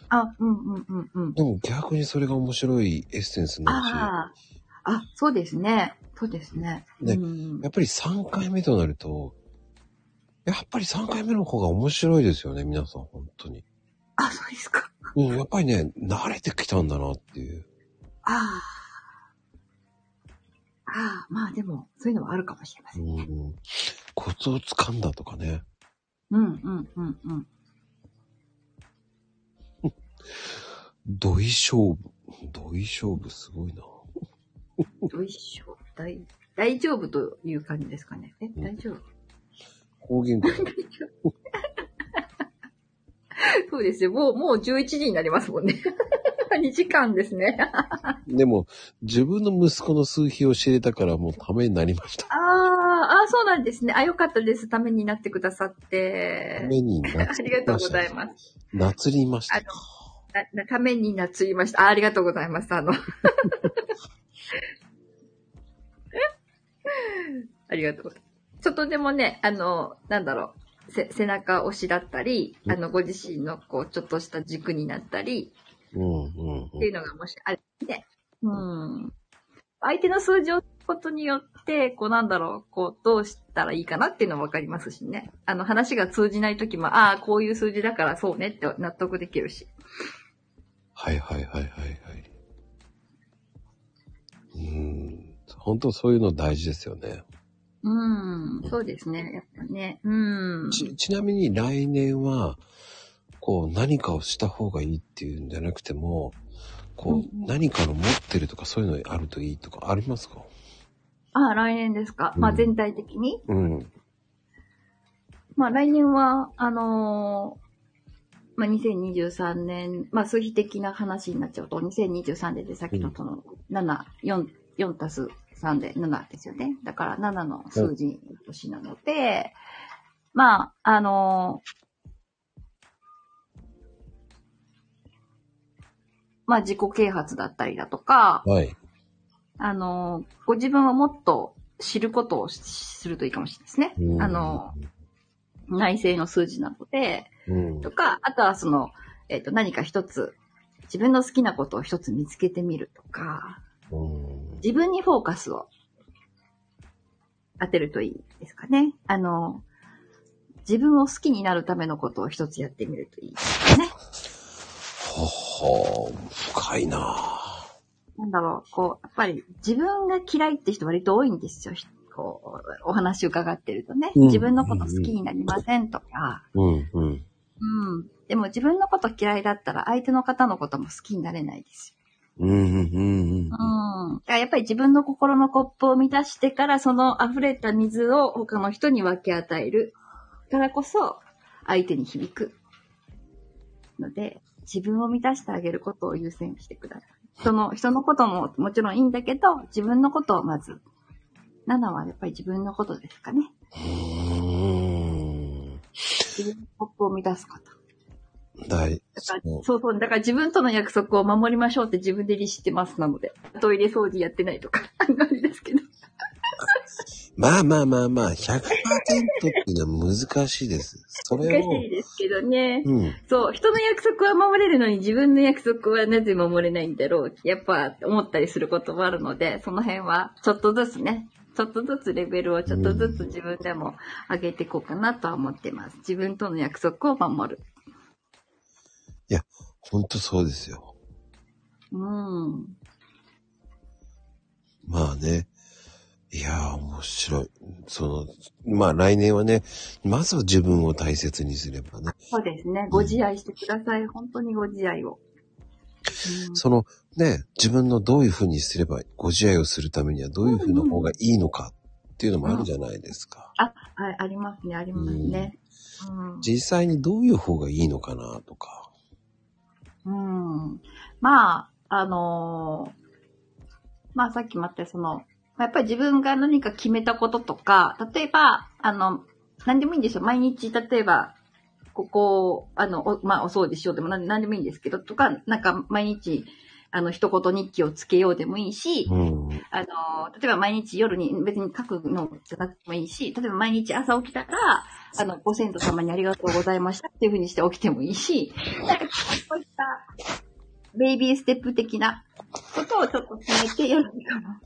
あ、うんうんうんうん。でも逆にそれが面白いエッセンスになるああ、あ、そうですね。そうですね。ねうんし、や、っぱり3回目となると、やっぱり3回目の方が面白いですよね、皆さん、本当に。あ、そうですか。うん、やっぱりね、慣れてきたんだなっていう。ああ。ああ、まあでも、そういうのはあるかもしれませんう。ん、コツをつかんだとかね。うんうんうんうん。土井勝負。土井勝負すごいな。どうしょう。大、大丈夫という感じですかね。え、ん大丈夫方言かな。そうですよ。もう、もう11時になりますもんね。2時間ですね。あでも、自分の息子の数比を知れたからもうためになりました。あ、ああ、そうなんですね。あ、よかったです。ためになってくださってた。めにな <laughs> ありがとうございます。なつりました。あななためになつりました。あありがとうございます。あの。ありがとうございます。ちょっとでもね、あの、なんだろう、せ背中押しだったり、あの、ご自身の、こう、ちょっとした軸になったり、うんうんっていうのがもしあれね。うん。相手の数字をことによって、こうなんだろう、こうどうしたらいいかなっていうのもわかりますしね。あの話が通じないときも、ああ、こういう数字だからそうねって納得できるし。はいはいはいはいはい。うん。本当そういうの大事ですよね。うん、そうですね。やっぱね。うん。ち、ちなみに来年は、こう何かをした方がいいっていうんじゃなくても、こうんううん何かの持ってるとかそういうのあるといいとかありますかああ、来年ですか。まあ全体的に。うん。まあ来年は、あのーまあ、2023年、まあ、数比的な話になっちゃうと、2023年でさっきのその、7、4、4たす3で7ですよね。だから7の数字の年なので、まあ、あのーまあ、自己啓発だったりだとか、はい。あの、ご自分をもっと知ることをしするといいかもしれないですねう。んあの、内政の数字なので、うん。とか、あとはその、えっ、と、何か一つ、自分の好きなことを一つ見つけてみるとか、うん。自分にフォーカスを当てるといいですかね。あの、自分を好きになるためのことを一つやってみるといいですね。ほほー、深いなぁ。なんだろう、こう、やっぱり自分が嫌いって人割と多いんですよ。ひこう、お話伺ってるとね。うん自分のこと好きになりませんとか、うんうん。うん。でも自分のこと嫌いだったら相手の方のことも好きになれないですうんうんうんよ。うん。だからやっぱり自分の心のコップを満たしてからその溢れた水を他の人に分け与えるからこそ相手に響くので、自分を満たしてあげることを優先してください。人の、人のことももちろんいいんだけど、自分のことをまず。7はやっぱり自分のことですかね。うーん。自分のコップを満たすこと。大、だからそうそうそう、だから自分との約束を守りましょうって自分で律してますなので。トイレ掃除やってないとか、 <laughs> あんまりですけど。まあまあまあまあ、100%っていうのは難しいです。そ難れを、しいですけどね。うん。そう、人の約束は守れるのに自分の約束はなぜ守れないんだろう。やっぱ思ったりすることもあるので、その辺はちょっとずつね、ちょっとずつレベルをちょっとずつ自分でも上げていこうかなとは思ってます。自分との約束を守る。ほんとそうですよ。うん。まあね。いやー、面白い。その、まあ来年はね、まずは自分を大切にすればね。そうですね。ご自愛してください。本当にご自愛を。うんその、ね、自分のどういうふうにすれば、ご自愛をするためにはどういうふうの方がいいのかっていうのもあるじゃないですか。はい、ありますね、ありますね。うん。実際にどういう方がいいのかなとか。うんまあ、あのーまあさっきもあったよその、まあやっぱり自分が何か決めたこととか、例えば、あの、何でもいいんですよ。毎日、例えば、ここを、あの、おまあお掃除しようでも何何でもいいんですけど、とか、なんか毎日、あの、一言日記をつけようでもいいし、うん。あの、例えば毎日夜に別に書くのじゃなくてもいいし、例えば毎日朝起きたら、あの、ご先祖様にありがとうございましたっていうふうにして起きてもいいし、なんかこういったベイビーステップ的なことをちょっと決めてやるのかな。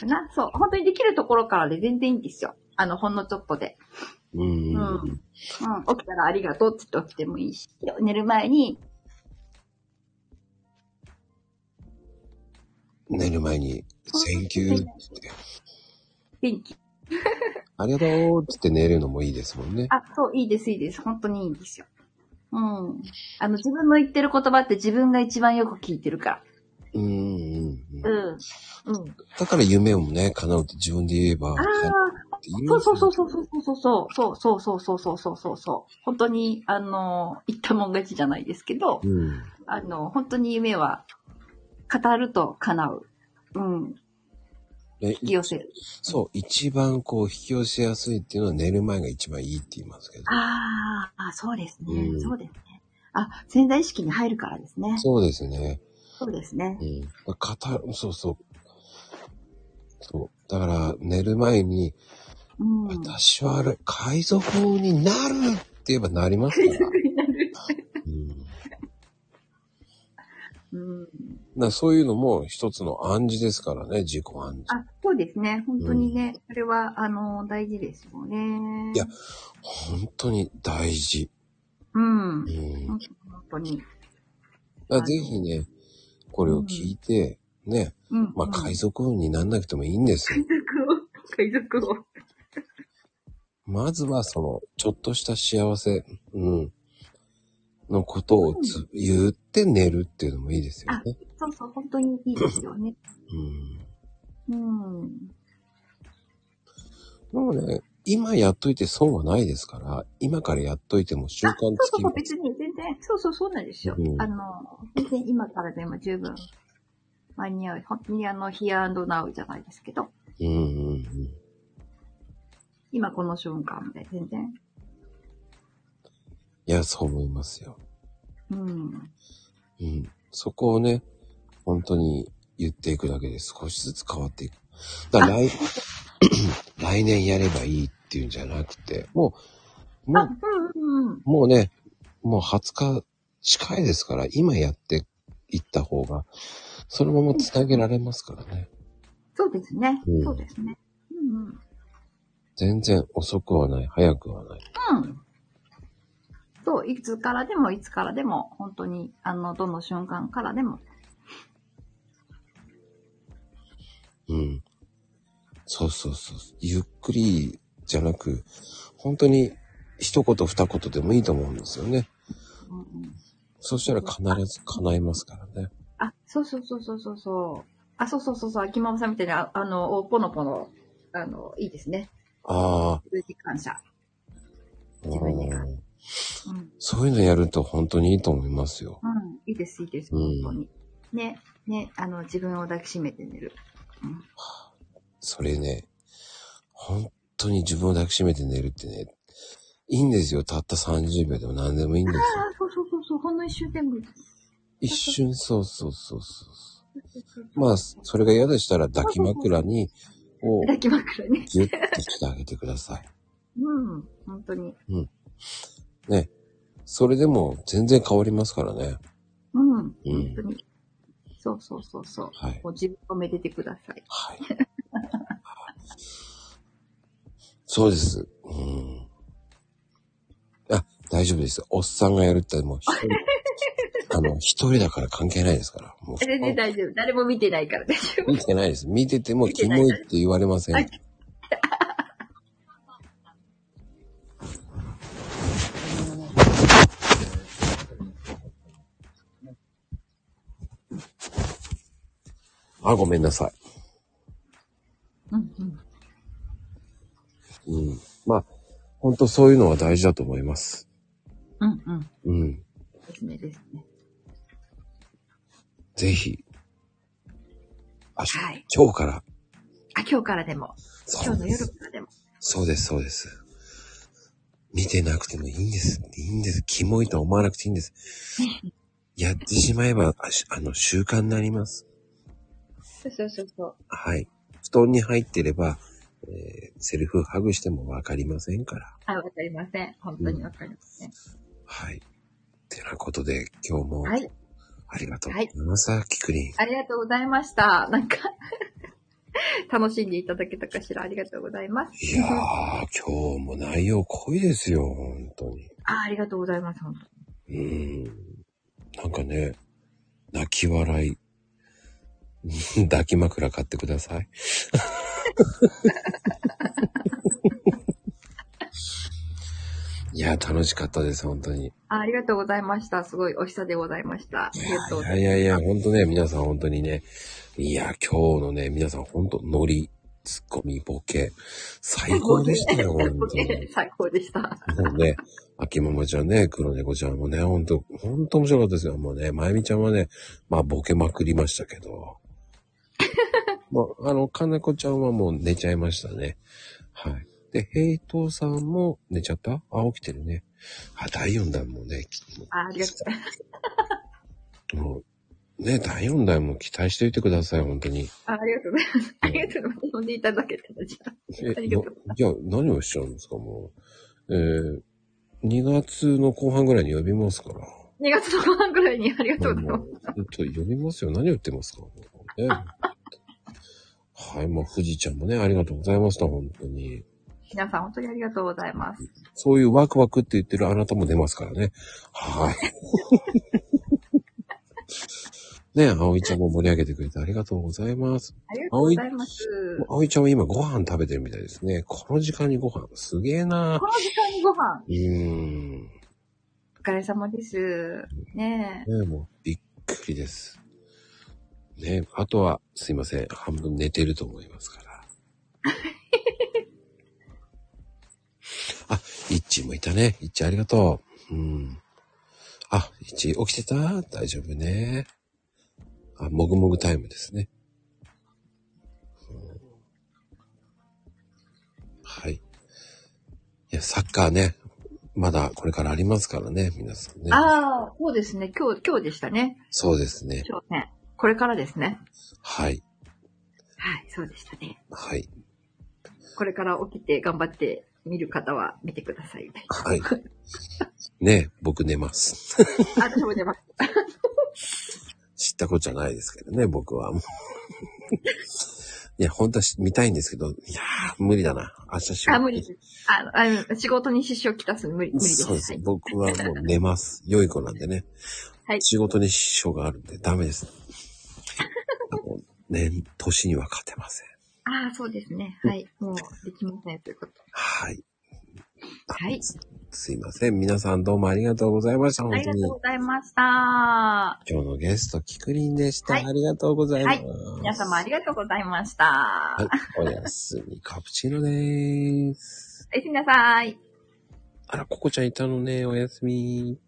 かなそう。本当にできるところからで全然いいんですよ。あの、ほんのちょっとで。うん。うんうん。起きたらありがとうって言って起きてもいいし、寝る前に、寝る前に、Thank you って、元気。ありがとうってって寝るのもいいですもんね。あ、そう、いいです、いいです。本当にいいんですよ。うん。あの、自分の言ってる言葉って自分が一番よく聞いてるかうんうんうん。ら。うん。うん。だから夢をね、叶うって自分で言えば、ああ、って言いそまうすそもうんそうそうそうそうそうそうそうそうそうそうそうそう。本当に、あの、言ったもん勝ちじゃないですけど、うん。あの、本当に夢は語ると叶う。うん。で引き寄せる。そう、一番こう引き寄せやすいっていうのは寝る前が一番いいって言いますけど。ああ、そうですね。うんそうですね。あ、潜在意識に入るからですね。そうですね。そうですねう。ん。語る、そうそう。そう。だから、寝る前に、うん。私はあれ、海賊になるって言えばなりますから。うん。だかうんらそういうのも一つの暗示ですからね、自己暗示。あ、そうですね。本当にね、それは、あの、大事ですよね。いや本当に大事。うん。う本ん。当に。だからぜひね、これを聞いて、ね、うん。まあ、海賊王になんなくてもいいんですよ。海賊を。海賊を。まずはその、ちょっとした幸せ、うん、のことをつ言って寝るっていうのもいいですよね。そうそう、本当にいいですよね。うん。うん。でもね、今やっといて損はないですから、今からやっといても習慣そうつそうきそまう、別に全然、そうそうそうなんですよ。うんあの、全然今からでも十分間に合う。本当にあの、ヒアンドナウじゃないですけど、うんうんうん。今この瞬間で全然。いや、そう思いますよ。うん。うん。そこをね、本当に言っていくだけで少しずつ変わっていく。だから来、 <clears throat> 来年やればいいっていうんじゃなくて、もう、もあ、ううんうんうん。もうね、もう20日近いですから、今やっていった方が、そのまま繋げられますからね。そうですねうん。そうですね。うんうん。全然遅くはない、早くはない。うん。そう、いつからでもいつからでも、本当に、あの、どの瞬間からでも。うん。そうそうそう。ゆっくりじゃなく、本当に一言二言でもいいと思うんですよね。うんうん、そしたら必ず叶いますからね。あ、そうそうそうそうそうそう。あ、そうそうそうそう、秋ママさんみたいに、ああの、おぽのぽの、あの、いいですね。ああ。自分に感謝。う自分にんうん。そういうのやると本当にいいと思いますよ。うん。いいです、いいです、うん本当に。ね、ね、あの、自分を抱きしめて寝る。うんそれね、本当に自分を抱きしめて寝るってね、いいんですよ。たった30秒でも何でもいいん <laughs> ですよ。ああ、そうそうそうそう、ほんの一瞬でもいい。一瞬、そうそうそうそう。まあ、それが嫌でしたら抱き枕に、を抱き枕ね。ギュッとしてあげてください。うん、本当に。それでも全然変わりますからね。うん、うん本当に。そうそうそうそう。はい。もう自分をめでてください。はい。そうです。うん。あ、大丈夫です。おっさんがやるって、もう一 <laughs> 人、あの、一人だから関係ないですから。もう、全然大丈夫。誰も見てないから大丈夫。見てないです。見てても、見てキないモいって言われません。ははいい。あ、ごめんなさい。うんうん。うん。まあ、本当そういうのは大事だと思います。うんうん。うん。ですねですね。ぜひ。あ、しはい今日から。あ、今日からでも。そ今う日ので夜す。からでも。そうです、そうです。見てなくてもいいんです。いいんです。キモいとは思わなくていいんです。やってしまえば、あしあの、習慣になります。そうそうそうそう。はい。布団に入ってれば、えーセルフハグしてもわかりませんから。はい、わかりません。本当にわかりません。はい。てなことで、今日もはい。ありがとうございます。キクリン。ありがとうございました。なんか、 <laughs> 楽しんでいただけたかしら。ありがとうございます。いやー、今日も内容濃いですよ、本当に。あありがとうございます。本当うーん。なんかね、泣き笑い。 <laughs> うん抱き枕買ってくださ <laughs> い。いや、楽しかったです、本当に。あありがとうございました。すごいお久でございました。ありがとういやいやいや、本当ね、皆さん本当にね、いや、今日のね、皆さん本当ノリ、ツッコミ、ボケ、最高でしたよ、本当に。 <laughs> 最高でした。でもね、秋ママちゃんね、黒猫ちゃんもね、ほんと、ほんと面白かったですよ。もうね、まゆみちゃんはね、まあ、ボケまくりましたけど。まあ、あの、かなこちゃんはもう寝ちゃいましたね。はい。で、ヘイトーさんも寝ちゃったあ、起きてるね。あ、第4弾もね、きああありがとう <laughs> ございます。もう、ね、第4弾も期待しておいてください、本当に。あありがとうございます。ありがとうございます。呼んでいただけたらじゃえありがとうなじゃあ、何をしちゃうんですか、もう。えー、2月の後半ぐらいに呼びますから。あ。2月の後半くらいにあ <laughs> りがとうございます。うんちょっと読みますよ。何言ってますか、ね、はい、もう富士ちゃんもね、ありがとうございました、本当に。皆さん本当にありがとうございます。そういうワクワクって言ってるあなたも出ますからね。はい。 <laughs> ね葵ちゃんも盛り上げてくれてありがとうございます。ありがとうございます。葵ちゃんは今ご飯食べてるみたいですね。この時間にご飯、すげえなこの時間にご飯、うーん。ねお疲れ様です。ねえ。えもう、びっくりです。ねえあとは、すいません。半分寝てると思いますから。あ、イッチーもいたね。イッチーありがとう。うん。あ、イッチー起きてた大丈夫ね。あ、もぐもぐタイムですね。うんはい。いや、サッカーね。まだこれからありますからね、皆さんね。ああ、そうですね。今日、今日でしたね。そうですね。今日ね。これからですね。はい。はい、そうでしたね。はい。これから起きて頑張って見る方は見てください。 <laughs> はい。ね僕寝ます。あ、私も出ます。 <laughs> 知ったことじゃないですけどね、僕は。も <laughs> ういや、本当はし見たいんですけど、いやー、無理だな。明日仕事あ、無理です。あの、あの仕事に支障きたすの無理、無理です。そうですは。い僕はもう寝ます。良い子なんでね。はい仕事に支障があるんでダメです。もう年、年には勝てません。ああ、そうですね。はい。もう、できませんということ。はい。はい。すいません。皆さんどうもありがとうございました。あ本り当がにとう。ございました。今日のゲスト、キクリンでした。はいありがとうございます。皆様ありがとうございました。はい。おやすみ、カプチーノでーす。おやすみなさい。あら、ココちゃんいたのね。おやすみ。